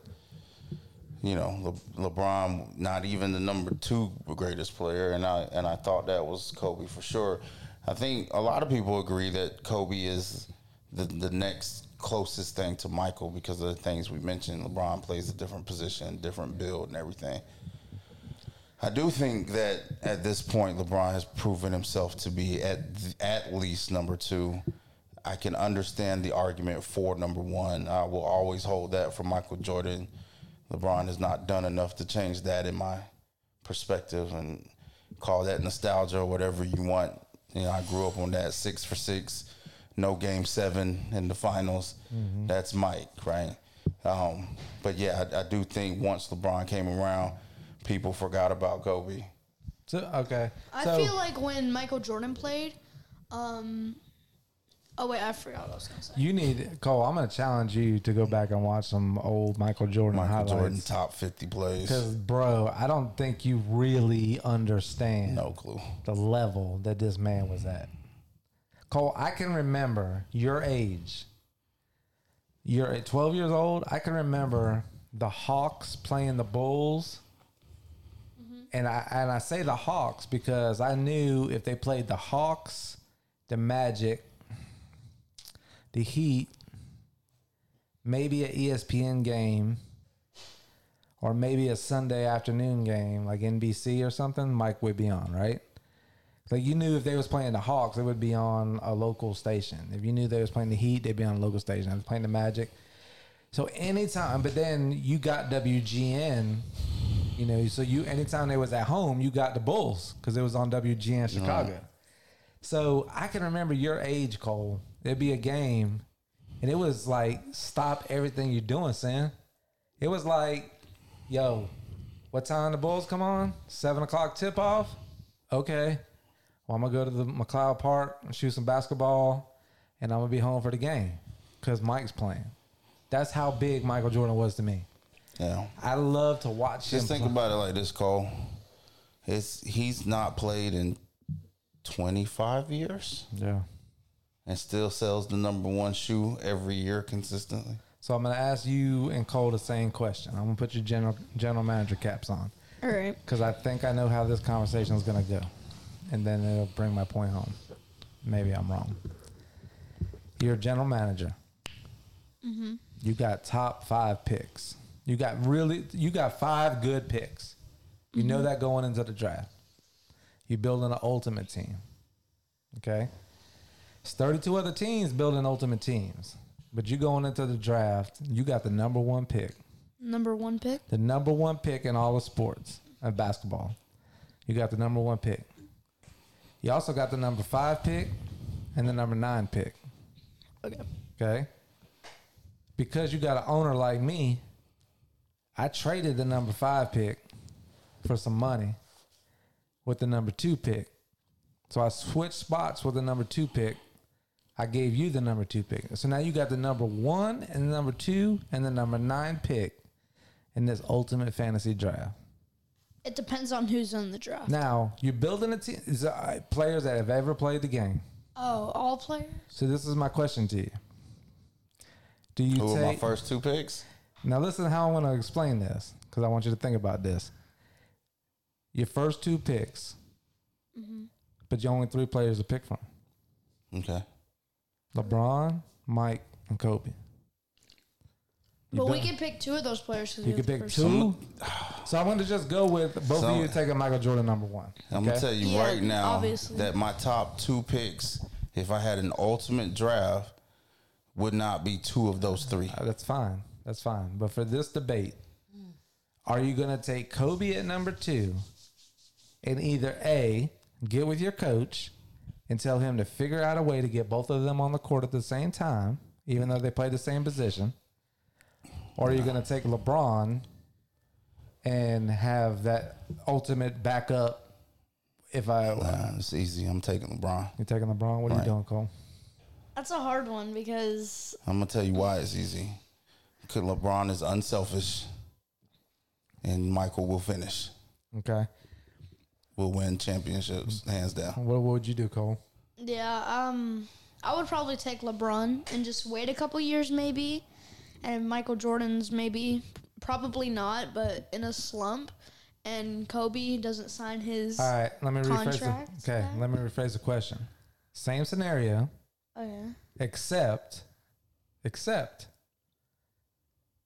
A: you know, Le- LeBron not even the number two greatest player, and I and I thought that was Kobe for sure. I think a lot of people agree that Kobe is the the next closest thing to Michael because of the things we mentioned. LeBron plays a different position, different build, and everything. I do think that at this point, LeBron has proven himself to be at th- at least number two. I can understand the argument for number one. I will always hold that for Michael Jordan. LeBron has not done enough to change that in my perspective, and call that nostalgia or whatever you want. You know, I grew up on that six for six, no game seven in the finals. That's Mike, right? Um, but yeah, I, I do think once LeBron came around, people forgot about Kobe.
B: So, okay.
I: I
B: so,
I: feel like when Michael Jordan played, um, oh wait, I forgot what I was gonna say.
B: you need Cole. I'm gonna challenge you to go back and watch some old Michael Jordan
A: Michael Jordan
B: highlights.
A: top fifty plays.
B: Because, bro, I don't think you really understand
A: No clue.
B: the level that this man was at. Cole, I can remember your age. You're at 12 years old. I can remember the Hawks playing the Bulls. And I and I say the Hawks because I knew if they played the Hawks, the Magic, the Heat, maybe E an ESPN game, or maybe a Sunday afternoon game like NBC or something, Mike would be on, right? Like you knew if they was playing the Hawks, it would be on a local station. If you knew they was playing the Heat, they'd be on a local station. If they was playing the Magic. So anytime, but then you got WGN, you know. So you anytime they was at home, you got the Bulls because it was on WGN Chicago. So I can remember your age, Cole. There'd be a game, and it was like stop everything you're doing, son. It was like, yo, what time the Bulls come on? Seven o'clock tip off. Okay, well I'm gonna go to the McLeod Park and shoot some basketball, and I'm gonna be home for the game because Mike's playing. That's how big Michael Jordan was to me.
A: Yeah.
B: I love to watch
A: Just
B: him.
A: think
B: play.
A: about it like this, Cole. It's he's not played in twenty five years
B: yeah.
A: and still sells the number one shoe every year consistently.
B: So I'm gonna ask you and Cole the same question. I'm gonna put your general general manager caps on.
I: All right.
B: because I think I know how this conversation is going to go, and then it'll bring my point home. Maybe I'm wrong. You're a general manager. You got top five picks. You got really, you got five good picks. You know that going into the draft. You're building an ultimate team. Okay. It's 32 other teams building ultimate teams, but you going into the draft, you got the number one pick
I: Number one pick.
B: the number one pick in all of sports of basketball. You got the number one pick. You also got the number five pick and the number nine pick.
I: Okay.
B: Okay. Because you got an owner like me, I traded the number five pick for some money with the number two pick. So I switched spots with the number two pick. I gave you the number two pick. So now you got the number one and the number two and the number nine pick in this ultimate fantasy draft.
I: It depends on who's in the draft.
B: Now you're building a team. Is uh, players that have ever played the game.
I: Oh, all players.
B: So this is my question to you. Do you
A: Who were my
B: take
A: first two picks?
B: now? Listen to how I want to explain this because I want you to think about this. Your first two picks,
I: Mm-hmm.
B: but you only three players to pick from:
A: Okay.
B: LeBron, Mike, and Kobe. You
I: but we
B: don't-
I: can pick two of those players. 'cause we
B: you
I: have
B: could
I: the
B: pick
I: first
B: two. So I'm going to just go with both
A: So-
B: of you taking Michael Jordan number one.
A: I'm
B: okay?
A: gonna tell you
I: Yeah,
A: right now
I: obviously.
A: that my top two picks, if I had an ultimate draft, would not be two of those three.
B: Uh, That's fine. That's fine. But for this debate, are you going to take Kobe at number two and either A, get with your coach and tell him to figure out a way to get both of them on the court at the same time, even though they play the same position? Or are you going to take LeBron and have that ultimate backup? If I.
A: Nah, it's easy. I'm taking LeBron.
B: You're taking LeBron? What are
A: Right.
B: you doing, Cole?
I: one. That's a hard one because
A: I'm gonna tell you why it's easy. Cause LeBron is unselfish, and Michael will finish.
B: Okay.
A: Will win championships hands down.
B: What, what would you do, Cole?
I: yeah, um, I would probably take LeBron and just wait a couple years maybe, and Michael Jordan's maybe probably not, but in a slump, and Kobe doesn't sign his.
B: All right, let me rephrase.
I: Contracts
B: The, okay,
I: back?
B: let me rephrase the question. Same scenario,
I: Oh yeah.
B: except, except.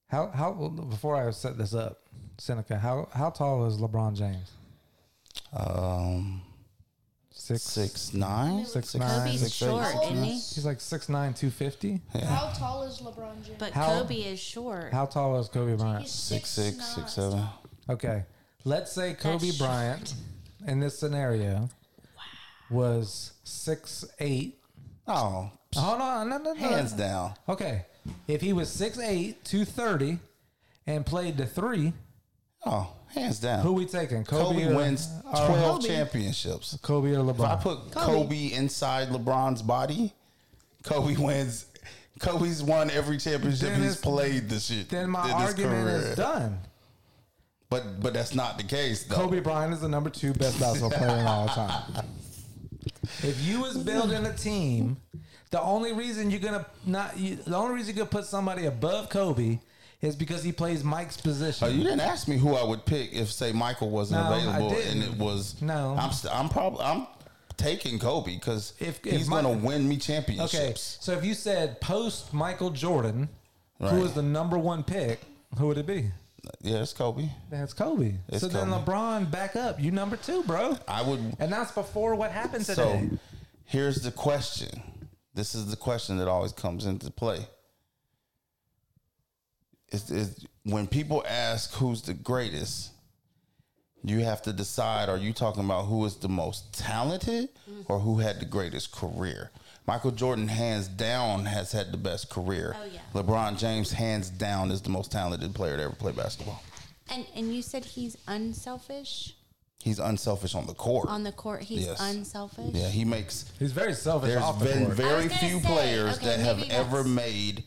B: How how before I set this up, Seneca? How how tall is LeBron James?
A: Um,
B: Six
A: six nine,
B: Six, nine,
C: Kobe's
B: six,
C: short,
B: eight.
C: isn't he?
B: He's like six nine
A: <laughs>
B: two fifty.
A: Yeah.
I: How tall is LeBron James?
C: But
B: How-
C: Kobe is short.
B: How tall is Kobe Bryant?
I: He's
A: Six six
I: nine.
A: six seven.
B: Okay, let's say Kobe
C: short.
B: Bryant in this scenario was six eight.
A: Oh,
B: Hold on, no, no, no,
A: hands down.
B: Okay. If he was 6'8, 230, and played the three,
A: Oh, hands down.
B: who we taking? Kobe,
A: Kobe
B: or,
A: wins
B: or-
A: twelve championships.
B: Kobe or
A: If I
B: LeBron?
A: put Kobe. inside LeBron's body, Kobe wins. Kobe's won every championship
B: Then
A: he's
B: it's-
A: played this year.
B: then my
A: in his
B: argument
A: career.
B: is done.
A: But but that's not the case though.
B: Kobe Bryant is the number two best basketball player in all time. If you was building a team, the only reason you're gonna not you, the only reason you could put somebody above Kobe is because he plays Mike's
A: Oh,
B: position.
A: you didn't ask me who I would pick if say Michael wasn't
B: No, I
A: available, and
B: didn't.
A: it was
B: No.
A: I'm st- I'm probably I'm taking Kobe because
B: If- if
A: he's
B: my-
A: gonna win me
B: Okay,
A: championships.
B: so if you said post Michael Jordan, who
A: Right.
B: was the number one pick, who would it be?
A: Yeah, it's Kobe.
B: That's Kobe.
A: It's
B: so then
A: Kobe.
B: LeBron back up. You number two, bro.
A: I would.
B: And that's before what happened today.
A: So here's the question. This is the question that always comes into play. Is is when people ask who's the greatest, you have to decide are you talking about who is the most talented
C: Mm-hmm.
A: or who had the greatest career? Michael Jordan hands down has had the best career.
C: Oh, yeah.
A: LeBron James hands down is the most talented player to ever play basketball.
C: And and you said he's unselfish
A: He's unselfish on the court.
C: on the court. He's
A: Yes.
C: unselfish.
A: yeah, he makes
B: He's very selfish
A: There's
B: off the
A: been
B: court.
C: I
A: very
C: was gonna
A: few
C: say,
A: players
C: okay,
A: that have
C: maybe that's-
A: ever made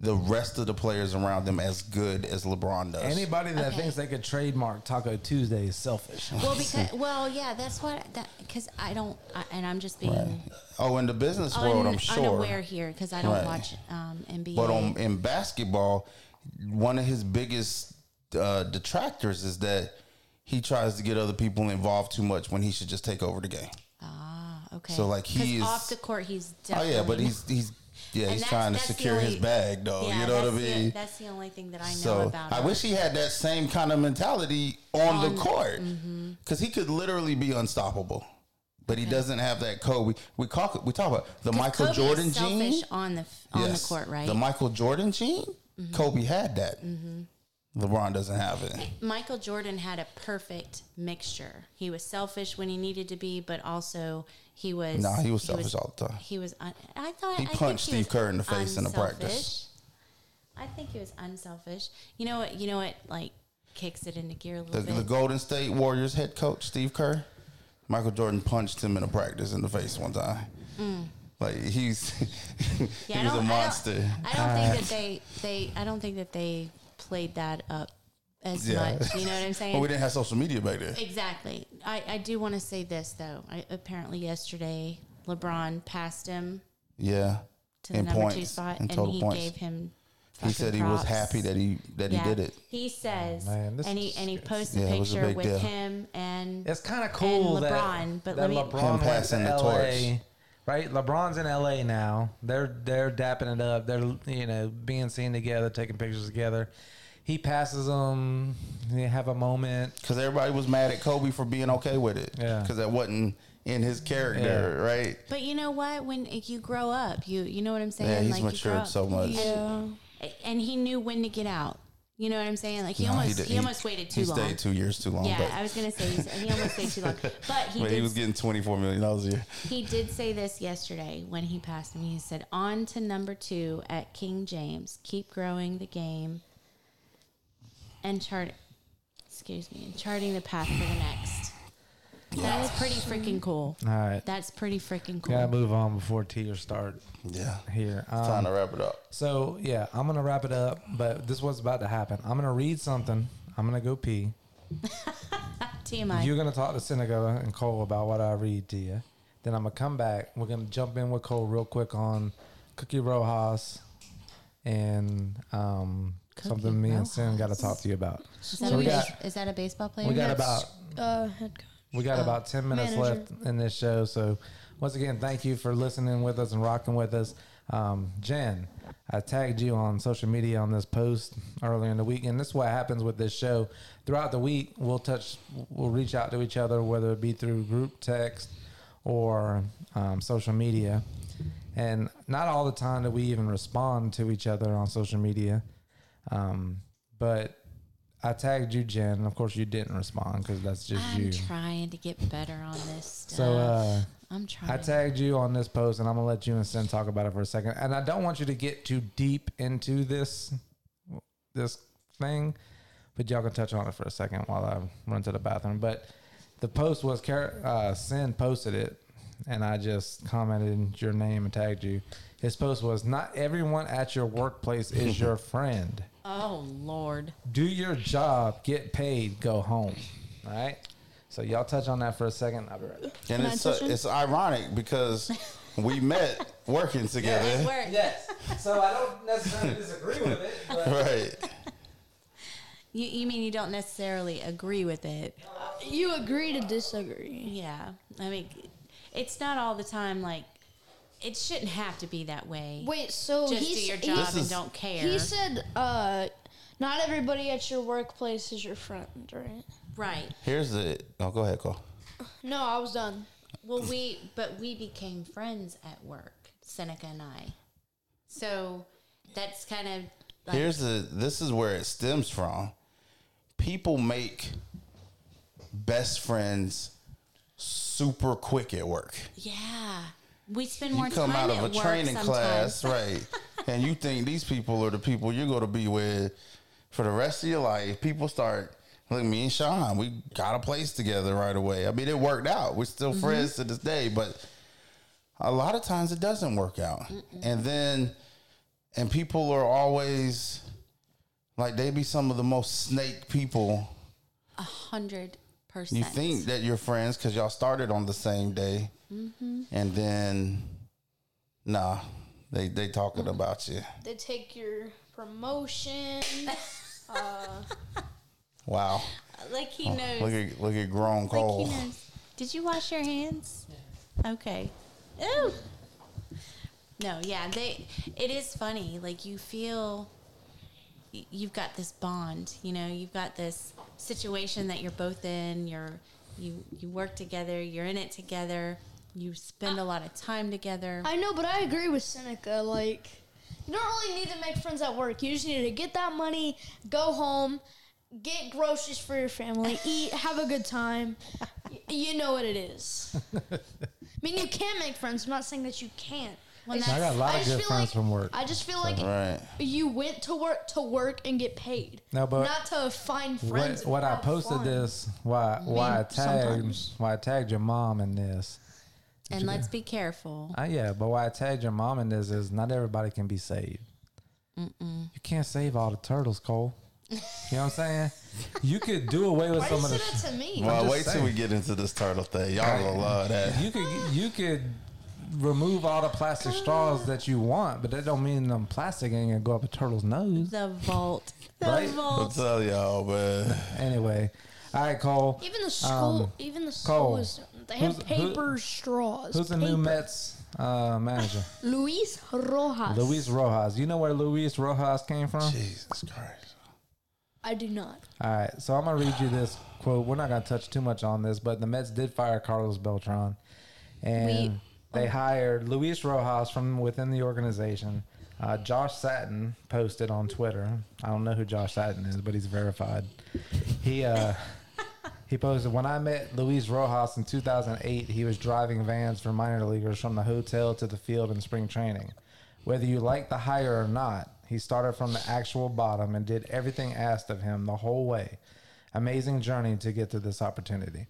A: the rest of the players around them as good as LeBron does.
B: Anybody that
C: Okay.
B: thinks they could trademark Taco Tuesday is selfish.
C: Well, because well, yeah, that's what that because I don't, I, and I'm just being
A: oh, in the business
C: un,
A: world, I'm sure.
C: unaware here because I don't
A: Right.
C: watch um, NBA.
A: But on, in basketball, one of his biggest uh, detractors is that he tries to get other people involved too much when he should just take over the game.
C: ah, okay.
A: so, like, he
C: 'Cause
A: is-
C: off the court, he's
A: Oh
C: definitely
A: yeah, but he's he's yeah
C: And
A: he's
C: that's-
A: trying to
C: that's the
A: secure his
C: only-
A: bag though.
C: yeah,
A: you know what I
C: that's the-
A: mean?
C: that's the only thing that I know
A: So
C: about.
A: I
C: him.
A: wish he had that same kind of mentality on the court
C: mm-hmm.
A: because he could literally be unstoppable. But he doesn't have that code. We we talk we talk about the
C: 'Cause
A: Michael
C: Kobe is
A: Jordan
C: selfish
A: gene
C: on the f- on
A: Yes.
C: the court, right? Mm-hmm.
A: The Michael Jordan gene. Kobe had that. LeBron doesn't have it.
C: <laughs> Michael Jordan had a perfect mixture. He was selfish when he needed to be, but also he was.
A: Nah, he was selfish all the time.
C: He was. Un- I thought
A: He
C: I think
A: punched
C: he
A: Steve
C: was
A: Kerr in the face in a practice.
C: unselfish. I think he was unselfish. You know what? You know what? Like kicks it into gear a
A: The,
C: little
A: the
C: bit.
A: Golden State Warriors head coach Steve Kerr, Michael Jordan punched him in a practice in the face one time. Like he's
C: Mm.
A: <laughs>
C: Yeah, I
A: he was a
C: don't- I don't-
A: monster.
C: I don't,
A: <laughs>
C: think that they they. I don't think that they played that up as
A: Yeah.
C: much. You know what I'm saying?
A: <laughs> But we didn't have social media back then.
C: Exactly. I, I do want to say this though. I, apparently yesterday, LeBron passed him
A: Yeah.
C: to the
A: In
C: number two
A: points,
C: spot,
A: in
C: and
A: total
C: he
A: points.
C: gave him.
A: He
C: fucking
A: said he was
C: props.
A: happy that he that
C: Yeah.
A: he did it.
C: He says,
B: Oh, Man, this
C: and he
B: is
C: and he
B: good.
C: posts a
A: Yeah, it was a
C: picture
A: big
C: with
A: deal.
C: him and
B: It's kind of cool
C: and
B: that
C: LeBron, but
B: that
C: let me.
A: Him
B: LeBron went
A: passing
B: to
A: the
B: LA.
A: torch.
B: Right, LeBron's in LA now. They're they're dapping it up. They're you know being seen together, taking pictures together. He passes them. They have a moment.
A: Because everybody was mad at Kobe for being okay with it.
B: Yeah.
A: Because that wasn't in his character, right?
C: <laughs> But you know what? When you grow up, you you know what I'm saying.
A: Yeah, he's
C: like you grow
A: matured
C: up.
A: so much.
I: Yeah.
C: and he knew when to get out. You know what I'm saying? Like he
A: No,
C: almost
A: did-
C: he, almost waited too
A: he
C: long.
A: stayed two years too long.
C: yeah,
A: but,
C: I was gonna say he's, he almost stayed
A: <laughs>
C: too long, but he
A: but
C: did
A: he was getting twenty four million dollars a year.
C: He did say this yesterday when he passed me. He said, On to number two at King James. Keep growing the game and chart excuse me, and charting the path for the next. That's pretty freaking cool.
B: All right,
C: That's pretty freaking cool.
B: gotta move on before tears start
A: Yeah.
B: here.
A: Time
B: Um,
A: to wrap it up.
B: so yeah, I'm gonna wrap it up. But this was about to happen. I'm gonna read something. I'm gonna go pee.
C: TMI.
B: You're gonna talk to Seneca and Cole about what I read to you. Then I'm gonna come back. We're gonna jump in with Cole real quick on Cookie Rojas and um, something me and Sin got to talk to you about.
C: is, that
B: so
C: a
B: we
C: base-
B: got-
C: is that a baseball player?
B: We got
I: Next.
B: about
I: Uh, head coach.
B: we got about ten minutes
I: manager.
B: left in this show. So once again, thank you for listening with us and rocking with us. Um, Jen, I tagged you on social media on this post earlier in the week, and this is what happens with this show. Throughout the week, we'll touch, we'll reach out to each other, whether it be through group text or um, social media. And not all the time do we even respond to each other on social media. Um, but I tagged you, Jen. and Of course, you didn't respond because that's just
C: I'm
B: you.
C: trying to get better on this stuff.
B: So uh,
C: I'm
B: I
C: trying.
B: tagged you on this post, and I'm gonna let you and Sin talk about it for a second. And I don't want you to get too deep into this this thing, but y'all can touch on it for a second while I run to the bathroom. But the post was Car- uh, Sin posted it, and I just commented your name and tagged you. His post was not everyone at your workplace is your friend.
C: oh, Lord.
B: Do your job, get paid, go home. All right. So y'all touch on that for a second. I'll be right back.
A: And
I: I
A: it's
I: touch him?
A: it's ironic because we met
C: <laughs>
A: working together.
C: It worked.
B: Yes. So I don't necessarily disagree with it, <laughs> but
A: Right.
C: You, you mean you don't necessarily agree with it?
I: You agree to disagree.
C: Yeah. I mean, it's not all the time like it shouldn't have to be that way.
I: Wait, so
C: Just
I: he's,
C: do your
I: he-
C: job
A: This
C: and
A: is-
C: don't care.
I: He said, uh, Not everybody at your workplace is your friend, right?
C: Right.
A: Here's the. Oh, go ahead, Cole.
I: No, I was done.
C: Well, we but we became friends at work, Seneca and I. So that's kind of like,
A: Here's the. This is where it stems from. People make best friends super quick at work.
C: yeah. We spend
A: You
C: more
A: come out
C: time
A: of
C: at
A: a
C: work
A: training
C: sometimes. <laughs>
A: class, right? and you think these people are the people you're going to be with for the rest of your life. People start. Look, me and Sean, we got a place together right away. I mean, it worked out. We're still
C: Mm-hmm.
A: friends to this day, but a lot of times it doesn't work out. And then, and people are always like, they be some of the most snake people
C: A hundred percent.
A: you think that you're friends because y'all started on the same day, and then nah, they they talking about you.
I: They take your promotion.
A: Wow,
C: like
A: Oh,
C: he knows.
A: look at look at grown
C: like
A: Cole.
C: he knows. Did you wash your hands? Okay. Ooh. No, yeah, they. It is funny. Like you feel, y- you've got this bond. You know, you've got this situation that you're both in. You're you you work together. You're in it together. You spend a lot of time together.
I: I know, but I agree with Seneca. Like, you don't really need to make friends at work. You just need to get that money, go home, get groceries for
B: <laughs>
I: your family, eat, have a good time. Y- You know what it is. I mean, you can make friends. I'm not saying that you can't.
C: Well,
I: just-
C: I
B: got a lot of
I: just
B: good
I: feel
B: friends
I: like-
B: from work.
I: I just feel like
A: Right,
I: you went to work to work and get paid.
B: No, but-
I: not to find
B: What,
I: friends. and
B: what I
I: have
B: posted
I: fun.
B: this, why why I tagged
C: sometimes.
B: why I tagged your mom in this.
C: and let's be careful.
B: Uh, yeah, but why I tagged your mom in this is not everybody can be saved. You can't save all the turtles, Cole. You know what I'm saying? You could do away with
I: Why
B: some
I: you
B: of
I: say
B: the.
I: that to me?
A: well,
B: just
A: wait till
B: saying.
A: we get into this turtle thing. Y'all will love that.
B: You could you could remove all the plastic straws that you want, but that don't mean them plastic ain't gonna go up a turtle's nose.
C: The vault. The
B: Right?
A: I'll
C: vault.
A: tell y'all, but
B: Anyway, all right, Cole.
I: Even the school,
B: Um,
I: even
B: Cole,
I: the school is they have
B: who's- who-
I: paper straws.
B: Who's the
I: paper.
B: new Mets uh, manager?
I: Luis Rojas.
B: Luis Rojas. You know where Luis Rojas came from?
A: Jesus Christ,
I: I do not.
B: All right, so I'm gonna read you this quote. We're not gonna touch too much on this, but the Mets did fire Carlos Beltran, and they hired Luis Rojas from within the organization. Uh, Josh Satin posted on Twitter. I don't know who Josh Satin is, but he's verified. He uh, he posted when I met Luis Rojas in 2008. He was driving vans for minor leaguers from the hotel to the field in spring training. Whether you like the hire or not, he started from the actual bottom and did everything asked of him the whole way. Amazing journey to get to this opportunity.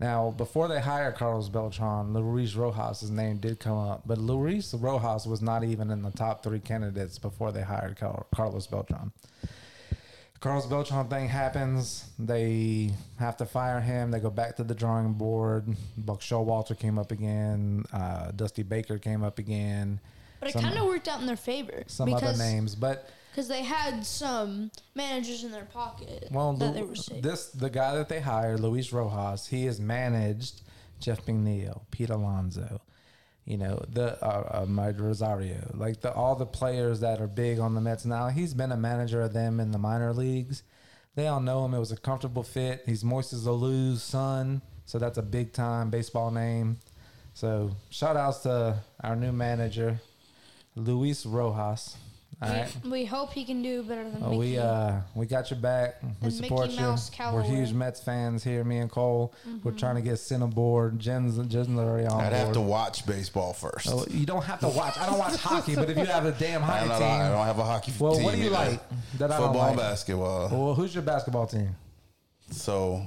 B: Now, before they hired Carlos Beltran, Luis Rojas' name did come up, but Luis Rojas was not even in the top three candidates before they hired Car- Carlos Beltran. Carlos Beltran thing happens. They have to fire him. They go back to the drawing board. Buck Showalter came up again. Uh, Dusty Baker came up again.
I: But it
B: Some-
I: kind of worked out in their favor
B: some other names, but
I: because they had some managers in their pocket
B: well,
I: that
B: Lu-
I: they were safe.
B: this the guy that they hired, Luis Rojas. He has managed Jeff McNeil, Pete Alonso, you know the uh, uh, Mike Rosario, like the all the players that are big on the Mets now. He's been a manager of them in the minor leagues. They all know him. It was a comfortable fit. He's Moises Alou's son, so that's a big time baseball name. So shout outs to our new manager, Luis Rojas. All right.
I: we, we hope he can do better than
B: Oh,
I: Mickey.
B: we uh we got your back. We
I: And
B: support
I: Mickey
B: you.
I: Mouse Mm-hmm.
B: We're
I: Callaway.
B: huge Mets fans here. Me and Cole. We're trying to get Sin aboard. Jen's Jen's already on
A: I'd have to
B: board.
A: watch baseball first.
B: Oh, you don't have to watch. I don't watch hockey, but if you have a damn
A: I,
B: hockey
A: don't know,
B: team,
A: I don't have a hockey
B: well,
A: team.
B: what do you
A: either.
B: like that I don't
A: Football,
B: like?
A: basketball.
B: Well, who's your basketball team?
A: So.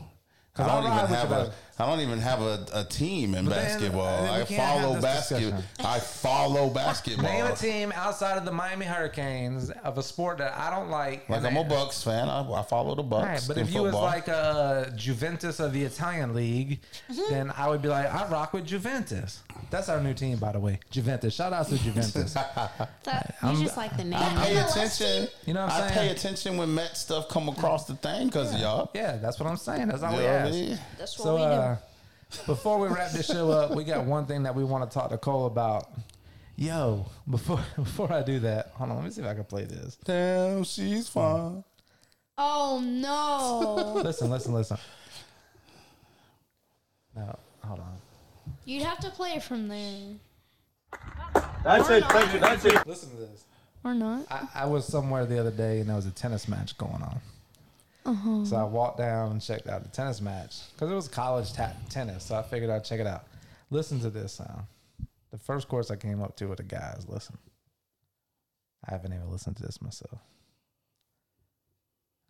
B: 'Cause
A: I
B: I
A: don't,
B: ride
A: even
B: with you,
A: have a,
B: brother.
A: I don't even have a, a team in
B: But then-
A: basketball.
B: then we
A: I
B: can't have
A: follow
B: this
A: basketball.
B: discussion.
A: I
B: <laughs>
A: follow basketball.
B: Name a team outside of the Miami Hurricanes of a sport that I don't like.
A: Like
B: and
A: I'm a
B: that-
A: Bucks fan. I, I follow the Bucks.
B: All right, but
A: in
B: if you was
A: football.
B: like uh, Juventus of the Italian league,
I: Mm-hmm.
B: then I would be like, I rock with Juventus. That's our new team, by the way. Juventus. Shout
A: <laughs>
B: out to Juventus.
C: That, you just like the name.
A: I pay attention.
B: You know what I'm
A: I
B: saying?
A: pay attention when Met stuff come across the thing because y'all.
B: yeah, Oh, that's what I'm saying. That's all
A: You
B: we
A: know what I
B: ask.
A: mean?
I: That's what
B: So
I: we do.
B: uh, before we wrap this show up, we got one thing that we want to talk to Cole about. <laughs> Yo, before before I do that, hold on. Let me see if I can play this.
A: Damn, she's fine.
I: Oh no! <laughs>
B: Listen, listen, listen. No, hold on.
I: You'd have to play from there
J: That's it. Thank you. That's it.
B: Listen to this.
I: or not.
B: I, I was somewhere the other day and there was a tennis match going on. So I walked down and checked out the tennis match because it was college ta- tennis. So I figured I'd check it out. Listen to this sound. The first course I came up to with the guys, listen. I haven't even listened to this myself.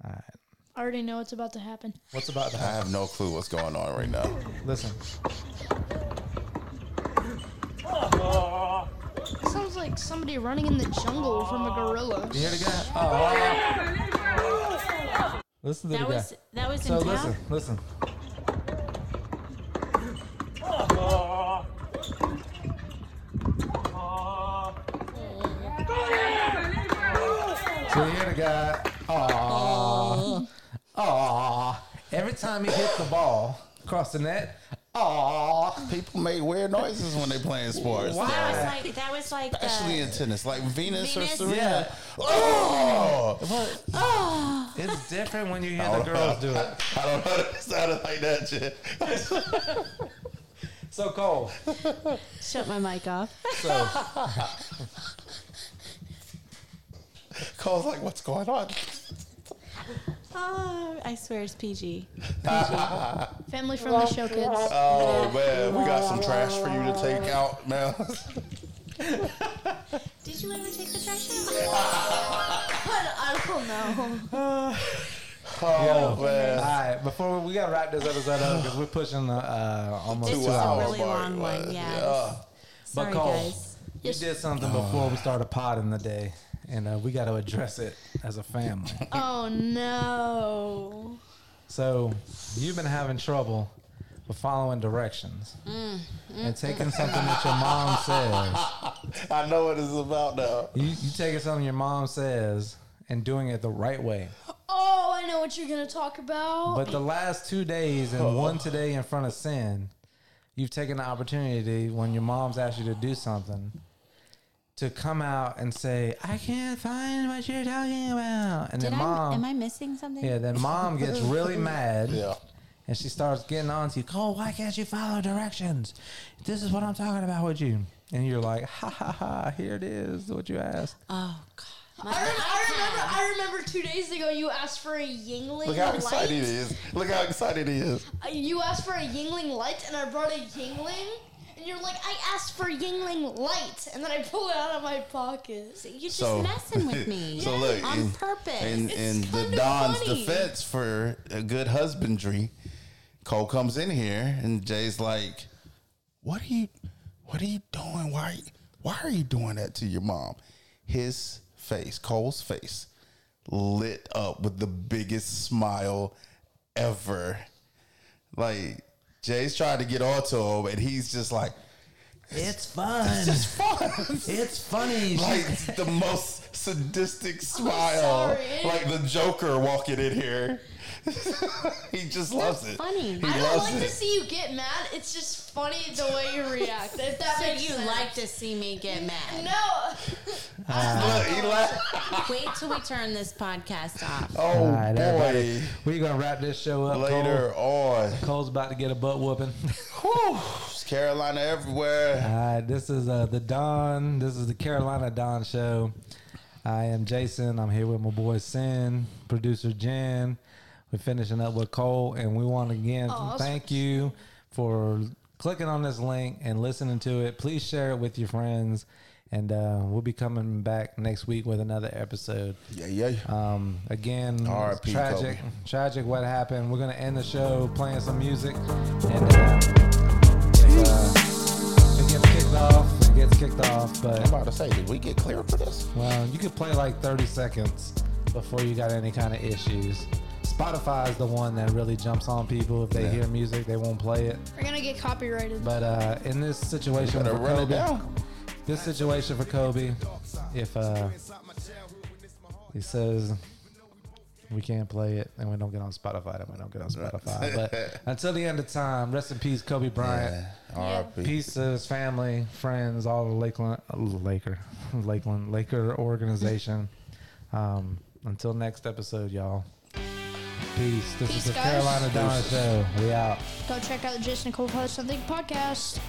B: All right.
I: I already know what's about to happen.
B: What's about to
A: I
B: happen?
A: have no clue what's going on right now.
B: Listen.
I: It sounds like somebody running in the jungle from a gorilla.
B: You hear the guy? Oh, wow. Listen to
C: That
B: the guy.
C: was that was
B: so
C: in town.
B: listen, listen. So you hear the guy, aww, aww. Every time he hits the ball across the net, aww.
A: People make weird noises when they playing sports,
B: Why?
A: though.
C: That was like that was like
A: especially
C: the,
A: in tennis, like Venus,
C: Venus.
A: or Serena.
B: Yeah.
A: Oh!
C: oh,
B: It's different when you hear the girls Oh, do it.
A: I don't know. It sounded like that shit.
B: So Cole,
C: shut my mic off.
B: so
A: Cole's like, what's going on?
C: Oh, I swear
B: <laughs>
C: it's PG.
I: Family from the show kids.
B: uh,
A: Oh man, we got some trash for you to take out, man. <laughs>
C: Did you ever take the trash out?
I: I don't know.
A: Oh man.
B: all right, before we, we gotta wrap this episode up because we're pushing uh, uh, almost
C: This
B: two
C: was a
B: hours.
C: really
A: Mark,
C: long
A: what?
C: one. Yeah.
A: Yeah.
B: But
C: Sorry,
B: Cole,
C: guys.
B: you did something
A: Uh.
B: before we started potting the day, and uh, we got to address it as a
C: <laughs>
B: family.
I: Oh no!
B: so you've been having trouble with following directions
C: Mm,
B: and taking something that your
C: <laughs>
B: mom says.
A: I know what it's about now.
B: You, you taking something your mom says and doing it the right way.
I: Oh, I know what you're gonna talk about.
B: But the last two days and one today in front of Sin, you've taken the opportunity when your mom's asked you to do something to come out and say, I can't find what you're talking about. And
C: Did
B: then
C: I,
B: mom
C: am I missing something?
B: Yeah, then mom
C: <laughs>
B: gets really mad.
A: Yeah.
B: And she starts getting on to you, Cole, why can't you follow directions? This is what I'm talking about with you. And you're like, ha ha ha, here it is, what you asked.
C: Oh God.
I: I,
C: My-
I: rem- I remember. I remember two days ago you asked for a Yingling
A: Look how
I: light.
A: excited he is. Look how excited he is.
I: Uh, You asked for a Yingling light, and I brought a Yingling. And you're like, I asked for Yingling light, and then I pull it out of my pocket.
C: you're just
A: So-
C: messing
A: <laughs>
C: with me.
A: So look,
C: on
A: in-
C: purpose.
A: In in
I: It's
A: the
I: kinda
A: Don's
I: funny.
A: defense for a good husbandry, Cole comes in here and Jay's like, "What are you? What are you doing? Why? Why are you doing that to your mom?" His face, Cole's face, lit up with the biggest smile ever. Like Jay's trying to get onto him, and he's just like,
B: It's fun. It's,
A: "Fun."
B: funny.
I: <laughs>
A: like the most sadistic smile,
I: sorry.
A: like the Joker walking in here. <laughs> he just loves it.
C: funny.
A: He
I: I don't
A: loves
I: like to
A: it.
I: see you get mad. It's just funny the way you <laughs> react. If that
C: so
I: makes
C: you
I: sense.
C: like to see me get mad.
I: No.
A: Look, he laugh-
C: Wait till we turn this podcast off.
A: Oh
B: right,
A: boy!
B: everybody. We're going to wrap this show up. Later.
A: Later on,
B: Cole. Cole's about to get a butt whooping.
A: Whew, it's Carolina everywhere.
B: <laughs> All right, this is uh, the Don. This is the Carolina Don Show. I am Jason. I'm here with my boy Sin, producer Jen. We're finishing up with Cole, and we want to again
I: Aw,
B: thank you for clicking on this link and listening to it. Please share it with your friends, and uh, we'll be coming back next week with another episode.
A: Yeah, yeah.
B: Um, again,
A: R.I.P.
B: tragic,
A: Kobe.
B: tragic what happened. We're gonna end the show playing some music, and uh, if, uh, if it gets kicked off, it gets kicked off.
A: I'm
B: But
A: about to say, did we get clear for this?
B: well, you could play like 30 seconds before you got any kind of issues. Spotify is the one that really jumps on people. If they hear music, they won't play it.
I: We're gonna get copyrighted.
B: But uh, in this situation
A: Better
B: for
A: run it
B: Kobe,
A: down.
B: this situation for Kobe, if uh, he says we can't play it and we don't get on Spotify, then we don't get on
A: <laughs>
B: Spotify. but until the end of time, rest in peace, Kobe Bryant.
A: R.I.P.
B: Peace to his family, friends, all the Lakeland, uh, Laker, <laughs> Lakeland, Laker organization. Um, until next episode, y'all. Peace. This
I: Peace,
B: is the
I: guys.
B: Carolina Don Show. We out.
I: Go check out the Jason Nicole Post Something podcast.